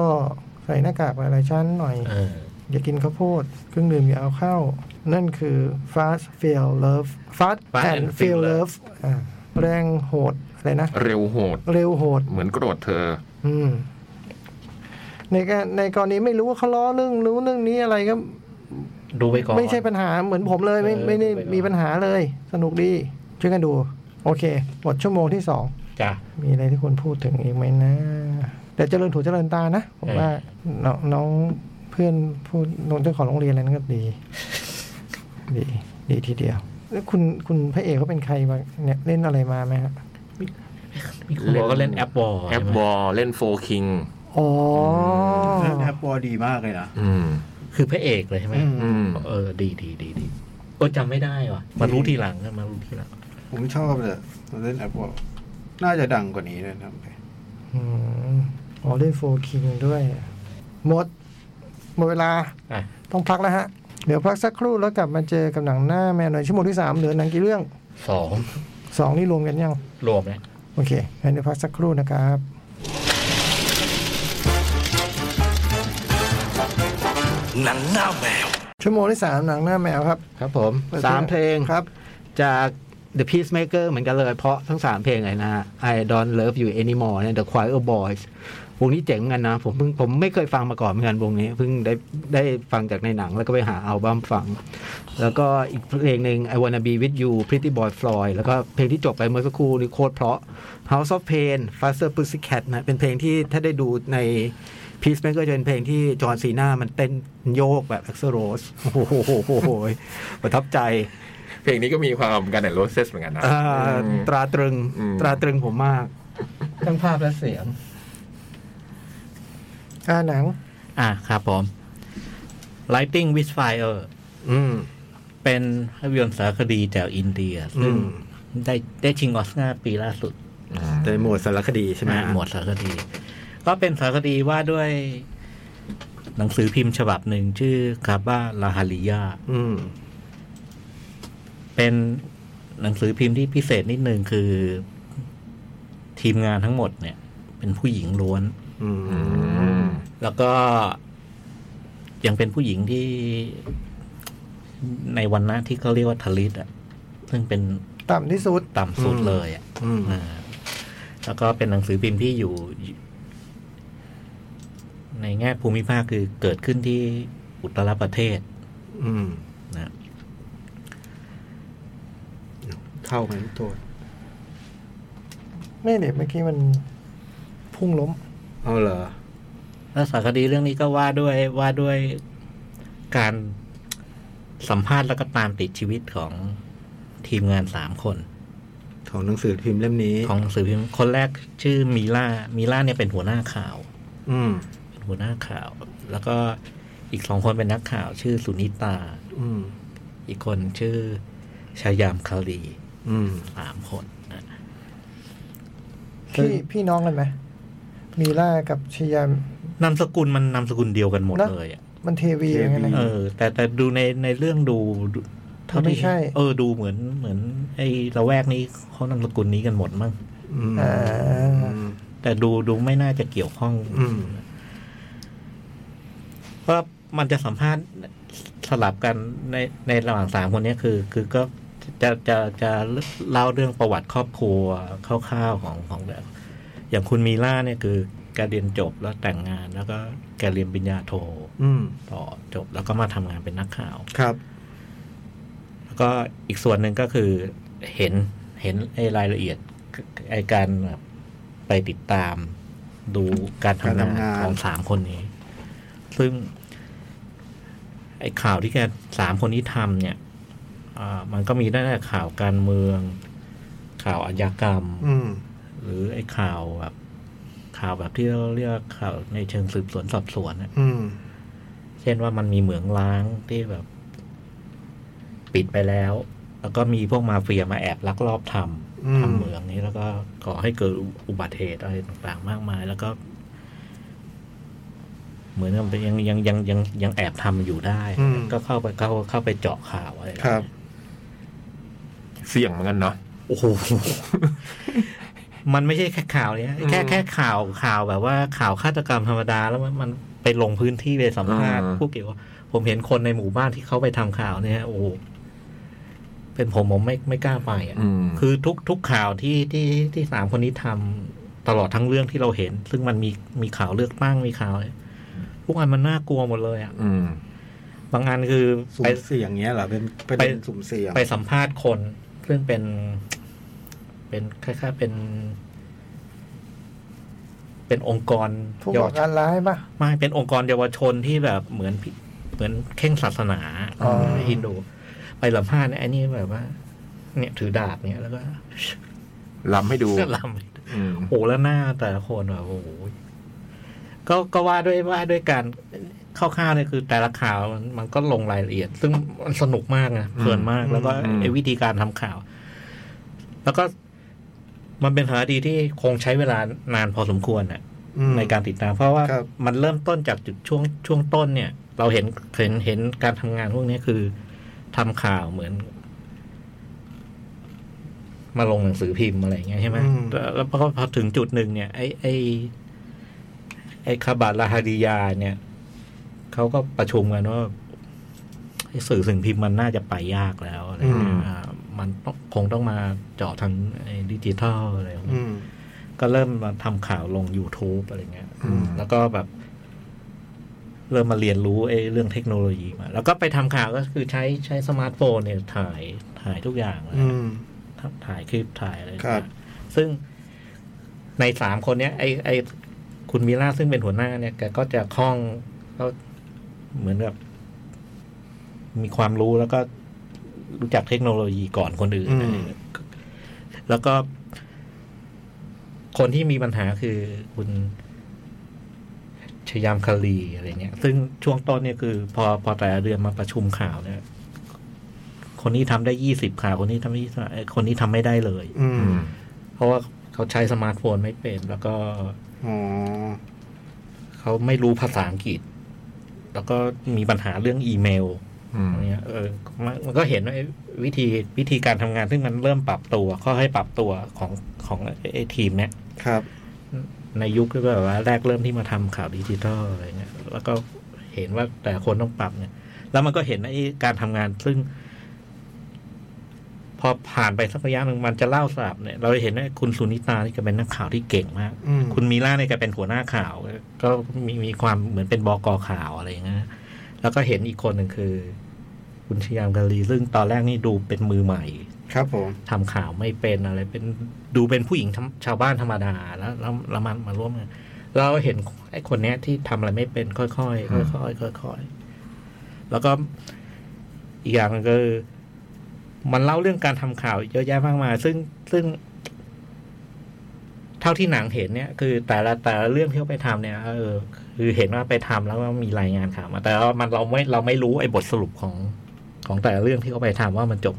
ใส่หน้ากากหลายๆชั้นหน่อย เออ อย่ากินข้าวโพดเครื่องดื่มอย่าเอาเข้า นั่นคือ fast feel love fast Fast and and feel Feel love Love อ่ะแรงโหดอะไรนะ เร็วโหด เร็วโหด เหมือนโกรธเธอ อืมในการในกรณีไม่รู้ว่าเขาล้อเรื่องรู้เรื่องนี้อะไรก็ ดูไปก่อน ไม่ใช่ปัญหาเหมือนผมเลย ไม่ เออ ไม่ได้ ไปก่อน มีปัญหาเลย สนุกดี ช่วยกันดู โอเคหมดชั่วโมงที่สอง จ้ะ มีอะไรที่ควรพูดถึงอีกไหมนะแต่เจริญถูเจริญตานะ ผมว่าน้องน้องเพื่อนพูดน้องเจ้าของโรงเรียนอะไรนั่นก็ดี ดี ดีทีเดียวแล้วคุณคุณพระเอกเขาเป็นใครมาเนี่ยเล่นอะไรมาไหมฮะ มีคนบอกว่าเล่นแอปบอล แอปวอลเล่นโฟคิง อ๋อ แอปปอดีมากเลยนะ อืม คือพระเอกเลยใช่ไหม อืม อืม เออดีดีดีดีโอ้จำไม่ได้ว่ะมารู้ทีหลังนะมารู้ทีหลัง ผมชอบเลยเล่นแอปปอน่าจะดังกว่านี้ด้วยนะ อืมอ๋อเล่นโฟคิงด้วย หมดหมดเวลา อ่ะ ต้องพักแล้วฮะ เดี๋ยวพักสักครู่แล้วกลับมาเจอกับหนังหน้าแมวหน่อยชั่วโมงที่สามเหลือหนังกี่เรื่อง สอง สองนี่รวมกันยัง รวมแล้ว โอเคงั้นเดี๋ยวพักสักครู่นะครับ หนังหน้าแมว ชั่วโมงที่สามหนังหน้าแมวครับ ครับผมสามเพลง ครับ จาก The Peacemaker เหมือนกันเลย เพราะทั้ง 3 เพลงเลยนะฮะ I Don't Love You Anymore เนี่ย The Choir Boys วงนี้เจ๋งเหมือนกันนะ ผมเพิ่งผมไม่เคยฟังมาก่อนเหมือนกันวงนี้เพิ่งได้ได้ฟังจากในหนังแล้วก็ไปหาอัลบั้มฟัง แล้วก็อีกเพลงหนึ่ง I Wanna Be With You Pretty Boy Floyd แล้วก็เพลงที่จบไปเมื่อสักครู่นี่โคตรเพราะ House of Pain Faster Pussycat นะเป็นเพลงที่ถ้าได้ดูใน Peacemaker จะเป็นเพลงที่จอห์นซีน่ามันเต้นโยกแบบ Axl Rose โอ้โหโหโหโหประทับใจ เพลงนี้ก็มีความกันแต่โรสเซสเหมือนกันนะ อ่าตราตรึง อืม ตราตรึงผมมากทั้งภาพและเสียง อ่าหนัง อ่ะครับผม Lighting with Fire อืม เป็นภาพยนตร์สารคดีจากอินเดีย ซึ่ง อืม ได้ได้ชิงออสการ์ปีล่าสุด อืม แต่หมวดสารคดีใช่ไหม อ่าหมวดสารคดี ก็เป็นสารคดีว่าด้วย หนังสือพิมพ์ฉบับหนึ่งชื่อคาบ้าลาฮาริยา อืม เป็นหนังสือพิมพ์ที่พิเศษนิดนึงคือ ทีมงานทั้งหมดเนี่ย เป็นผู้หญิงล้วน อืม อืม แล้วก็ยังเป็นผู้หญิงที่ในวันนะที่เขาเรียกว่าทลิตอ่ะ ซึ่งเป็น ต่ำที่สุด ต่ำสุด อืม เลยอ่ะ อืม อ่าแล้วก็เป็นหนังสือพิมพ์ที่อยู่ ในแง่ภูมิภาคคือเกิดขึ้นที่อุตรประเทศ อืม นะ เข้าไหมทุกตัว ไม่เด็กเมื่อกี้มันพุ่งล้ม เอาเหรอ แล้วสารคดีเรื่องนี้ก็ว่าด้วยว่าด้วยการสัมภาษณ์แล้วก็ตามติดชีวิตของทีมงานสามคน ของหนังสือพิมพ์เล่มนี้ ของหนังสือพิมพ์คนแรกชื่อมีล่ามีล่าเนี่ยเป็นหัวหน้าข่าว อืม หัวหน้าข่าว แล้วก็ อีกสองคนเป็นนักข่าวชื่อสุนิตา อืม อีกคนชื่อชายามคารี อืม สามคนนะ พี่พี่น้องกันไหมมีล่ากับชยาม นามสกุลมันนามสกุลเดียวกันหมดเลยอะ มันเทวีอย่างเงี้ยนะ เออ แต่แต่ดูในในเรื่องดูดูเท่า ไม่ ที่ ใช่ เออดูเหมือนเหมือน ไอ้ละแวกนี้เขานามสกุลนี้กันหมดมั้ง อืม อ่า แต่ดูดูไม่น่าจะเกี่ยวข้อง อืม ก็มันจะสัมภาษณ์สลับกันในในระหว่างสามคนเนี้ยคือ คือก็จะจะจะเล่าเรื่องประวัติครอบครัวคร่าวๆของของแบบอย่างคุณมีล่าเนี่ยคือแกเรียนจบแล้วแต่งงาน แล้วก็แกเรียนปริญญาโท อืม ต่อจบแล้วก็มาทำงานเป็นนักข่าว ครับ แล้วก็อีกส่วนหนึ่งก็คือเห็นเห็นไอ้รายละเอียดไอ้การแบบไปติดตามดูการทำงาการนทำงาน ของสามคนนี้ ซึ่ง ไอ้ข่าวที่แกสามคนนี้ทำเนี่ยอ่ามันก็มีตั้งแต่ข่าวการเมือง ข่าวอาชญากรรม อืม หรือไอ้ข่าวแบบข่าวแบบที่เราเรียกข่าวในเชิงสืบสวนสอบสวนน่ะ อืม เช่นว่ามันมีเหมืองล้างที่แบบ ปิดไปแล้ว แล้วก็มีพวกมาเฟียมาแอบลักลอบท อืม ำทำเหมืองนี้แล้วก็ก่อให้เกิดอุบัติเหตุอะไรต่างๆ มากมาย แล้วก็ เหมือนกับยังยังยังยังยังแอบทำอยู่ได้ อืม ก็เข้าไปเข้าเข้าไปเจาะข่าวอะไร ครับ เสี่ยงเหมือนกันเนาะ โอ้โห มันไม่ใช่แค่ข่าวเนี้ยแค่ อืม แค่ข่าวข่าวแบบว่าข่าวฆาตกรรมธรรมดา แล้วมันมันไปลงพื้นที่ไปสัมภาษณ์ อ่า ผู้เกี่ยวว่าผมเห็นคนในหมู่บ้านที่เขาไปทำข่าวเนี่ยโอ้โหเป็นผมผมไม่ไม่กล้าไปอ่ะ อืม คือทุกทุกข่าวที่ที่ที่สามคนนี้ทำตลอดทั้งเรื่องที่เราเห็น ซึ่งมันมีมีข่าวเลือกตั้งมีข่าวอะไรทุกอันมันน่ากลัวหมดเลยอ่ะ อืม บางอันคือ สุ่ ไป มเสี่ยงเงี้ยเหรอ เป็นประเด็น ไป สุ่มเสี่ยง ไปสัมภาษณ์คน ซึ่งเป็น เป็นคล้ายๆเป็น เป็นองค์กร ผู้ เยา ก่ ว อ ชน การร้ายป่ะ ไม่เป็นองค์กรเยาวชนที่แบบเหมือนพิเหมือนเข่งศาสนา อ๋อ ฮินดู ไปสัมภาษณ์เนี่ยไอ้นี่แบบว่า เนี่ยถือดาบเนี่ยแล้วก็ ลำให้ดู ก็ ลำ อืม โหแล้วหน้าแต่ละคนแบบโอ้โหก็ก็ว่าด้วยว่าด้วยการคร่าวๆเนี่ยคือแต่ละข่าวมันมันก็ลงรายละเอียด ซึ่งมันสนุกมากนะเพลินมาก แล้วก็ อืม ไอ้วิธีการทำข่าว แล้วก็มันเป็นสารคดีที่คงใช้เวลานานพอสมควรน่ะ อืม ในการติดตาม เพราะว่า ครับ มันเริ่มต้นจากจุดช่วงช่วงต้นเนี่ย เราเห็นเห็นเห็นการทำงานพวกนี้คือทำข่าวเหมือน มาลงหนังสือพิมพ์อะไรอย่างเงี้ยใช่ไหม อืม แล้วแล้วพอพอถึงจุดหนึ่งเนี่ย ไอ้ไอ้ไอ้คาบาลาฮาดียา เนี่ยเขาก็ประชุมกันว่าไอ้สื่อสิ่งพิมพ์มันน่าจะไปยากแล้วอะไรเงี้ย อืม อ่ามันต้องคงต้องมาเจาะทางไอ้ดิจิทัลอะไรพวกนี้ อืม ก็เริ่มมาทำข่าวลง YouTube อะไรเงี้ย อืม แล้วก็แบบ เริ่มมาเรียนรู้ไอ้เรื่องเทคโนโลยีมา แล้วก็ไปทำข่าวก็คือใช้ใช้สมาร์ทโฟนเนี่ยถ่ายถ่ายทุกอย่างเลย อืม ถ่ายคลิปถ่ายอะไร ครับ ต่างๆซึ่งในสามคนเนี้ย ไอ้ไอ้คุณมิล่าซึ่งเป็นหัวหน้าเนี่ยแกก็จะคล่องก็เหมือนกับ มีความรู้แล้วก็รู้จักเทคโนโลยีก่อนคนอื่น อืม อะไรเงี้ยแล้วก็ คนที่มีปัญหาคือคุณชยามคารีอะไรเงี้ย ซึ่งช่วงต้นเนี่ยคือ พอพอแต่ละเดือนมาประชุมข่าวเนี่ย คนนี้ทำได้ยี่สิบข่าว คนนี้ทำได้20เอ้ยคนนี้ทำไม่ได้เลย อื อื ม ม เพราะว่าเขาใช้สมาร์ทโฟนไม่เป็น แล้วก็ อ๋อ เขาไม่รู้ภาษาอังกฤษ แล้วก็มีปัญหาเรื่องอีเมล อืม อะไรเงี้ยเออมันมันก็เห็นว่าไอ้วิธีวิธีการทำงานซึ่งมันเริ่มปรับตัวข้อให้ปรับตัวของของไอ้ไอ้ทีมเนี้ย ครับ ในยุคที่แบบว่าแรกเริ่มที่มาทำข่าวดิจิทัลอะไรเงี้ยแล้วก็เห็นว่าแต่คนต้องปรับเนี่ย แล้วมันก็เห็นไอ้การทำงานซึ่ง พอผ่านไปสักระยะหนึ่งมันจะเล่าสลับเนี่ย เราจะเห็นว่าคุณสุนิตานี่ก็เป็นนักข่าวที่เก่งมาก อืม คุณมีล่าเนี่ยแกเป็นหัวหน้าข่าว ก็มีมีความเหมือนเป็นบกข่าวอะไรอย่างเงี้ยแล้วก็เห็นอีกคนหนึ่งคือ คุณชยามกาลี ซึ่งตอนแรกนี่ดูเป็นมือใหม่ ครับผม ทำข่าวไม่เป็นอะไร เป็นดูเป็นผู้หญิงธรรมชาวบ้านธรรมดาแล้วแล้วแล้วมันมาร่วมงานเราเห็นไอ้คนเนี้ยที่ทำอะไรไม่เป็นค่อยๆค่อย อืม ๆค่อยๆแล้วก็อีกอย่างหนึ่งคือมันเล่าเรื่องการทำข่าวเยอะแยะมากมายซึ่งซึ่ง ถ้า ท่าที่หนังเห็นเนี่ยคือแต่ละแต่ละเรื่องที่เขาไปทำเนี่ยเออคือเห็นว่าไปทำแล้วก็มีรายงานข่าวมาแต่ว่ามันเราไม่เราไม่รู้ไอ้บทสรุปของของแต่ละเรื่องที่เขาไปทำว่ามันจบ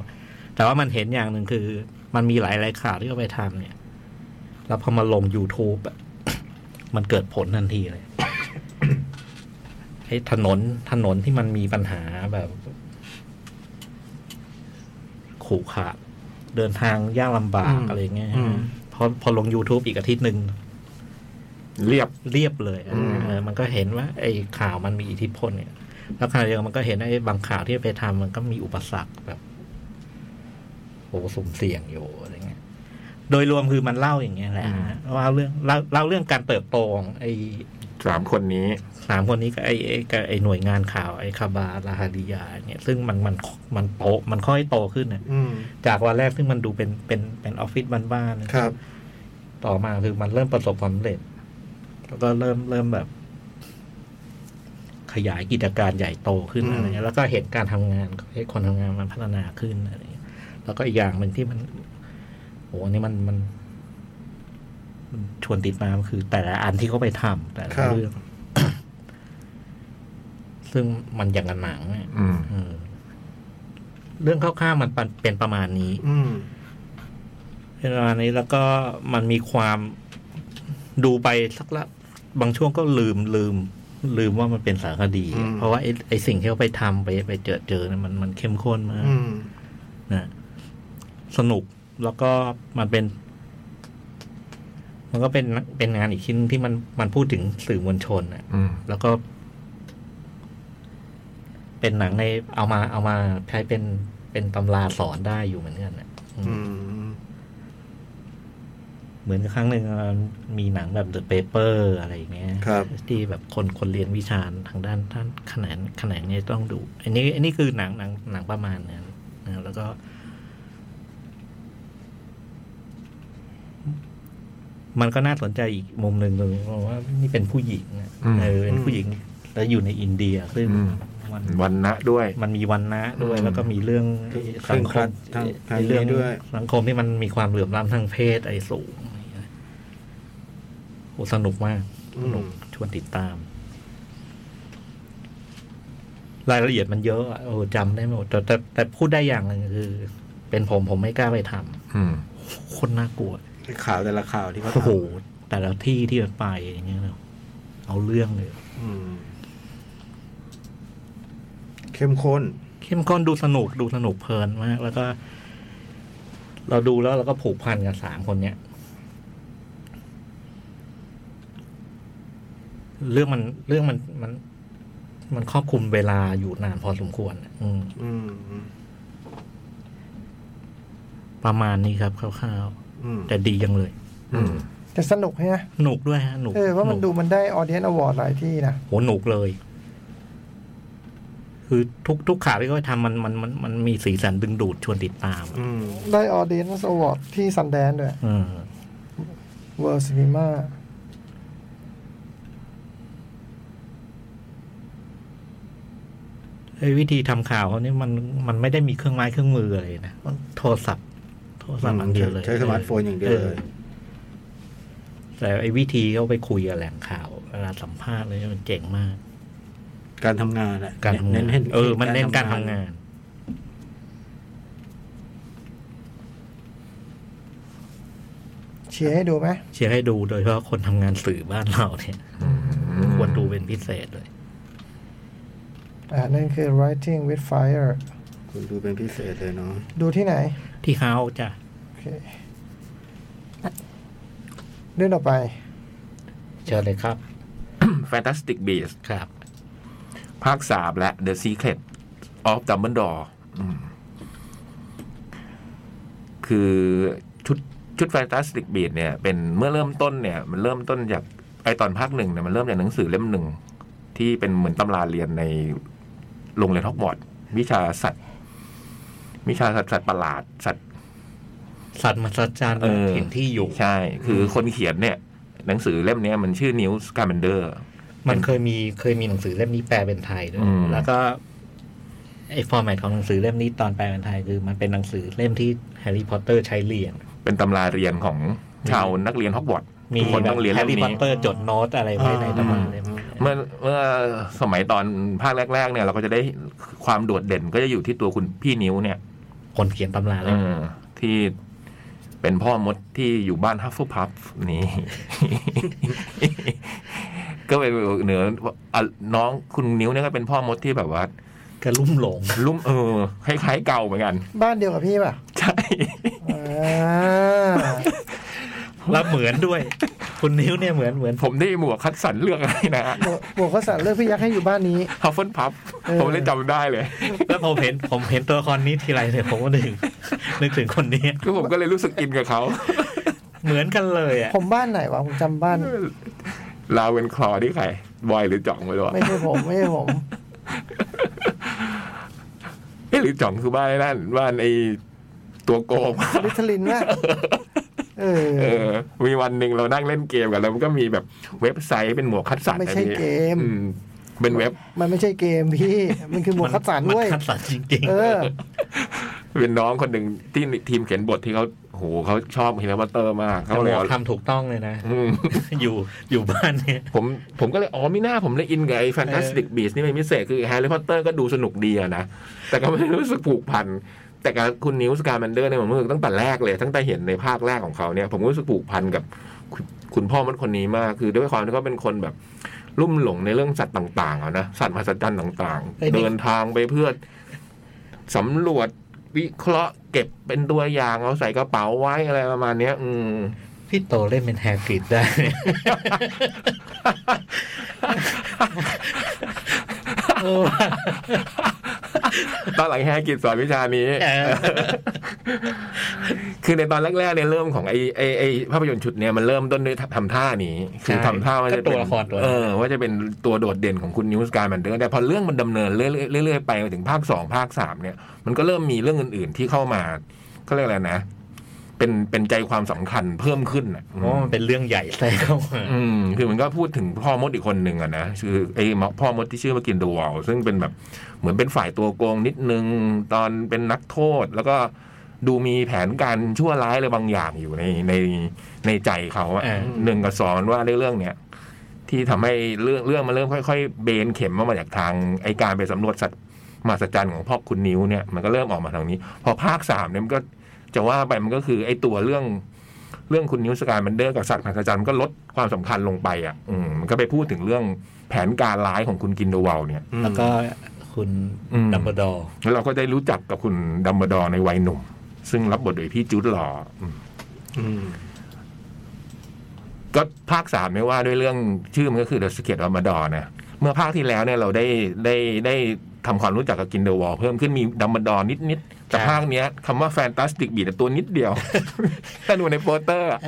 แต่ว่ามันเห็นอย่างหนึ่งคือ มันมีหลายรายข่าวที่เขาไปทำเนี่ย แล้วพอมาลง YouTube อะ มันเกิดผลทันทีเลย ไอ้ถนนถนนที่มันมีปัญหาแบบขู่ขาดเดินทางยากลำบาก อืม อะไรเงี้ย อืม พอพอลง YouTube อีกอาทิตย์หนึ่ง เรียบ เรียบเลยอะ อืม เออมันก็เห็นว่า ไอ้ข่าวมันมีอิทธิพลเนี่ย แล้วขณะเดียวกันมันก็เห็นไอ้บางข่าวที่ไปทำมันก็มีอุปสรรคแบบโอ้สุ่มเสี่ยงอยู่อะไรเงี้ย โดยรวมคือมันเล่าอย่างเงี้ยแหละฮะเล่าเรื่องเล่าเล่าเรื่องการเติบโตของไอ้ สามคนนี้ สามคนนี้กับไอ้ไอ้กับไอ้หน่วยงานข่าวไอ้คาบาลาฮาดิยาเนี่ยซึ่งมันมันมันโตมันค่อยโตขึ้นน่ะ อืม จากวันแรกซึ่งมันดูเป็นเป็นเป็นออฟฟิศบ้านๆนะครับ ต่อมาคือมันเริ่มประสบความสำเร็จ แล้วก็เริ่มเริ่มแบบ ขยายกิจการใหญ่โตขึ้น อืม อะไรเงี้ยแล้วก็เห็นการทำงานของไอ้คนทำงานมันพัฒนาขึ้นอะไรเงี้ยแล้วก็อีกอย่างหนึ่งที่มันโหอันนี้มันมันมันชวนติดตามคือ แต่ละอันที่เขาไปทำแต่ละ ครับ เรื่อง ซึ่งมันอย่างกับหนังเนี่ย อืม เออเรื่องคร่าวๆมันเป็นประมาณนี้ อืม เป็นประมาณนี้แล้วก็มันมีความดูไปสักละ บางช่วงก็ลืมลืม ลืมว่ามันเป็นสารคดี อืม เพราะว่าไอ้ไอสิ่งที่เขาไปทำไปไปเจอเจอเนี่ยมันมันเข้มข้นมาก อืม นะสนุกแล้วก็มันเป็น มันก็เป็นเป็นงานอีกชิ้นที่มันมันพูดถึงสื่อมวลชนน่ะ อืม แล้วก็ เป็นหนังในเอามาเอามาใช้เป็นเป็นตำราสอนได้อยู่เหมือนกันน่ะอืม อืม เหมือนครั้งหนึ่งมีหนังแบบ The Paper อะไรอย่างเงี้ย ครับ ที่แบบคนคนเรียนวิชาทางด้านด้านแขนงแขนงเนี่ยต้องดู อันนี้ อันนี้คือหนังหนังหนังประมาณนั้นนะแล้วก็ มันก็น่าสนใจอีกมุมหนึ่งเลยเพราะว่านี่เป็นผู้หญิงนะ อืม เออเป็นผู้หญิง แล้วอยู่ในอินเดียซึ่ง อืม มัน วันนะด้วย มันมีวันนะด้วย อืม แล้วก็มีเรื่อง เคร่งครัดทางทางนี้ เรื่อง ด้วย สังคมที่มันมีความเหลื่อมล้ำทางเพศไอ้สูงอะไรอย่างเงี้ยโอ้สนุกมากสนุกชวนติดตาม รายละเอียดมันเยอะอะโอ้จำได้ไม่หมดแต่แต่แต่พูดได้อย่างหนึ่งคือ เป็นผมผมไม่กล้าไปท อืม ำโคนน่ากลัว ข่าวแต่ละข่าวที่เขาทำ โอ้โหแต่ละที่ที่มันไปอย่างเงี้ยนะเอาเรื่องเลย อืมเข้มข้น เข้มข้นดูสนุกดูสนุกเพลินมาก แล้วก็ เราดูแล้วเราก็ผูกพันกับสามคนเนี้ยเรื่องมันเรื่องมันมัน มันครอบคลุมเวลาอยู่นานพอสมควรน่ะอืม อืม ประมาณนี้ครับคร่าว อืม ๆแต่ดีจังเลย อืม แต่สนุกใช่ไหม หนุกด้วยฮะหนุก เออว่ามัน ห ดู ก มันได้ออเดียนอวอร์ดหลายที่นะ โหหนุกเลย คือทุกทุกข่าวที่เขาไปทำมันมันมันมันมีสีสันดึงดูดชวนติดตามอะ อืม ได้ออเดียนอวอร์ดที่ซันแดนด้วย เออ เวิร์ซีนีมา ไอ้วิธีทำข่าวเขานี่มันมันไม่ได้มีเครื่องไม้เครื่องมืออะไรนะมันโทรศัพท์ โทรศัพท์อันเดียวเลย ใช้สมาร์ทโฟนอย่างเดียวเลย แต่ไอ้วิธีเขาไปคุยกับแหล่งข่าวเวลาสัมภาษณ์เลยมันเจ๋งมาก การทำงานอะ การทำงาน เให้ เออ มันเน้นการทำงาน เชียร์ให้ดูไหม เชียร์ให้ดูโดยเฉพาะคนทำงานสื่อบ้านเราเนี่ยควรดูเป็นพิเศษเลย อ่านั่นคือ writing with fire คุณดูเป็นพิเศษเลยเนาะ ดูที่ไหน ที่เขาจะ โอเค เรื่องต่อไป เชิญเลยครับ Fantastic Beasts ครับ ภาคสามและ The Secret of Dumbledore อืมคือชุดชุด Fantastic Beasts เนี่ย เป็นเมื่อเริ่มต้นเนี่ย มันเริ่มต้นจากไอตอนภาคหนึ่งเนี่ย มันเริ่มจากหนังสือเล่มหนึ่ง ที่เป็นเหมือนตำราเรียนในโรงเรียนฮอกวอตส์วิชาสัตว์ วิชาสัตว์สัตว์ประหลาด สัตว์ สัตว์มหัศจรรย์ เออ ถิ่นที่อยู่ ใช่ คือคนเขียนเนี่ย หนังสือเล่มเนี้ยมันชื่อ News Carpenter มันเคยมีเคยมีหนังสือเล่มนี้แปลเป็นไทยด้ว อื ย ม แล้วก็ไอ้ฟอร์แมตของหนังสือเล่มนี้ตอนแปลเป็นไทยคือมันเป็นหนังสือเล่มที่แฮร์รี่พอตเตอร์ใช้เรียน เป็นตำราเรียนของชาวนักเรียนฮอกวอตส์ มี ทุกคนต้องเรียน แฮ เรื่ ร์ องนี้ รี่พอตเตอร์จดโน้ตอะไรไว้ในตำราเลย เมื่อเมื่อสมัยตอนภาคแรก ๆ เนี่ย เราก็จะได้ความโดดเด่นก็จะอยู่ที่ตัวคุณพี่นิ้วเนี่ย คนเขียนตำราเล เอย อที่เป็นพ่อมดที่อยู่บ้านฮัฟเฟิลพัฟนี่ ก็เป็นเหนืออ่ะน้องคุณนิ้วเนี่ยก็เป็นพ่อมดที่แบบว่า ก็ลุ่มหลง ลุ่มเออคล้ายๆเก่าเหมือนกัน บ้านเดียวกับพี่ป่ะ ใช่ อ่า แล้วเหมือนด้วย คุณนิ้วเนี่ยเหมือนเหมือน ผมได้หมวกคัดสันเลือกให้นะ บวกบวกเขาสั่งเลือกพี่ยักษ์ให้อยู่บ้านนี้ ฮัฟเฟิลพัฟ เออ ผมเลยจำได้เลย แล้วผมเห็นผมเห็นตัวละครนี้ทีไรเนี่ยผมก็นึกนึกถึงคนนี้ คือผมก็เลยรู้สึกอินกับเขา เหมือนกันเลยอ่ะ ผมบ้านไหนวะผมจำบ้าน ลาเวนคลอที่ใครบอยหรือจ่องไม่รู้อะ ไม่ใช่ผมไม่ใช่ผม เอ๊ะหรือจ่องคือบ้านไอ้นั่นบ้านไอตัวโกง ลิทลินน่ะเออ เออ มีวันหนึ่งเรานั่งเล่นเกมกันแล้วมันก็มีแบบเว็บไซต์เป็นหมวกคัดสรร ไม่ใช่ อันนี้ เกม อืเป็นเว็บ มันไม่ใช่เกมพี่ มันคือหมวกคัดสรรด้วย มันคัดสรรจริง เออ เป็นน้องคนหนึ่งที่ทีมเขียนบทที่เขาโหเขาชอบฮิลเบอร์เตอร์มาก ๆ เขาเลยเอา ทำถูกต้องเลยนะ อืม อยู่อยู่บ้านเนี่ย ผมผมก็เลยอ๋อมิน่าผมเลยอินกับไอ้ Fantastic Beasts นี่เป็นพิเศษคือแฮร์รี่พอตเตอร์ก็ดูสนุกดีอะนะ แต่ก็ไม่ได้รู้สึกผูกพัน แต่การคุณนิวสการแมนเดอร์เนี่ยผมรู้สึกตั้งแต่แรกเลย ตั้งแต่เห็นในภาคแรกของเขาเนี่ย ผมก็รู้สึกผูกพันกับคุณคุณพ่อมดคนนี้มาก คือด้วยความที่เขาเป็นคนแบบลุ่มหลงในเรื่องสัตว์ต่างๆอะนะสัตว์มหัศจรรย์ต่าง ไอ้ ๆ นี่ เดินทางไปเพื่อสำรวจวิเคราะห์เก็บเป็นตัวอย่างเอาใส่กระเป๋าไว้อะไรประมาณเนี้ย อืม พี่โตเล่นเป็นแฮร์กริดได้ เออว่ะ ตอนหลังแฮร์กิจสอนวิชานี้ เออ คือในตอนแรกๆเนี่ยเริ่มของไอ้ไอ้ไอ้ภาพยนตร์ชุดเนี่ยมันเริ่มต้นด้วยทำท่านี้ คือทำท่าว่า ก็ จะ ตั เป็ วน ละครตัว เออว่าจะเป็นตัวโดดเด่นของคุณนิวส์การ์แมนเดอร์แต่พอเรื่องมันดำเนินเรื่อยๆเรื่อยๆไปถึงภาคสองภาคสามเนี่ย มันก็เริ่มมีเรื่องอื่น ๆ ที่เข้ามาเขาเรียกอะไรนะ เป็นเป็นใจความสำคัญเพิ่มขึ้นอ่ะ เพราะว่ามันเป็นเรื่องใหญ่ แทรกเข้ามา อืมคือมันก็พูดถึงพ่อมดอีกคนหนึ่งอะนะคือไอ้พ่อมดที่ชื่อมากินเดอะวอลซึ่งเป็นแบบเหมือนเป็นฝ่ายตัวโกงนิดนึงตอนเป็นนักโทษแล้วก็ดูมีแผนการชั่วร้ายอะไรบางอย่างอยู่ในในในใจเขาอะหนึ่งกับสองมันว่าในเรื่องเนี้ยที่ทำให้เรื่องเรื่องมันเริ่มค่อย ๆ เบนเข็มออกมาจากทางไอการไปสำรวจสัตว์มหัศจรรย์ของพ่อคุณนิ้วเนี่ยมันก็เริ่มออกมาทางนี้ พอภาคสามเนี่ยมันก็จะว่าไปมันก็คือไอตัวเรื่อง เรื่องคุณนิวสการแมนเดอร์กับศักดิ์นักจันทร์ก็ลดความสำคัญลงไปอ่ะ อืมมันก็ไปพูดถึงเรื่องแผนการร้ายของคุณกินโดวัลเนี่ย แล้วก็คุณ อืม ดัมเบลดอร์ แล้วเราก็ได้รู้จักกับคุณดัมเบลดอร์ในวัยหนุ่ม ซึ่งรับบทโดยพี่จูดหลออืมก็ภาคสามไม่ว่าด้วยเรื่องชื่อมันก็คือ The Secret of Dumbledore นะเมื่อภาคที่แล้วเนี่ยเราได้ได้ได้ทำความรู้จักกับกินเดอะวอลเพิ่มขึ้นมีดัมเบลดอร์นิดๆแต่ภาคเนี้ยคำว่าแฟนตาสติกบีดตัวนิดเดียว ถ้าดูในโปสเตอร์อะ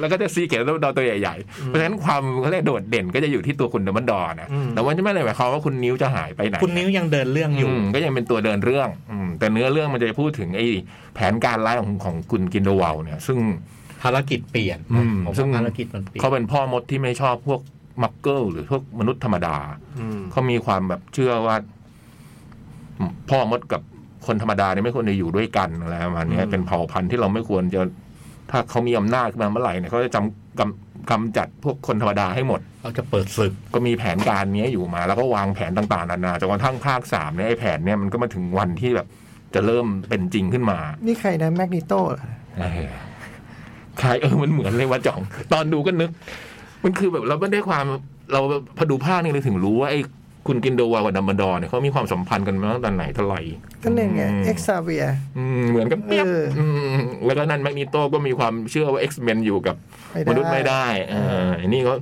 แล้วก็จะซีเกตดัมเบลดอร์ตัวใหญ่ๆ เพราะฉะนั้นความเขาเรียกโดดเด่นก็จะอยู่ที่ตัวคุณดัมเบลดอร์นะ อืม แต่ว่าไม่ได้หมายความว่าคุณนิ้วจะหายไปไหน คุณนิ้วยังเดินเรื่องอยู่ มก็ยังเป็นตัวเดินเรื่องอืมแต่เนื้อเรื่องมันจะพูดถึงไอ้แผนการร้ายของของคุณกินโดวัลเนี่ย ซึ่ง ภารกิจเปลี่ยน อืม ผม ซึ่ง ว่าภารกิจมันเปลี่ยน เขาเป็นพ่อมดที่ไม่ชอบพวกมักเกิลหรือพวกมนุษย์ธรรมดา อืม เขามีความแบบเชื่อว่า พ่อมดกับคนธรรมดาเนี่ยไม่ควรจะอยู่ด้วยกันอะไรประมาณเนี้ย อืม เป็นเผ่าพันธุ์ที่เราไม่ควรจะ ถ้าเขามีอำนาจขึ้นมาเมื่อไหร่เนี่ยเขาจะจำกำกำจัดพวกคนธรรมดาให้หมด เขาจะเปิดศึก ก็มีแผนการเนี้ยอยู่มา แล้วก็วางแผนต่างๆนานาจนกระทั่งภาคสามเนี่ยไอ้แผนเนี่ยมันก็มาถึงวันที่แบบ จะเริ่มเป็นจริงขึ้นมา นี่ใครนะแมกนิโตเหรอ เออคล้ายเออมันเหมือนเลยว่าจ่อง ตอนดูก็นึก มันคือแบบเราไม่ได้ความเราพอดูภาคนี่เลยถึงรู้ว่าไอ้คุณกินโดวากับดัมเบลดอร์เนี่ยเขามีความสัมพันธ์กันมาตั้งแต่ไหนเท่าไหร่ ก็เนี่ยไง ม เอ็กซาเวีย อืมเหมือนกันเปียบ เอออื มแล้วก็นั่นแมกนิโตก็มีความเชื่อว่าเอ็กซ์เมนอยู่กับ มนุษย์ไม่ได้เอออันนี้เขา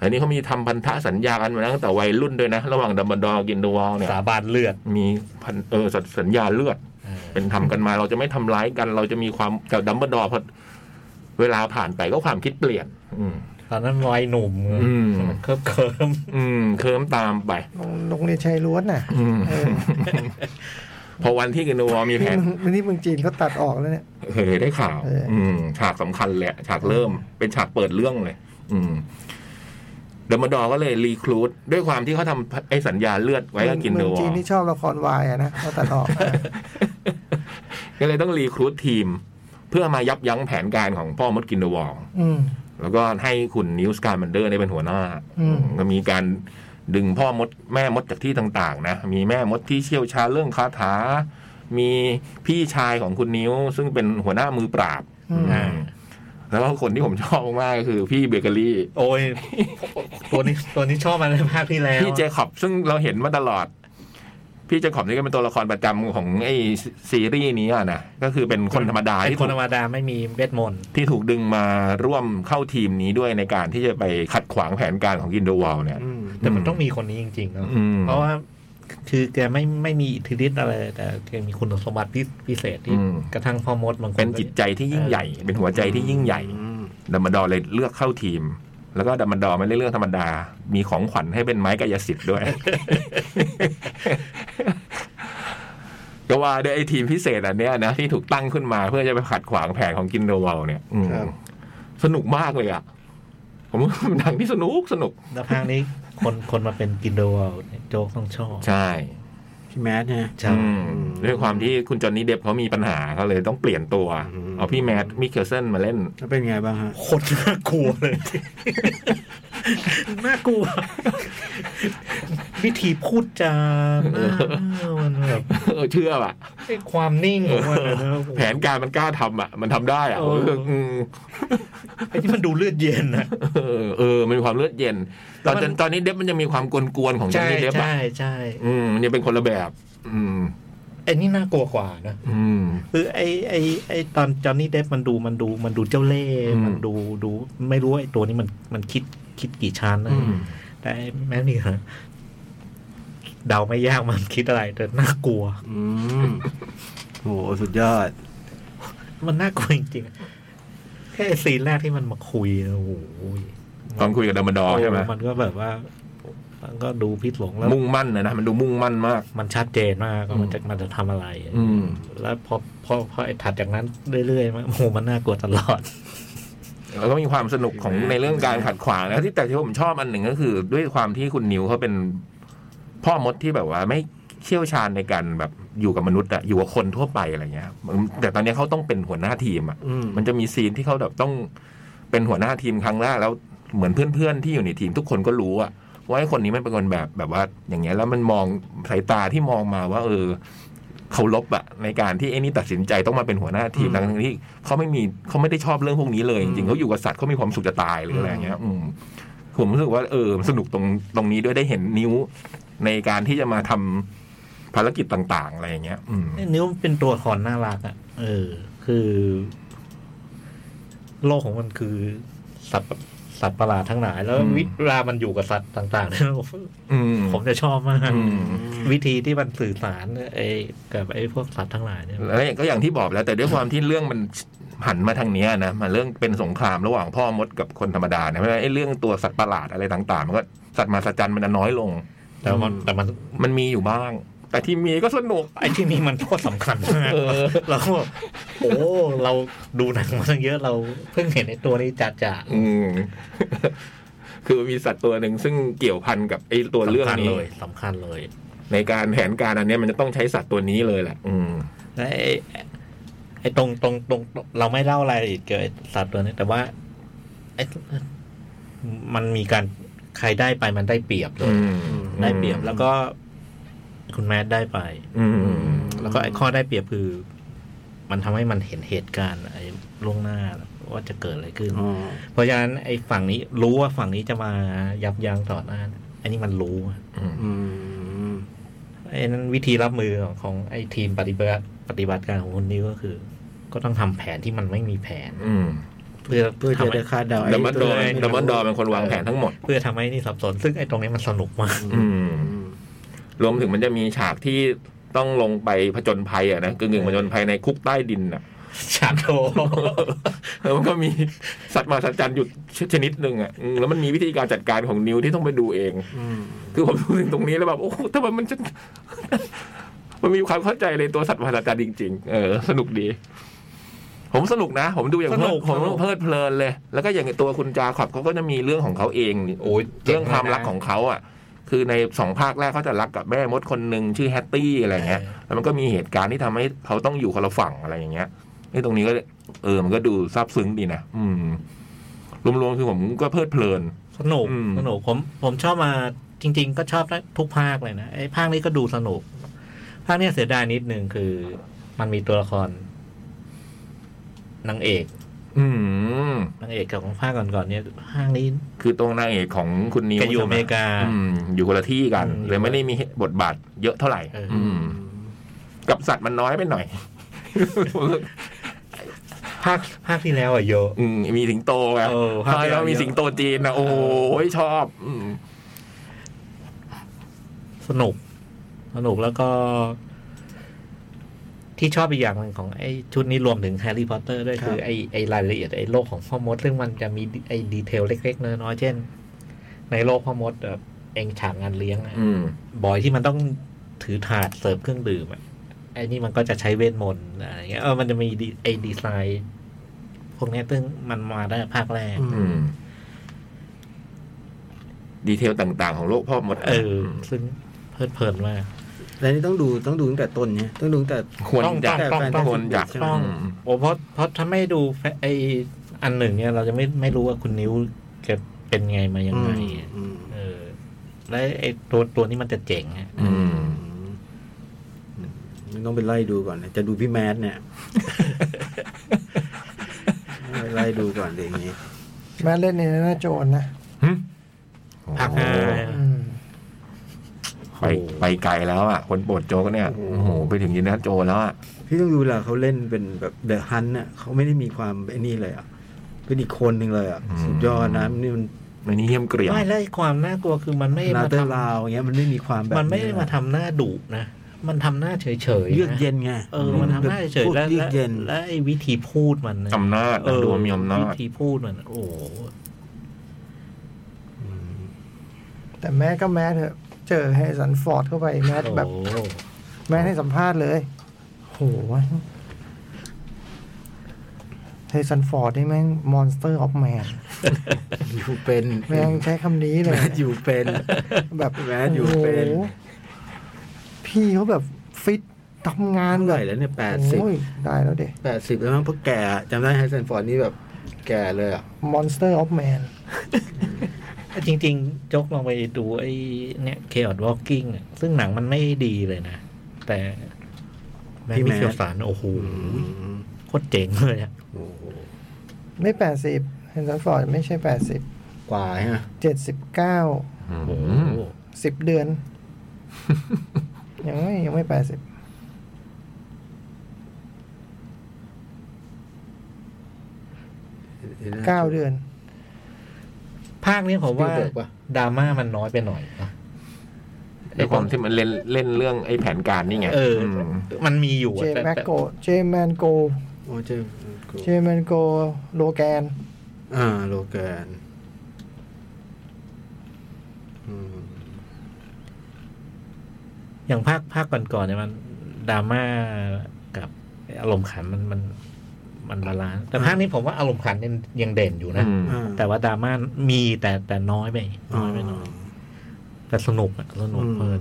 อันนี้เขามีทำพันธสัญญากันมาตั้งแต่วัยรุ่นด้วยนะ ระหว่างดัมเบลดอร์กินดูวอลเนี่ย สาบานเลือด มีพันเออสัญสัญญาเลือด เออ เป็นทำกันมาเราจะไม่ทำร้ายกัน เราจะมีความแต่ดัมเบลดอร์พอเวลาผ่านไปก็ความคิดเปลี่ยน อืม ตอนนั้นวัยหนุ่ม อืม เคิบเคิม อืมเคิมตามไป โรงโรงเรียนชายล้วนน่ะ อืม เออ พอวันที่กินดูวอลมีแผ นี่ น มึงนี่มึงจีนเขาตัดออกแล้วเนี่ย เฮ้ยได้ข่าว เอออื อืมฉากสำคัญแหละ ฉากเริ่มเป็นฉากเปิดเรื่องเลย อืมดัมเบลดอร์ก็เลยรีครูดด้วยความที่เขาทำไอ้สัญญาเลือดไว้กับกิน เมื ดู อง วอ จีน ล ที่ชอบละครวายอะนะเขาตัดออก นะ ก็เลยต้องรีครูททีม เพื่อมายับยั้งแผนการของพ่อมดกินเดอะวอล อืม แล้วก็ให้คุณนิวส์การ์มันเดอร์ได้เป็นหัวหน้า อืม ก็มีการดึงพ่อมดแม่มดจากที่ต่างๆ นะ มีแม่มดที่เชี่ยวชาญเรื่องคาถา มีพี่ชายของคุณนิ้ว ซึ่งเป็นหัวหน้ามือปราบ อืม อืมแล้วก็คนที่ผมชอบมากๆก็คือพี่เบเกอรี่ โอ้ย ตัวนี้ตัวนี้ชอบมาในภาคที่แล้ว พี่เจคอบซึ่งเราเห็นมาตลอด พี่เจคอบนี่ก็เป็นตัวละครประจำของไอ้ซีรีส์นี้อะนะก็คือเป็นคนธรรมดา เป็ ที่ นคนธ ถู ร ก รมดาไม่มีเวทมนต์ ที่ถูกดึงมาร่วมเข้าทีมนี้ด้วยในการที่จะไปขัดขวางแผนการของอินโดวอลเนี่ย อืม แต่มัน อืม ต้องมีคนนี้จริงๆเนอะ อืม เพราะว่าคือแกไม่ไม่มีอิทธิฤทธิ์อะไร แต่แกมีคุณสมบัติที่พิเศษที่ อืม กระทั่งพ่อมดบางคน เป็น ก็ จิตใจที่ยิ่งใหญ่ เป็นหัวใจที่ยิ่งใหญ่ดัมบลดอร์เลยเลือกเข้าทีม แล้วก็ดัมบลดอร์ไม่ได้เลือกธรรมดา มีของขวัญให้เป็นไม้กายสิทธิ์ ด้วย ก็ว่าด้วยไอ้ทีมพิเศษอันเนี้ยนะที่ถูกตั้งขึ้นมาเพื่อจะไปขัดขวางแผนของกินโดวอลเนี่ยอืม ครับ สนุกมากเลยอ่ะ ผมว่าเป็นหนังที่สนุกสนุก แล้วภาคนี้คนคนมาเป็นกินโดวอลเนี่ยโจ๊กต้องชอบ ใช่ พี่แมสเนี่ย ใช่ อืมด้วยความที่คุณจอห์นนี่เดฟเขามีปัญหาเขาเลยต้องเปลี่ยนตัว อืม เอาพี่แมทมิคเคลเซนมาเล่น แล้วเป็นไงบ้างฮะ โคตรน่ากลัวเลย น่ากลัว วิธีพูดจาหน้ามันแบบ เออเชื่อป่ะ ไอ้ความนิ่งของมันอะนะ แผนการมันกล้าทำอ่ะ มันทำได้อ่ะ เออ เอออืม ไอ้ที่มันดูเลือดเย็นนะ เออเออ มันมีความเลือดเย็น ตอน มัน ตอนนี้เดฟมันจะมีความกวนๆของจอ ใช่ ห์นนี่เดฟอ่ะ ใช่ใช่ อืมมันจะเป็นคนละแบบ อืม ไอ้นี่น่ากลัวกว่านะ อืม คือไอ้ไอ้ไอ้ตอนจอห์นนี่เดฟมันดูมันดูมันดูเจ้าเล่ห์ อืม มันดูดูไม่รู้ว่าไอ้ตัวนี้มันมันคิดคิดกี่ชั้นนะ อืม แต่ไอ้แม่นี่ฮะเดาไม่ยากมันคิดอะไรแต่น่ากลัว อืมโหสุดยอด มันน่ากลัวจริงๆแค่ไอ้ซีนแรกที่มันมาคุยนะโอ้โห ตอนคุยกับดัมเบลดอร์ใช่ไหม มันก็แบบว่า มันก็ดูพิษหลงแล้ว มุ่งมั่นนะนะ มันดูมุ่งมั่นมาก มันชัดเจนมากว่ามันจะมันจะทำอะไร อืม แล้วพอพอพอไอ้ถัดจากนั้นเรื่อยๆมันโอ้โหมันน่ากลัวตลอด แล้วก็มีความสนุกของในเรื่องการขัดขวางนะที่แต่ที่ผมชอบอันหนึ่งก็คือ ด้วยความที่คุณนิวเขาเป็นพ่อมดที่แบบว่าไม่เชี่ยวชาญในการแบบอยู่กับมนุษย์อะอยู่กับคนทั่วไปอะไรเงี้ยแต่ตอนนี้เขาต้องเป็นหัวหน้าทีมอะ อืม มันจะมีซีนที่เขาแบบต้องเป็นหัวหน้าทีมครั้งแรกแล้วเหมือนเพื่อนๆที่อยู่ในทีมทุกคนก็รู้อะว่าไอ้คนนี้มันเป็นคนแบบแบบว่าอย่างเงี้ยแล้วมันมองสายตาที่มองมาว่า เออเขาลบอะในการที่ไอ้นี่ตัดสินใจต้องมาเป็นหัวหน้าทีม อืม ทั้งๆที่เขาไม่มีเขาไม่ได้ชอบเรื่องพวกนี้เลยจ อื ริงๆมเขาอยู่กับสัตว์เขามีความสุขจะตายหรืออะไรอย่างเงี้ย อืมผมรู้สึกว่าเออสนุกตรงตรงนี้ด้วยได้เห็นนิ้วในการที่จะมาทำภารกิจต่าง ๆ อะไรอย่างเงี้ย อืม นิ้วเป็นตัวถอนน่ารักอ่ะเออ คือ โลกของมันคือ สัตว์สัตว์ประหลาดทั้งหลาย แล้ว อืม วิเวลามันอยู่กับสัตว์ต่างๆเนี่ย ผม อืม ผมจะชอบมาก อืม วิธีที่มันสื่อสารไอ้กับไอ้พวกสัตว์ทั้งหลายเนี่ย แล้วก็อย่างที่บอกแล้วแต่ด้วยความที่เรื่องมันหันมาทางเนี้ยนะมันเรื่องเป็นสงครามระหว่างพ่อมดกับคนธรรมดาเนี่ยเพราะฉะนั้นไอ้เรื่องตัวสัตว์ประหลาดอะไรต่างๆ มันก็สัตว์มาสจันมันจะน้อยลง แต่มัน อืม แต่มัน มันมีอยู่บ้าง แต่ที่มีก็สนุก ไอ้ที่นี่มันโคตรสำคัญมากเราก็แบบโอ้เราดูหนังมาตั้งเยอะเราเพิ่งเห็นไอ้ตัวนี้จัดจ่า อืม คือมีสัตว์ตัวหนึ่งซึ่งเกี่ยวพันกับไอ้ตัวเรื่อง สำคัญ นี้ เลยสำคัญเลย ในการแผนการอันเนี้ยมันจะต้องใช้สัตว์ตัวนี้เลยแหละอืม และไอ้ไอ้ไอ้ตรงตรงตรงตรงเราไม่เล่ารายละเอียดเกี่ยวกับสัตว์ตัวนี้แต่ว่าไอ้มันมีการใครได้ไปมันได้เปรียบเล อื ย ม ได้เปรียบแล้วก็ คุณแมทได้ไป อืม แล้วก็ไอ้ข้อได้เปรียบคือ มันทำให้มันเห็นเหตุการณ์ไอ้ล่วงหน้าว่าจะเกิดอะไรขึ้น อ๋อ เพราะฉะนั้นไอ้ฝั่งนี้รู้ว่าฝั่งนี้จะมายับยั้งต่อหน้าอันนี้มันรู้อะ อืม ไอ้นั้นวิธีรับมือของของไอ้ทีมปฏิบัติปฏิบัติการของคุณนิวก็คือ ก็ต้องทำแผนที่มันไม่มีแผน อืม เพื่อ เพื่อจะ ทำให้ ได้คาดเดาไอ้ ดัมเบิลด ตั อ ว ร์ นี้ ดัมเบิลดอร์เป็นคนวางแผนทั้งหมด เพื่อทำให้นี่สับสน ซึ่งไอ้ตรงนี้มันสนุกมาก อืม อืม รวมถึงมันจะมีฉากที่ต้องลงไปผจญภัยอ่ะนะกึ่งกึ่งๆผจญภัยในคุกใต้ดินอ่ะ ฉากโต แล้วมันก็มีสัตว์มาสัจจันอยู่ชนิดหนึ่งอ่ะอืมแล้วมันมีวิธีการจัดการของนิวที่ต้องไปดูเอง อืม คือผมดูถึงตรงนี้แล้วแบบโอ้โหทำไมมัน จะ มันมีความเข้าใจในตัวสัตว์มาสัจจันจริง ๆ เออ สนุกดี ผมสนุกนะ ผมดูอย่างเพลิดผมเพลิดเพลินเลย แล้วก็อย่างตัวคุณจาขอบเขาก็จะมีเรื่องของเขาเองนี่ โอ้ย เรื่องความรักของเขาอ่ะ คือในสองภาคแรกเขาจะรักกับแม่มดคนหนึ่งชื่อแฮตตี้อะไรเงี้ย แล้วมันก็มีเหตุการณ์ที่ทำให้เขาต้องอยู่คนละฝั่งอะไรอย่างเงี้ยไอ้ตรงนี้ก็ เออ มันก็ดูซาบซึ้งดีนะ อืม รวมๆคือผมก็เพลิดเพลิน สนุก อืม สนุกผมผมชอบมาจริง ๆ ก็ชอบทุกภาคเลยนะไอ้ภาคนี้ก็ดูสนุก ภาคเนี้ยเสียดายนิดนึงคือ มันมีตัวละครนางเอก อืม นางเอกของภาคก่อนๆเนี่ยภาคนี้ คือตรงนางเอกของคุณนิว แกอยู่ ใช่ไห อเมริกา อืมอยู่คนละที่กัน อืม เลยไม่ได้มีบทบาทเยอะเท่าไหร่ เอออื อืม กับสัตว์มันน้อยไปหน่อย ภาคภาคที่แล้วอ่ะเยอะ อืมมีสิงโตไง เออ ใช่แล้ว ภาพยาวๆ มีสิงโตจีนนะโอ้ยชอบ อืม สนุก สนุกแล้วก็ ที่ชอบอีกอย่างหนึ่งของไอ้ชุดนี้รวมถึงแฮร์รี่พอตเตอร์ด้วย ครับ คือไอ้ไอ้รายละเอียดไอ้โลกของพ่อมด ซึ่งมันจะมีไอ้ดีเทลเล็กๆน้อยๆเช่น ในโลกพ่อมดแบบเองฉากงานเลี้ยงอะ อืม บอยที่มันต้องถือถาดเสิร์ฟเครื่องดื่มอะไอ้นี่มันก็จะใช้เวทมนต์อะไรเงี้ยเออมันจะมีดีไอ้ดีไซน์พวกเนี้ยซึ่งมันมาได้ภาคแรก อืม ดีเทลต่างๆ ของโลกพ่อมด เออ ซึ่งเพลิดเพลินมาก แล้วนี่ต้องดูต้องดูตั้งแต่ต้นเนี่ยต้องดูตั้งแต่ ควร ต้อง อยาก ต้องต้อง ควรอยาก ต้ ต้ อ อง ง ม โอ้เพราะเพราะถ้าไม่ดูไออันหนึ่งเนี่ย เราจะไม่ไม่รู้ว่าคุณนิ้วแกเป็นไงมายังไงอะ อืม เออ และไอตัวตัวนี้มันจะเจ๋งอะ อืม อืมมันต้องไปไล่ดูก่อนนะจะดูพี่แมทเนี่ย ไปไล่ดูก่อนเดี๋ยวอย่างนี้ แม้เล่นในหน้าโจรนะ ภาคห้า อืม ไปไปไกลแล้วอ่ะ คนโปรดโจกเนี่ย โอ้โห ไปถึงยินดีโจแล้วอ่ะ พี่ต้องดูเวลาเขาเล่นเป็นแบบเดอะฮันน่ะเขาไม่ได้มีความไอ้นี่เลยอ่ะเป็นอีกคนหนึ่งเลยอ่ะ อืม สุดยอดนะนี่มัน อันนี้เยี่ยมเกลียม ไม่แล้วไอ้ความน่ากลัวคือมันไม่ได้ นา มา เตอร์ ทำ ลาวอย่างเงี้ยมันไม่มีความแบบ มันไม่ได้มาทำหน้าดุนะ มันทำหน้าเฉยๆนะ เยือกเย็นไง เออ มันทำได้เฉย พว ๆ ก แล้ว เยือ และ กเย็น และไอ้วิธีพูดมันนะ อำนาจนะ เออ ดูว่ามีอำนาจ วิธีพูดมัน โอ้โห แต่แม้ก็แม้เถอะเจอแฮร์ริสันฟอร์ดเข้าไปแม้แบบ โอ้โห แม้ให้สัมภาษณ์เลยโหเฮสันฟอร์ดนี่แม่งมอนสเตอร์ออฟแมน อยู่เป็น แม่งใช้คำนี้เล แม ย ทอยู่เป็น แบบ แมนอยู่เป็น โอ้โหพี่เขาแบบฟิตทำงาน เท่า แบ ไห บ ร่แล้วเนี่ยแปดสิบ โอ้ยได้แล้วเด็ แปดสิบแล้วมั้งเพราะแก่จำได้ไฮเซนฟอร์ดนี่แบบแก่เลยอ่ะ มอนสเตอร์ออฟแมน จริง ๆ โจกลองไปดูไอ้เนี่ยเคออดวอลกิ้งซึ่งหนังมันไม่ดีเลยนะ แต่แม่ พี่แมท มิเชลสารโอ้โหโคตรเจ๋งเลยอะ โอ้โห ไม่แปดสิบเฮสันฟอร์ดไม่ใช่แปดสิบ กว่าใช่ไหม เจ็ดสิบเก้า อืม โอ้โห สิบเดือน ยังไม่ยังไม่แปดสิบเก้าเดือน ภาคเนี้ยผม ว่า ว่าดราม่ามันน้อยไปหน่อยนะ ด้วยความที่มันเล่นเล่นเรื่องไอ้แผนการนี่ไง เออ ม มันมีอยู่ เจมอะแต่ แมก แต่ โกเจมแมนโก โอ้เจม เจมแมนโกโลแกน อ่าโลแกนอืม อย่างภาคภาคก่อนๆเนี่ยมันดราม่ากับอารมณ์ขันมันมันมันบาลานซ์แต่ภาคนี้ผมว่าอารมณ์ขันยังยังเด่นอยู่นะ อืม อ่า แต่ว่าดราม่ามีแต่แต่น้อยไปน้อยไปหน่อยแต่สนุกอะสนุกเพลิน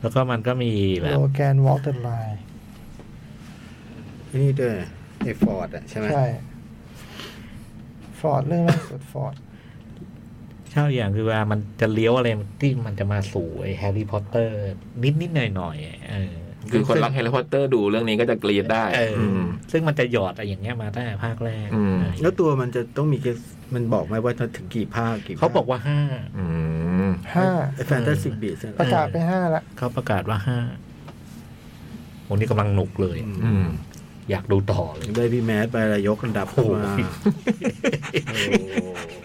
แล้วก็มันก็มีแบบ โลแกนวอลเตอร์ไลน์ ไอ้นี่ด้วยไอ้ฟอร์ดอ่ะใช่ไหม ใช่ ฟอร์ดเรื่องล่าสุดฟอร์ด เช่าอย่างคือว่ามันจะเลี้ยวอะไรที่มันจะมาสู่ไอ้แฮร์รี่พอตเตอร์นิดนิดหน่อยหน่อยๆเออ คือคนรักแฮร์รี่พอตเตอร์ดูเรื่องนี้ก็จะกรีดได้ เอออ ม ซึ่งมันจะหยอดอะไรอย่างเงี้ยมาตั้งแต่ภาคแรก อืม อะไรอย่างเงี้ย แล้วตัวมันจะต้องมีเกสมันบอกไหมว่าถึงกี่ภาคกี่ภค เขาบอกว่าห้า อืม ห้า ไอ้แฟนตาซีบีส ประกาศไปห้าละ เขาประกาศว่าห้าโอ้นี่กำลังหนุกเลย อืม อยากดูต่อเลย ได้พี่แมทไประยกอันดับเข้ามา โอ้โห โอ้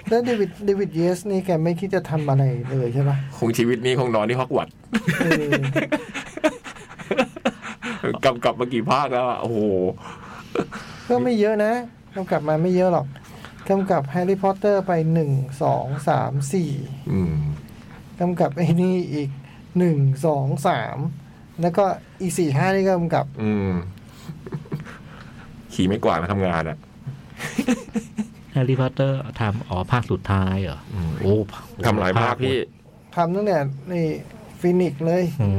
แล้วเดวิดเดวิดเยสนี่แกไม่คิดจะทำอะไรเลยใช่ปะ คงชีวิตนี้คงนอนที่ฮอกวอตส์ เออก ำกับมากี่ภาคแล้วอ่ะ โอ้โห ก็ไม่เยอะนะกำกับมาไม่เยอะหรอกกำกับแฮร์รี่พอตเตอร์ไปหนึ่งสองสามสี่ อืม กำกับไอ้นี่อีกหนึ่งสองสามแล้วก็อีสี่ห้านี่ก็กำกับ อืม ขี่ไม่กวาดมาทำงานอ่ะ แฮร์รี่พอตเตอร์ทำอ๋อภาคสุดท้ายเหรอ อืม โอ้ ทำหลายภาคพี่ ทำตั้งแต่นี่ฟินิกเลย อื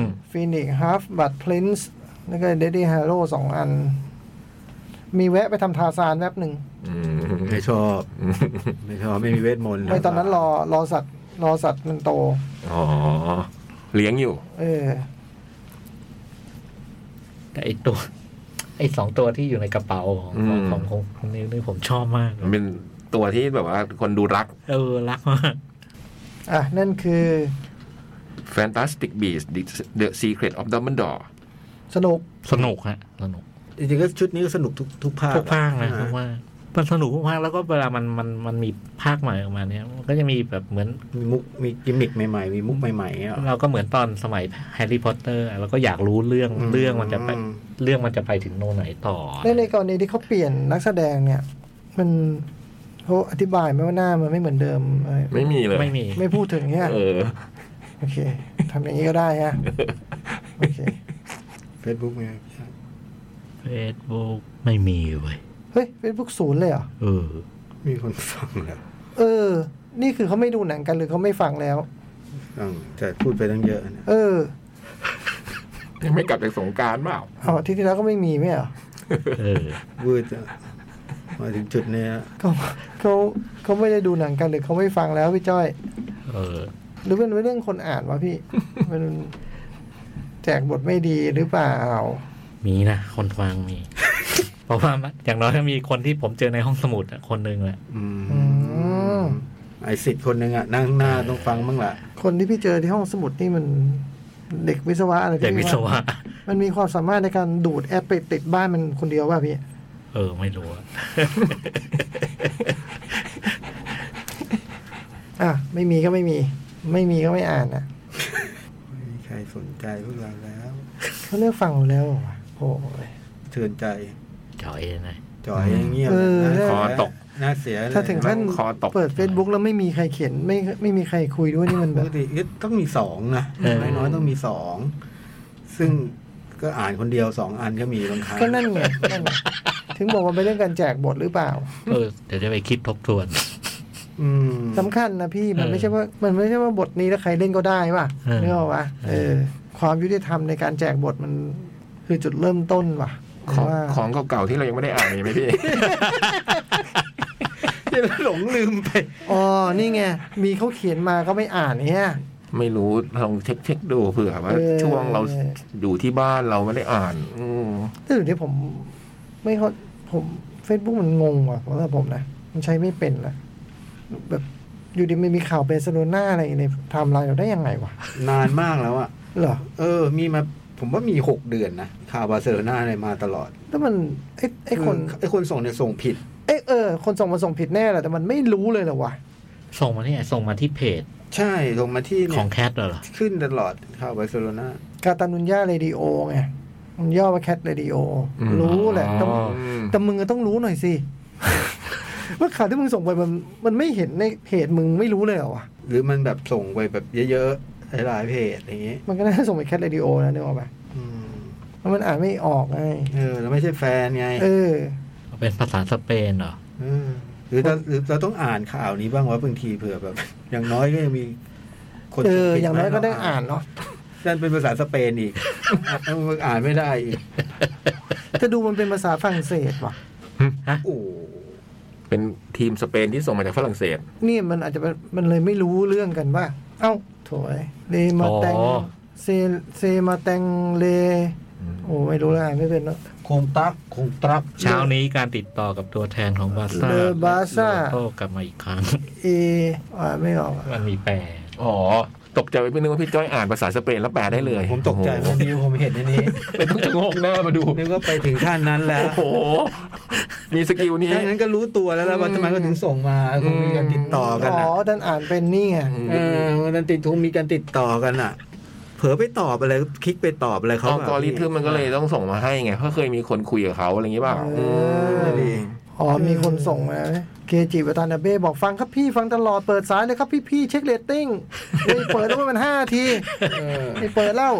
ม ฟินิกฮาร์ฟบัตพลินส์แล้วก็เดดดี้ฮาร์โลสองอัน มีแวะไปทำทาซานแวบหนึ่ง อืม ไม่ชอบ ไม่ชอบไม่มีเวทมนต์ ไม่ตอนนั้นรอรอสัตว์รอสัตว์มันโต อ๋อ เลี้ยงอยู่ เออ แต่ไอตัว ไอสองตัวที่อยู่ในกระเป๋าของ อืม ของของของนิ้วนี่ผมชอบมาก มันเป็นตัวที่แบบว่าคนดูรัก เออรักมาก อ่ะ นั่นคือ Fantastic Beasts The Secret of Dumbledore สนุก สนุกฮะสนุก จริงๆก็ชุดนี้ก็สนุกทุกทุกภาค ทุกภาคนะ ใช่ ทุก ไหม ภาคมันสนุกทุกภาคแล้วก็เวลามันมันมันมีภาคใหม่ออกมาเนี่ยมันก็จะมีแบบเหมือน มีมุกมีกิมมิกใหม่ๆ มีมุกใหม่ๆอ่ะ เราก็เหมือนตอนสมัยแฮร์รี่พอตเตอร์เราก็อยากรู้เรื่อง อืม เรื่องมันจะไปเรื่องมันจะไปถึงโนนไหนต่อ ในในกรณีที่เขาเปลี่ยนนักแสดงเนี่ย มันเขาอธิบายไหมว่าหน้ามันไม่เหมือนเดิมเออ ไม่มีเลย ไม่มี ไม่พูดถึงเนี่ย เออ โอเคทำอย่างนี้ก็ได้ฮะโอเค เฟซบุ๊กไง เฟซบุ๊กไม่มีเว้ย เฮ้ยเป็นพวกศูนย์เลยเหรอ เออ มีคนฟังแล้ว เออ นี่คือเขาไม่ดูหนังกันหรือเขาไม่ฟังแล้ว ฟังแต่พูดไปตั้งเยอะนะ เออ ยังไม่กลับจากสงกรารเปล่า เอาอาที่ที่แล้วก็ไม่มีไหมเหรอ เออ วืดอะมาถึงจุดเนี้ย เขาเขาเขาไม่ได้ดูหนังกันหรือเขาไม่ฟังแล้วพี่จ้อย เออ หรือเป็นเรื่องคนอ่านวะพี่ มันแจกบทไม่ดีหรือเปล่า มีนะ คนฟังมี เพราะว่ามันอย่างน้อยก็มีคนที่ผมเจอในห้องสมุดอะคนหนึ่งแหละ อืม อืม ไอสิทธิ์คนหนึ่งอ่ะ นั่งหน้าต้องฟังบ้างล่ะ คนที่พี่เจอที่ห้องสมุดนี่มันเด็กวิศวะอะไรพี่ เด็กวิศวะ มันมีความสามารถในการดูดแอปไปติดบ้านมันคนเดียวว่าพี่ เออ ไม่รู้อะ อ่ะ ไม่มีก็ไม่มี ไม่มีก็ไม่อ่านอ่ะ ไม่มีใครสนใจพวกเราแล้ว เขาเลือกฟังอยู่แล้วเหรอวะโอ้ย เทือนใจ จอยนะ จ่อยเงียบ เออ น่า คอตก น่าเสียเลย ถ้าถึงขั้น คอตก เปิด Facebook แล้วไม่มีใครเขียนไม่ไม่มีใครคุยด้วยนี่มัน ป แบบ กติเอ๊ะต้องมีสองนะ เออ น้อยๆต้องมีสอง ซึ่งก็อ่านคนเดียวสองอันก็มีบางครั้ง ก็นั่นไงนั่นไงถึงบอกว่าเป็นเรื่องการแจกบทหรือเปล่า เออ เดี๋ยวจะไปคิดทบทวน อืม สำคัญนะพี่มัน เออ ไม่ใช่ว่ามันไม่ใช่ว่าบทนี้แล้วใครเล่นก็ได้ป่ะ เออ นึกออกปะเออ ความยุติธรรมในการแจกบทมันคือจุดเริ่มต้นว่ะ ของ ว่า ของเก่าๆที่เรายังไม่ได้อ่านมีไหมพี่ หลงลืมไป อ๋อนี่ไงมีเขาเขียนมาก็ไม่อ่านเนี่ย ไม่รู้ลองเช็คเช็คดูเผื่อว่า เออ ช่วงเราอยู่ที่บ้านเราไม่ได้อ่าน อืม แต่เดี๋ยวนี้ผม ไม่เข้าผมเฟซบุ๊กมันงงว่ะสำหรับผมนะมันใช้ไม่เป็นนะแบบอยู่ดีมันมีข่าวเบสโลน่าอะไรในไทม์ไลน์เราได้ยังไงวะ นานมากแล้วอ่ะ เหรอ เออ มีมา ผมว่ามีหกเดือนนะ ข่าวบาร์เซโลนาอะไรมาตลอด แล้วมันไอ้ไอ้คน ไอ้คนส่งเนี่ยส่งผิด เอ้ยเออ คนส่งมาส่งผิดแน่แหละแต่มันไม่รู้เลยเหรอวะ ส่งมาที่ไหนส่งมาที่เพจ ใช่ส่งมาที่ ข เนี่ อง ย แคทเหรอ ขึ้นตลอดข่าวบาร์เซโลนาก าตานุญญาเรดิโอไงมันย่อว่าแคทเรดิโอรู้แหละแต่ อ๋อ แต่มึงก็ต้องรู้หน่อยสิ ว่าข่าวที่มึงส่งไปมันมันไม่เห็นในเพจมึงไม่รู้เลยเหรอวะ หรือมันแบบส่งไปแบบเยอะๆ หลายๆเพจอย่างงี้ มันก็น่าจะส่งไปแคทเรดิโอนะนึกออกปะ อืม แล้วมันอ่านไม่ออกไง เออเราไม่ใช่แฟนไง เออ เป็นภาษาสเปนเหรอ เออหรือเราหรือเราต้องอ่านข่าวนี้บ้างว่าบางทีเผื่อแบบ อย่างน้อยก็ยังมี เอ ส่ อ ผิม อย่างน้อย ให้ ก็ เร ได้อ่านเนาะ นั่นเป็นภาษาสเปนอีก อ่านไม่ได้อีก จะดูมันเป็นภาษาฝรั่งเศสว่ะ โอ้โห เป็นทีมสเปนที่ส่งมาจากฝรั่งเศส นี่มันอาจจะเป็นมันเลยไม่รู้เรื่องกันว่า เอ้าโถยเลมาแตง อ๋อ เซเซมาแตงเล โอ้ไม่รู้แล้วอ่านไม่เป็นเนาะ คงตักคงตัก เช้านี้การติดต่อกับตัวแทนของบาซ่า เออบาซ่า โต้กลับมาอีกครั้ง เออ่านไม่ออกอะ มันมีแปล อ๋อ ตกใจไปนึกว่าพี่จ้อยอ่านภาษาสเปนแล้วแปลได้เลย ผมตกใจผ โอ้ ม โห นิวผมเห็นในนี้ เป็นต้องชะโงกหน้ามาดู นึกว่าไปถึงขั้นนั้นแล้ว โอ้โห มีสกิลนี้ ถ้างั้นก็รู้ตัวแล้วแล้วว่าทำไมก็ถึงส่งมาคงมีการติดต่อกัน อ๋อ อ่ะ ดันอ่านเป็นนี่ไง เออมันติดคงมีการติดต่อกันอ่ะ เผลอไปตอบอะไรคลิกไปตอบอะไรเขา อัล แบบ กอริทึมมันก็เลยต้องส่งมาให้ไง เพราะเคยมีคนคุยกับเขาอะไรอย่างนี้เปล่า เออ นั่นเอง อ๋อมีคนส่งมาไหมเคจิวัตานาเบ้บอกฟังครับพี่ฟังตลอดเปิดสายเลยครับพี่พี่เช็คเรตติ้งเฮ้ยเปิดแล้วมันห้าที เออ ไม่เปิดแล้ว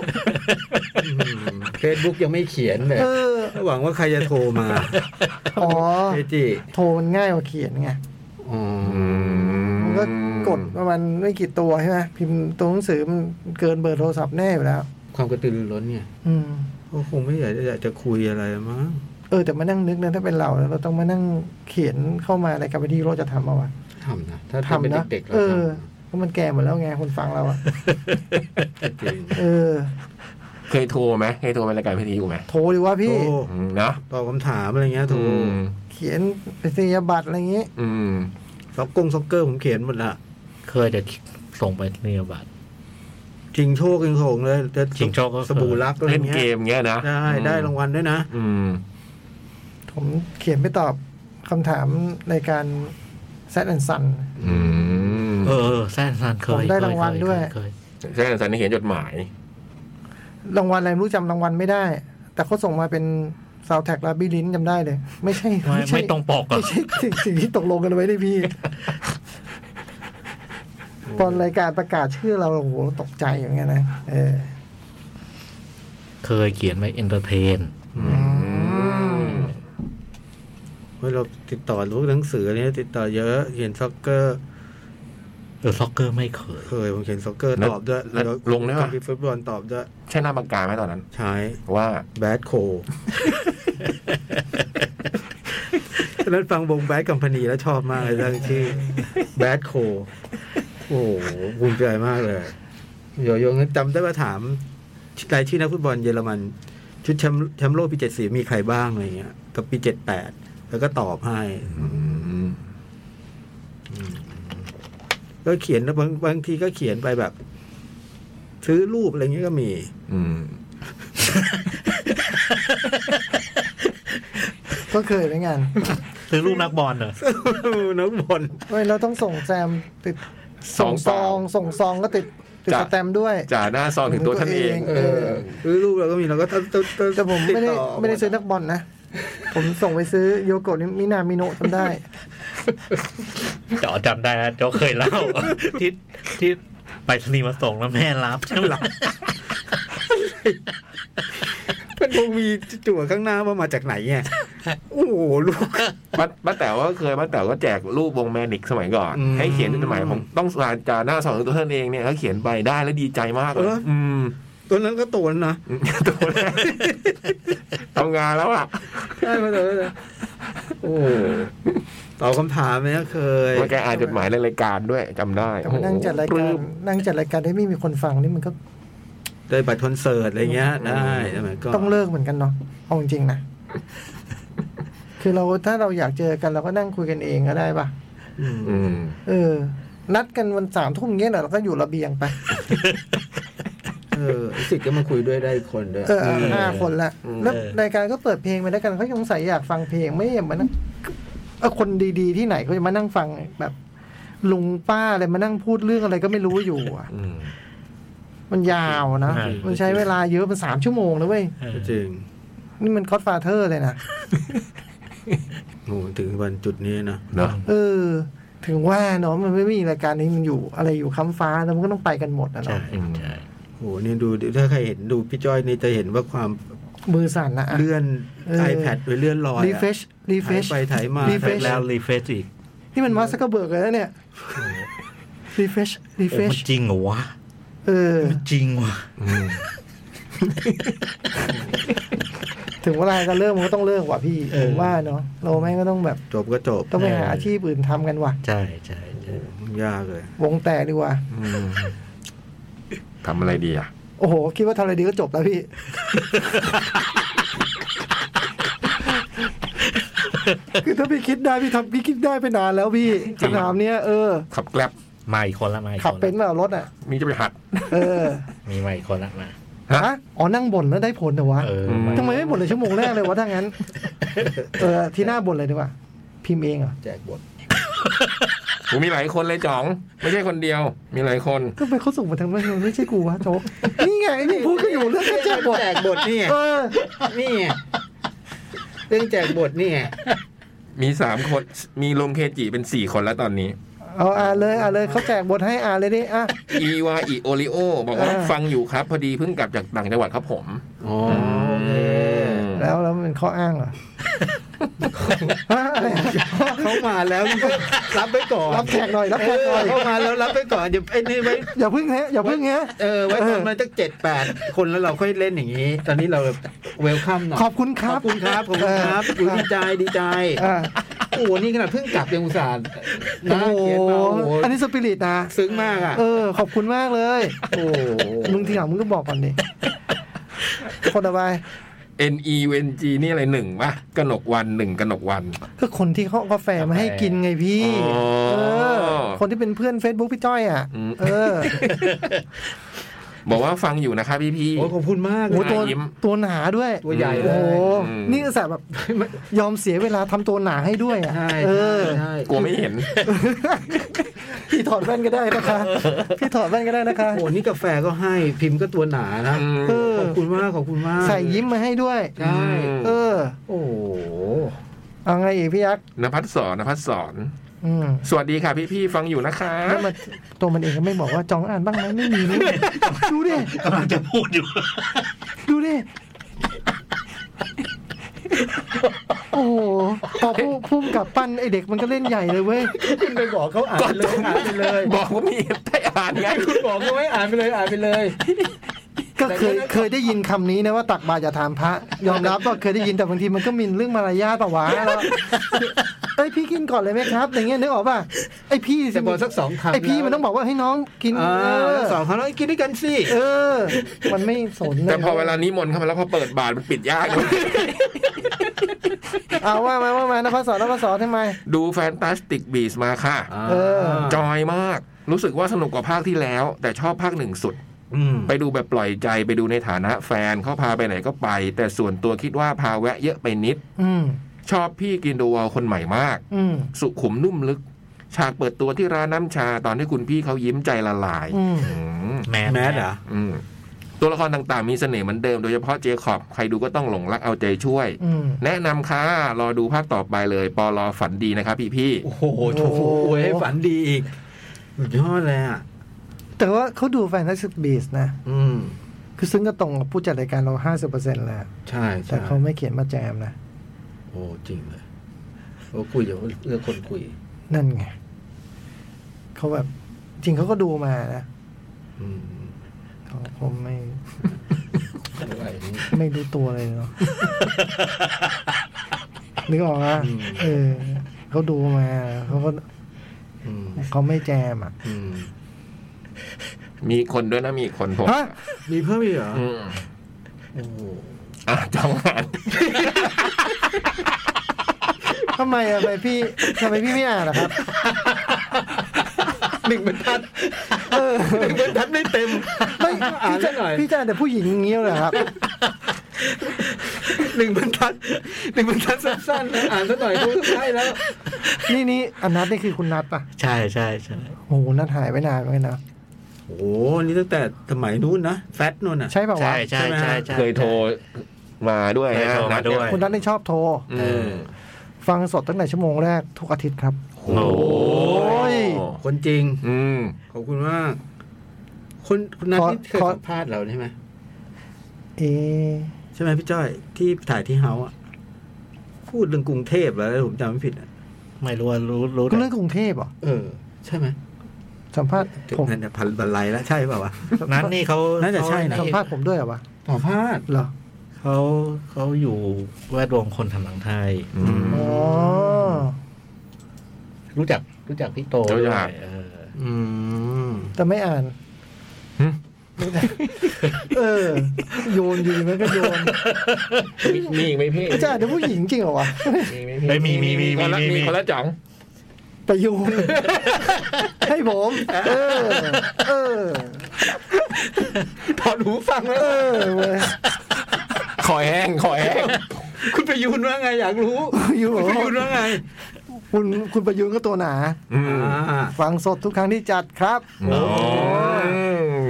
เฟซบุ๊กยังไม่เขียนเลย เออ หวังว่าใครจะโทรมา อ๋อ เอจิ โทรมันง่ายกว่าเขียนไง อ๋อ อืม มันก็กดประมาณไม่กี่ตัวใช่ไหมพิมพ์ตัวหนังสือมันเกินเบอร์โทรศัพท์แน่อยู่แล้ว ความกระตือรือร้นเนี่ย อืม ก็คงไม่อยากจะอยากจะคุยอะไรมั้ง เออแต่มานั่งนึกนะถ้าเป็นเรานะเราต้องมานั่งเขียนเข้ามารายการวิทยุเราจะทำเอาวะ ทำนะถ้า ทำ เป็น นะ เด็กๆเรา เอ ท อเพราะมันแก่หมดแล้วไงคนฟังเราอะ ำจริง เออ เคยโทรไหมเคยโทรไปรายการพิธีอยู่ไหม โทรดีว่าพี่ โอ้ อืมเนาะ ตอบคำถามอะไรเงี้ยถู อื ก ม เขียนไปสียบัตรอะไรอย่างงี้ อืม ซอกกงซอกเกอร์ผมเขียนหมดละ เคยจะส่งไปเนียบัตร จริงโชคจริงโถงเลยจะ จริงโชคก็ สบู่รักอะไร เล่นเก เงี้ย มเงี้ยนะ ได้ได้รางวัลด้วยนะ อืม ผมเขียนไปตอบคำถามรายการแซดแอนซัน อืม เออเออแซนซันเค ผ ย มได้ เค รางวัลด้วย เคเคย ใช่สันนิเขียนจดหมาย รางวัลอะไรไม่รู้จำรางวัลไม่ได้ แต่เขาส่งมาเป็นซาวแท็กลาบิลินจำได้เลย ไม่ใช่ ไม่ ใช่ ไม่ตรงปกอะ ไม่ใช่สิ่งสิ่งที่ตกลงกันไว้ได้พี่ ตอนรายการประกาศชื่อเราโอ้โหตกใจอย่างเงี้ยนะเออ เคยเขียนไว้เอนเตอร์เทน เฮ้ยเราติดต่อลูกหนังสือเนี่ยติดต่อเยอะเขียนซ็อกเกอร์ เออซ็อกเกอร์ไม่เคย เคยผมเขียนซ็อกเกอร์ แล้ว ตอบด้วย แล้วลงได้ปะ คอมพิวเตอร์ฟุตบอลตอบด้วย ใช่หน้าปากกาไหมตอนนั้น ใช้ ว่า แบดโค ฉะนั้นฟังวงแบดกัมพนีแล้วชอบมากเลยตั้งชื่อแบดโคโอ้โหภูมิใจมากเลยโยโยงจำได้ว่าถามรายชื่อนักฟุตบอลเยอรมัน ชุดแชมป์แชมป์โลกปีเจ็ดสี่มีใครบ้างอะไรเงี้ยกับปีเจ็ดแปดแล้วก็ตอบให้ ก็เขียนนะบางบางทีก็เขียนไปแบบ ซื้อรูปอะไรเงี้ยก็มี อืม ก็เคยเหมือนกัน ซื้อรูปนักบอลเหรอ นักบอล เว้ยเราต้องส่งแซมติด ส่ ส่ง ง ซ ซ อ อง ง ส่งซองก็ติดติด จ้ะ สแตมป์ด้วย จ่าหน้าซองถึงตัวท่านเอง เออ ซื้อรูปเราก็มีเราก็ต้องต้องต้อง แต่ผมไม่ได้ ติต่ ไม่ได้ซื้อนักบอลนะ ผมส่งไปซื้อโยโกะมินามิโนะจำได้ จอจำได้ฮะจอเคยเล่า ที่ที่ไปสนีย์มาส่งแล้วแม่รับใช่ไหมล่ะ มันคงมีจั่วข้างหน้าว่ามาจากไหนไง โอ้โหลูก ป้าป้าแต๋วก็เคยป้าแต๋วก็แจกรูปวงแมนิกสมัยก่อน อืม ให้เขียนจดหมายผมต้องสารจ่าหน้าซองถึงตัวท่านเองเนี่ยเขาเขียนไปได้แล้วดีใจมากเลย เออ อืม ตัวนั้นก็ตัวนั้นนะ ตัวแรกทำงานแล้วอ่ะ ใช่มาตัวนั้นนะโอ้โหตอบคำถามไหมนะเคย ว่าแกอ่านจดหมายในรายการด้วยจำได้ แต่มานั่งจัดราย ป การ ลื้ม นั่งจัดรายการที่ไม่มีคนฟังนี่มันก็ ได้บัตรคอนเสิร์ตอะไรเงี้ย ได้สมัยก่อน ต้องเลิกเหมือนกันเนาะเอาจริงๆนะ คือเราถ้าเราอยากเจอกันเราก็นั่งคุยกันเองก็ได้ปะ อืม อืม เออ นัดกันวันสามทุ่มเงี้ยเหรอเราก็อยู่ระเบียงไป เออไอ้สิทธิ์ก็มาคุยด้วยได้อีกคนด้วย เออห้าคนละ อืม แล้วรายการก็เปิดเพลงไปแล้วกันเขาสงสัยอยากฟังเพลงไม่อยากมานั่งเออคนดีๆที่ไหนเขาจะมานั่งฟังแบบ ลุงป้าอะไรมานั่งพูดเรื่องอะไรก็ไม่รู้อยู่อะ อืม มันยาวนะมันใช้เวลาเยอะมันสามชั่วโมงนะเว้ย เออ จริง นี่มันคอสฟาเธอร์เลยนะ โอ้โหถึงวันจุดนี้นะ เนาะ เออ ถึงว่าเนาะมันไม่มีรายการนี้มันอยู่อะไรอยู่ค้ำฟ้าแล้วมันก็ต้องไปกันหมดนะ ใช่ เนาะ ใช่ โหเนี่ยดูถ้าใครเห็นดูพี่จ้อยนี่จะเห็นว่าความ มือสั่นนะอะ เลื่อน เออ iPad ไปเลื่อนลอยอะ รีเฟชรีเฟช ถ่ายไปถ่ายมา refresh แล้วรีเฟซอีก นี่มันมาสักเบิกเลยนะเนี่ยรีเฟชรีเฟ โอ้ ช มันจริงเหรอวะ เออ มันจริงวะ ถึงเวลาก็เริ่มมันก็ต้องเลิกว่ะพี่ผมว่าเนาะเราแม่งก็ต้องแบบ จบก็จบ ต้องไปหาอาชีพอื่นทำกันว่ะ ใช่ใช่ใช่ ยากเลยว งแตกดีกว่า อืมทำอะไรดีอ่ะ โอ้โห คิดว่าทำอะไรดีก็จบแล้วพี่ คือถ้าพี่คิดได้พี่ทำพี่คิดได้ไปนานแล้วพี่ จริ ส ง นามเนี้ยเออ ขับแกลบ มาอีกคนละมาอีก ขับ คน เป็น ละ เปล่ารถอ่ะ มีจะไปหัด เออ มีมาอีกคนละมา ฮะ ฮะอ๋อนั่งบ่นแล้วได้ผลเหรอวะ เออ อืม ทำไมไม่บ่นเลยชั่วโมงแรกเลยวะถ้างั้น เออ ที่หน้าบ่นเลยดีกว่า พิมพ์เองเหรอ แจกบท กูมีหลายคนเลยจ๋อง ไม่ใช่คนเดียว มีหลายคน ทำไมเขาส่งมาทางนั้นมันไม่ใช่กูวะโจ๊กนี่ไงนี่พูดกันอยู่เรื่องแจ้งบ่น แจกบทนี่ไง เออ นี่ไงเรื่องแจกบทนี่ไง มีสามคน มีลงเคจิเป็นสี่คนแล้วตอนนี้ เอาอ่านเลยอ่านเลยเขาแจกบทให้อ่านเลยดิอ่ะ อีวาอิโอริโอ บอกว่า เออ ฟังอยู่ครับ พอดีเพิ่งกลับจากต่างจังหวัดครับผม อ๋อโอเค แล้วแล้วมันข้ออ้างเหรอ เขามาแล้วรับไปก่อน รับแขกหน่อยรับแขกหน่อย เเขามาแล้วรับไปก่อนอย่าไอ้นี่ไว้ อย่าพึ่งฮะอย่าพึ่งฮะ เออไว้ตอนมันตั้งเจ็ดแปดคนแล้วเราค่อยเล่นอย่างนี้ ตอนนี้เราเวลคัมหน่อย ขอบคุณค ข รั อ บบ คุณครับขอบคุณครับอุ๊ยดีใจดีใจ อ่า โอ้โหนี่ขนาดเพิ่งกลับยังอุตส่าห์ โอ้ นะ โห เขียนมาโอ้โห อันนี้สปิริตนะ ซึ้งมากอ่ะ เออ ขอบคุณมากเลย โอ้โห มึงทีหลังมึงก็บอกก่อนดิคนต่อไป N E N G นี่อะไรหนึ่งปะกนกวันหนึ่งกนกวัน ก็คนที่เขาเอากาแฟมาให้กินไงพี่ อ๋อ เออ คนที่เป็นเพื่อน Facebook พี่จ้อยอ่ะ อืม เออ บอกว่าฟังอยู่นะคะพี่พี่ โอ้ขอบคุณมาก โอ้โห นะ ตัว ยิ้ม ตัวหนาด้วย ตัวใหญ่เล โอ้ ย โห อืม นี่อุตส่าห์แบบ ยอมเสียเวลาทำตัวหนาให้ด้วยอ่ะ ใช่ เอ ใช่ อ ใช่ กลัวไม่เห็น พี่ถอดแว่นก็ได้นะคะ พี่ถอดแว่นก็ได้นะคะ โอ้โหนี่กาแฟก็ให้พิมพ์ก็ตัวหนานะ อืม เออขอบคุณมากขอบคุณมาก ใส่ยิ้มมาให้ด้วย ใช่ เออ โอ้โห เอาไงอีกพี่ยักษ์ นภัสสอนนภัสสอน อืม สวัสดีค่ะพี่พี่ๆฟังอยู่นะคะ แล้วมันตัวมันเองก็ไม่บอกว่าจองอ่านบ้างไหมไม่มี นี่ดูดิ กำลังจะพูดอยู่ ดูดิ โอ้โหพอผู้พุ่มกับปั้นไอเด็กมันก็เล่นใหญ่เลยเว้ย คุณไปบอกเขาอ่านไปเลยอ่านไปเลย บอกว่ามีได้อ่านไง คุณบอกเขาไว้อ่านไปเลยอ่านไปเลย ก็เคยเคยได้ยินคำนี้นะว่าตักบาตรอย่าถามพระ ยอมรับว่าเคยได้ยินแต่บางทีมันก็มีเรื่องมารยาทปะวะแล้วเอ้ยพี่กินก่อนเลยไหมครับ อย่างเงี้ยนึกออกป่ะไอพี่สิ แต่บอกสักสองคำ ไอพี่มันต้องบอกว่าให้น้องกิน อ่า เออ สองคำแล้วกินด้วยกันสิ เออ มันไม่สนเลย แต่พอเวลานี้มนต์เข้ามาแล้วพอเปิดบาทมันปิดยาก เอาว่ามาว่ามานะพระสอนนะพระสอนทำไม ดูแฟนตาสติกบีสมาค่ะ เออ จอยมาก รู้สึกว่าสนุกกว่าภาคที่แล้ว แต่ชอบภาคหนึ่งสุด อืม ไปดูแบบปล่อยใจไปดูในฐานะแฟนเขาพาไปไหนก็ไป แต่ส่วนตัวคิดว่าพาแวะเยอะไปนิด อืม ชอบพี่กินโดวอลคนใหม่มาก อืม สุขุมนุ่มลึก ฉากเปิดตัวที่ร้านน้ำชาตอนที่คุณพี่เขายิ้มใจละลาย อืม อืม แมส แมสเหรอ อืมตัวละครต่างๆมีเสน่ห์เหมือนเดิมโดยเฉพาะเจคอบใครดูก็ต้องหลงรักเอาใจช่วย อืม แนะนำค่ะรอดูภาคต่อไปเลย ปอลอฝันดีนะครับพี่พี่ๆ โอ้โหโถอวยให้ฝันดีอีกสุดยอดเลยอ่ะ แต่ว่าเขาดูแฟนตาซีบีสนะ อืม คือซึ่งก็ตรงกับผู้จัดรายการเราห้าสิบเปอร์เซ็นต์แล้ว ใช่ แต่ ใช่ เขาไม่เขียนมาแจมนะ โอ้จริงเลยโอ้คุยเดี๋ยวเลือกคนคุย นั่นไง เขาแบบ จริงเขาก็ดูมานะ อืม เขาผมไม่ อะไรอย่างนี้ ไม่รู้ตัวเลยเนาะ นึกออกอ่ะ อืม เออเขาดูมาเขาก็ อืม เขาไม่แจมอ่ะ อืม มีคนด้วยนะมีคนผม ฮะ มีเพิ่มอีกเหรอ อืม โอ้โห อ่ะจองอ่าน ทำไมอะทำไมพี่ทำไมพี่ไม่อ่านล่ะครับ หนึ่งบรรทัดหนึ่งบรรทัดไม่เต็ม ไม่ อ่าน พี่ สั จะ กหน่อย พี่จะอ่านแต่ผู้หญิงอย่างเงี้ยเหรอครับ หนึ่งบรรทัดหนึ่งบรรทัดสั้นๆนะอ่านสักหน่อยก็ใช่แล้ว นี่นี่อันนัทนี่คือคุณนัทป่ะ ใช่ใช่ใช่ โอ้โหนัทหายไปนานเลยนะ โอ้โหนี่ตั้งแต่สมัยนู้นนะ แฟตนู่นนะ ใช่ป่าว ใช่ วะ ใช่ใช่ใช่ เคยโทรมาด้วย เคย นะ โทรมาด้วย นัด คุณนัทนี่ชอบโทร อืม ฟังสดตั้งแต่ชั่วโมงแรกทุกอาทิตย์ครับ โอ้ย คนจริง อืม ขอบคุณมาก คนคุณนัท ขอ ที่เคย ขอ สัมภาษณ์เราใช่ไหม เอะ ใช่ไหมพี่จ้อยที่ถ่ายที่เฮาส์อะพูดเรื่องกรุงเทพเหรอแล้วผมจำไม่ผิดอะ ไม่รู้ว่ารู้รู้ คุณเรื่องกรุงเทพเหรอ เออ ใช่ไหม สัมภาษณ์ผม นั่นจะพันบรรลัยแล้วใช่เปล่าวะ นั้นนี่เขา น่าจะใช่นะ สัมภาษณ์ผมด้วยเหรอวะ สัมภาษณ์ เหรอ เขาเขาอยู่แวดวงคนทำหนังไทย อืม อ๋อ รู้จักรู้จักพี่โต รู้ ด้ว จั ย ก เออ อืม แต่ไม่อ่าน หึ เออ โยนอยู่ดีมันก็โยน มีมีอีกไหมพี่ จะอ่านแต่ผู้หญิงจริงเหรอวะ เฮ้ยมีมีมี ค มี นละ มี มี มี คนละจ๋อง แต่โยนให้ผมเออ เออ ถอดหูฟังแล้ว เออเว้ย คอยแห้งคอยแห้ง คุณประยูนว่าไงอยากรู้ อยู่ คุณประ บอ ยูน ก ว่าไง คุณคุณประยุนก็ตัวหนา อืม อ่า ฟังสดทุกครั้งที่จัดครับ โอ้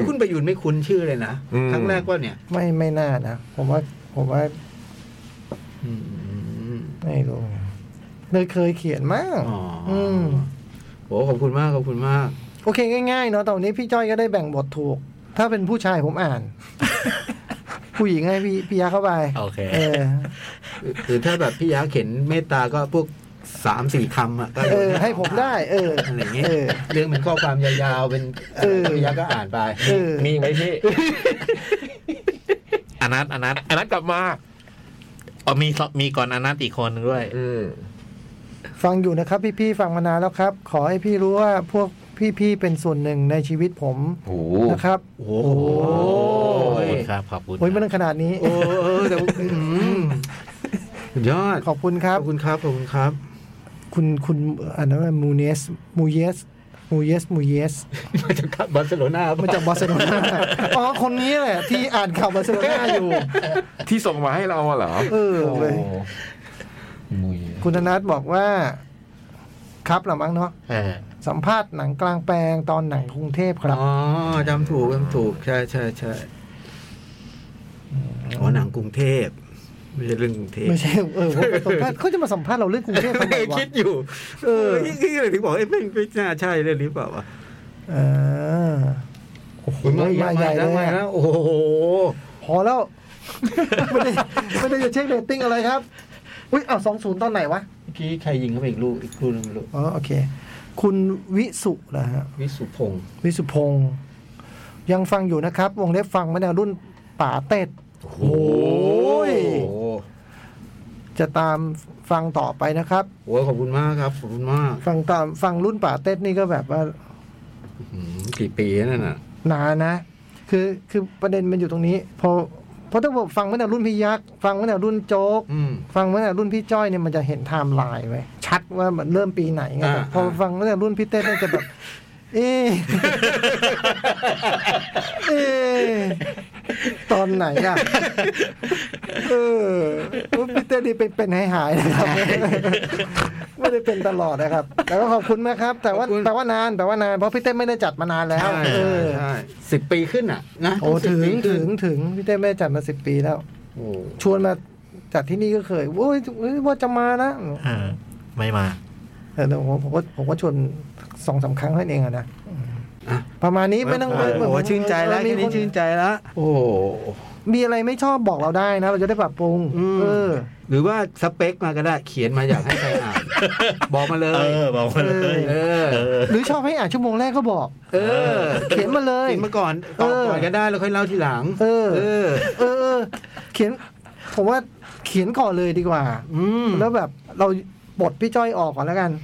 คุณประยูนไม่คุ้นชื่อเลยนะ อืม ครั้งแรกว่าเนี่ย ไม่ไม่น่านะผมว่า ผมว่า อืม ไม่รู้เลยเคยเขียนมาก อ๋ออื ืม โหขอบคุณมากขอบคุณมาก โอเคง่ายๆเนาะตอนนี้พี่จ้อยก็ได้แบ่งบทถูก ถ้าเป็นผู้ชายผมอ่าน ผู้หญิงให้พี่พี่ยาเข้าไป โอเค เออ หรือถ้าแบบพี่ยักษ์เข็นเมตตาก็พวกสามสี่คำอ่ะก็ เออ ให้ผมได้ เออ อะไรอย่างเงี้ย เออ เรื่องเป็นข้อความยาวๆเป็น เออ พี่ยักษ์ก็อ่านไป เออ มีอีกไหมพี่ อนัทอนัท อันนั้นกลับมา อ๋อมีสมีก่อนอนัทอีกคนหนึ่งด้วย อืม ฟังอยู่นะครับ พี่ๆฟังมานานแล้วครับ ขอให้พี่รู้ว่าพวกพี่ๆเป็นส่วนหนึ่งในชีวิตผม โอ้โห นะครับ โอ้โห โอ้ ขอบ ย คุณครับ ขอบคุณ โอ้ย ค ไม่ รับ ต้องขนาดนี้ โอ้เออแต่ว่าอืมสุดยอด ขอบคุณค ข รับ อบคุณครับขอบคุณครับ คุณคุณอันนั้นว่ามูเนสมูเยสมูเยสมูเยส มาจากบาร์เซโลนา มาจากบาร์เซโลนาอ๋อคนนี้แหละที่อ่านข่าวบาร์เซโลนาอยู่ ที่ส่งมาให้เราอะเหรอ เออเลย โอ้มุย คุณธนัทบอกว่า ครับละมั้งเนาะ เออ สัมภาษณ์หนังกลางแปลงตอนหนังกรุงเทพครับ อ๋อจำถูกจำถูกใช่ใช่ใช่อ๋อหนังกรุงเทพไม่ใช่เรื่องกรุงเทพ ไม่ใช่เออว่าไปสัมภาษณ์เขาจะมาสัมภาษณ์เราเรื่องกรุงเทพทำไมวะ คิดอยู่ เอ เอ อ อ คิดอะไรถึงบอกเอ้ยไม่ไม่น่าใช่เรื่องนี้เปล่าวะ เออโอ้โห มา ใหญ่ใหญ่ แล้ว เล มาย แล้ อะ วโอ้โห พอแล้ว ไม่ได้ไม่ได้จะเช็คเรตติ้งอะไรครับ อุ้ยอ้าวสองศูนย์ตอนไหนวะ เมื่อกี้ใครยิงเข้าไปอีกลูกอีกลูกหนึงไม่รู้ อ๋อ โอเค คุณวิสุเหรอฮะ วิสุพงศ์ วิสุพงศ์ยังฟังอยู่นะครับ วงเล็บฟังมาแนวรุ่นป่าเต็ดโอ้โหย โอ้โห จะตามฟังต่อไปนะครับ โอ้ยขอบคุณมากครับขอบคุณมาก ฟังตามฟังรุ่นป่าเต็ดนี่ก็แบบว่า อืมกี่ปีนั่นน่ะ นานนะ คือคือประเด็นมันอยู่ตรงนี้ พอเพราะถ้าผมฟังเมื่อแต่รุ่นพี่ยักษ์ฟังเมื่อแต่รุ่นโจ๊ก อืม ฟังเมื่อแต่รุ่นพี่จ้อยเนี่ยมันจะเห็นไทม์ไลน์ไว้ยชัดว่ามันเริ่มปีไหนไง อ่า แต่พอ อ่า ฟังเมื่อแต่รุ่นพี่เต้นเนี่ยจะแบบ เอ๊ะเอะตอนไหนอ่ะเออรุ่นพี่เต้นนี่เป็นเป็นหายหายๆนะครับ ไม่ได้เป็นตลอดนะครับ แต่ก็ขอบคุณมากครับ แต่ว่า ขอบคุณ แต่ว่านานแต่ว่านานเพราะพี่เต้นไม่ได้จัดมานานแล้ว ใช่ เออ ใช่สิบปีขึ้นอ่ะ นะ โอ้ สิบ ถึง ปีขึ้ ถึ น งถึงพี่เต้แม่จัดมาสิบปีแล้ว โอ้ ชวนมาจัดที่นี่ก็เคยโอ้ยเอ้ยว่าจะมานะ เออไม่มา เออแต่ผมผมก็ผมก็ชวนสองสามครั้งนั่นเองอะนะ อ่ะ ประมาณนี้ไม่ต้อง โอ้โหชื่นใจแล้ว เออ แค่ มี นี้ ค ชื่นใจแล้วโอ้โห มีอะไรไม่ชอบบอกเราได้นะ เราจะได้ปรับปรุง อืม เออ หรือว่าสเปคมาก็ได้ เขียนมาอยากให้ใครอ่าน บอกมาเล เอย อบอกมาเลย เออ เออ หรือชอบให้อ่านชั่วโมงแรกก็บอก เออ เขียนมาเลย เขียนมาก่อนตอบก่อน เออ ก็ได้แล้วค่อยเล่าทีหลัง เออ เออ เออเออ เขียน ผมว่าเขียนก่อนเลยดีกว่า อืม แล้วแบบเราบทพี่จ้อยออกก่อนแล้วกัน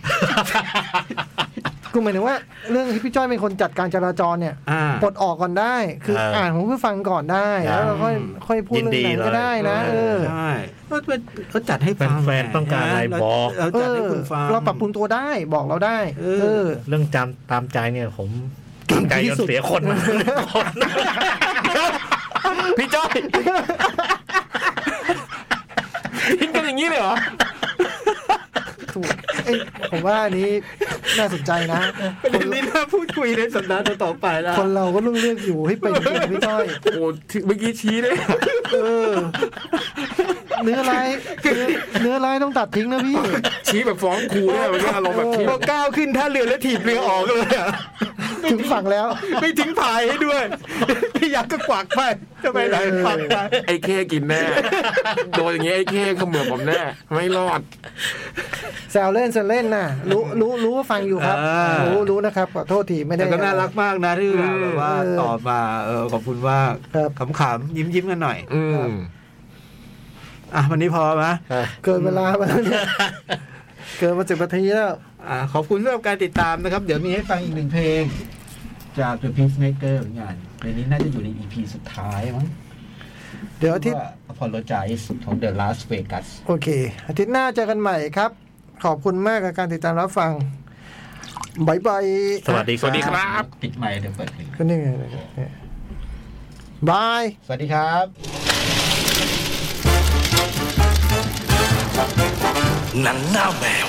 กูหมายถึงว่า เรื่องที่พี่จ้อยเป็นคนจัดการจราจรเนี่ย อ่า ปลดออกก่อนได้ คือ เอออ่ อ่านของผู้ฟังก่อนได้ แล้วเราค่อย อืม ค่อยพูด ยิน เรื่ ดี องไหนก็ เลย ได้นะเออ ใช่ก็เป็นเขาจัดให้ฟัง แฟนๆต้องการอะไร เ บอก เรา เอ จัด อ ให้คุณฟัง เราปรับปรุงตัวได้บอกเราได้ เออ เออ เรื่องจำตามใจเนี่ยผมตามใจ เก่งที่ จน สุด เสีย คนมาคน พี่จ้อยทิ้งกันอย่างนี้เลยเหรอ ถูกเอ้ยผมว่าอันนี้น่าสนใจนะ ประเด็นนี้น่าพูดคุยในสัปดาห์ต่อๆไปละ คนเราก็ต้องเลือกอยู่ให้เป็นจริงพี่จ้อย โอ้ที่เมื่อกี้ชี้เลย เออ เนื้อลายเนื้อเนื้อลายต้องตัดทิ้งนะพี่ ชี้แบบฟ้องครูเนี่ยมันก็อารมณ์แบบชี้ พอก้าวขึ้นท่าเรือแล้วถีบเรือออกเลย อะ ถึงฝั่งแล้ว ไม่ทิ้งพายให้ด้วย พี่ยักษ์ก็กวักไปจะไปไหนกวักไป ไอ้เค้กินแน่โดนอย่างงี้ไอ้เค้เขมือบผมแน่ ไม่รอด แซวเล่นแซวเล่นนะรู้รู้รู้ว่าฟังอยู่ครับ รู้รู้นะครับขอโทษทีไม่ได้ แต่ก็น่ารักมากนะที่ อืม แบบว่า เออ ตอบมาเออขอบคุณว่า ครับ ขำๆยิ้มๆกันหน่อย อืม อ่ะวันนี้พอไหม เกินเวลามาแล้ว เนี่ยเกินมาสิบนาทีแล้ว อ่ะขอบคุณสำหรับการติดตามนะครับ เดี๋ยวมีให้ฟังอีกหนึ่งเพลง จาก The Peacemaker เหมือนกันเพลงนี้น่าจะอยู่ใน EP สุดท้ายมั้ง เดี๋ยวอาทิตย์ ว่า Apologize ของ The Las Vegas โอเค อาทิตย์หน้าเจอกันใหม่ครับ ขอบคุณมากกับการติดตามรับฟังบายบาย สวัสดี สวัสดีครับ ปิดไมค์เดี๋ยวเปิดเพลง ก็นี่ไงบาย สวัสดีครับ หนังหน้าแมว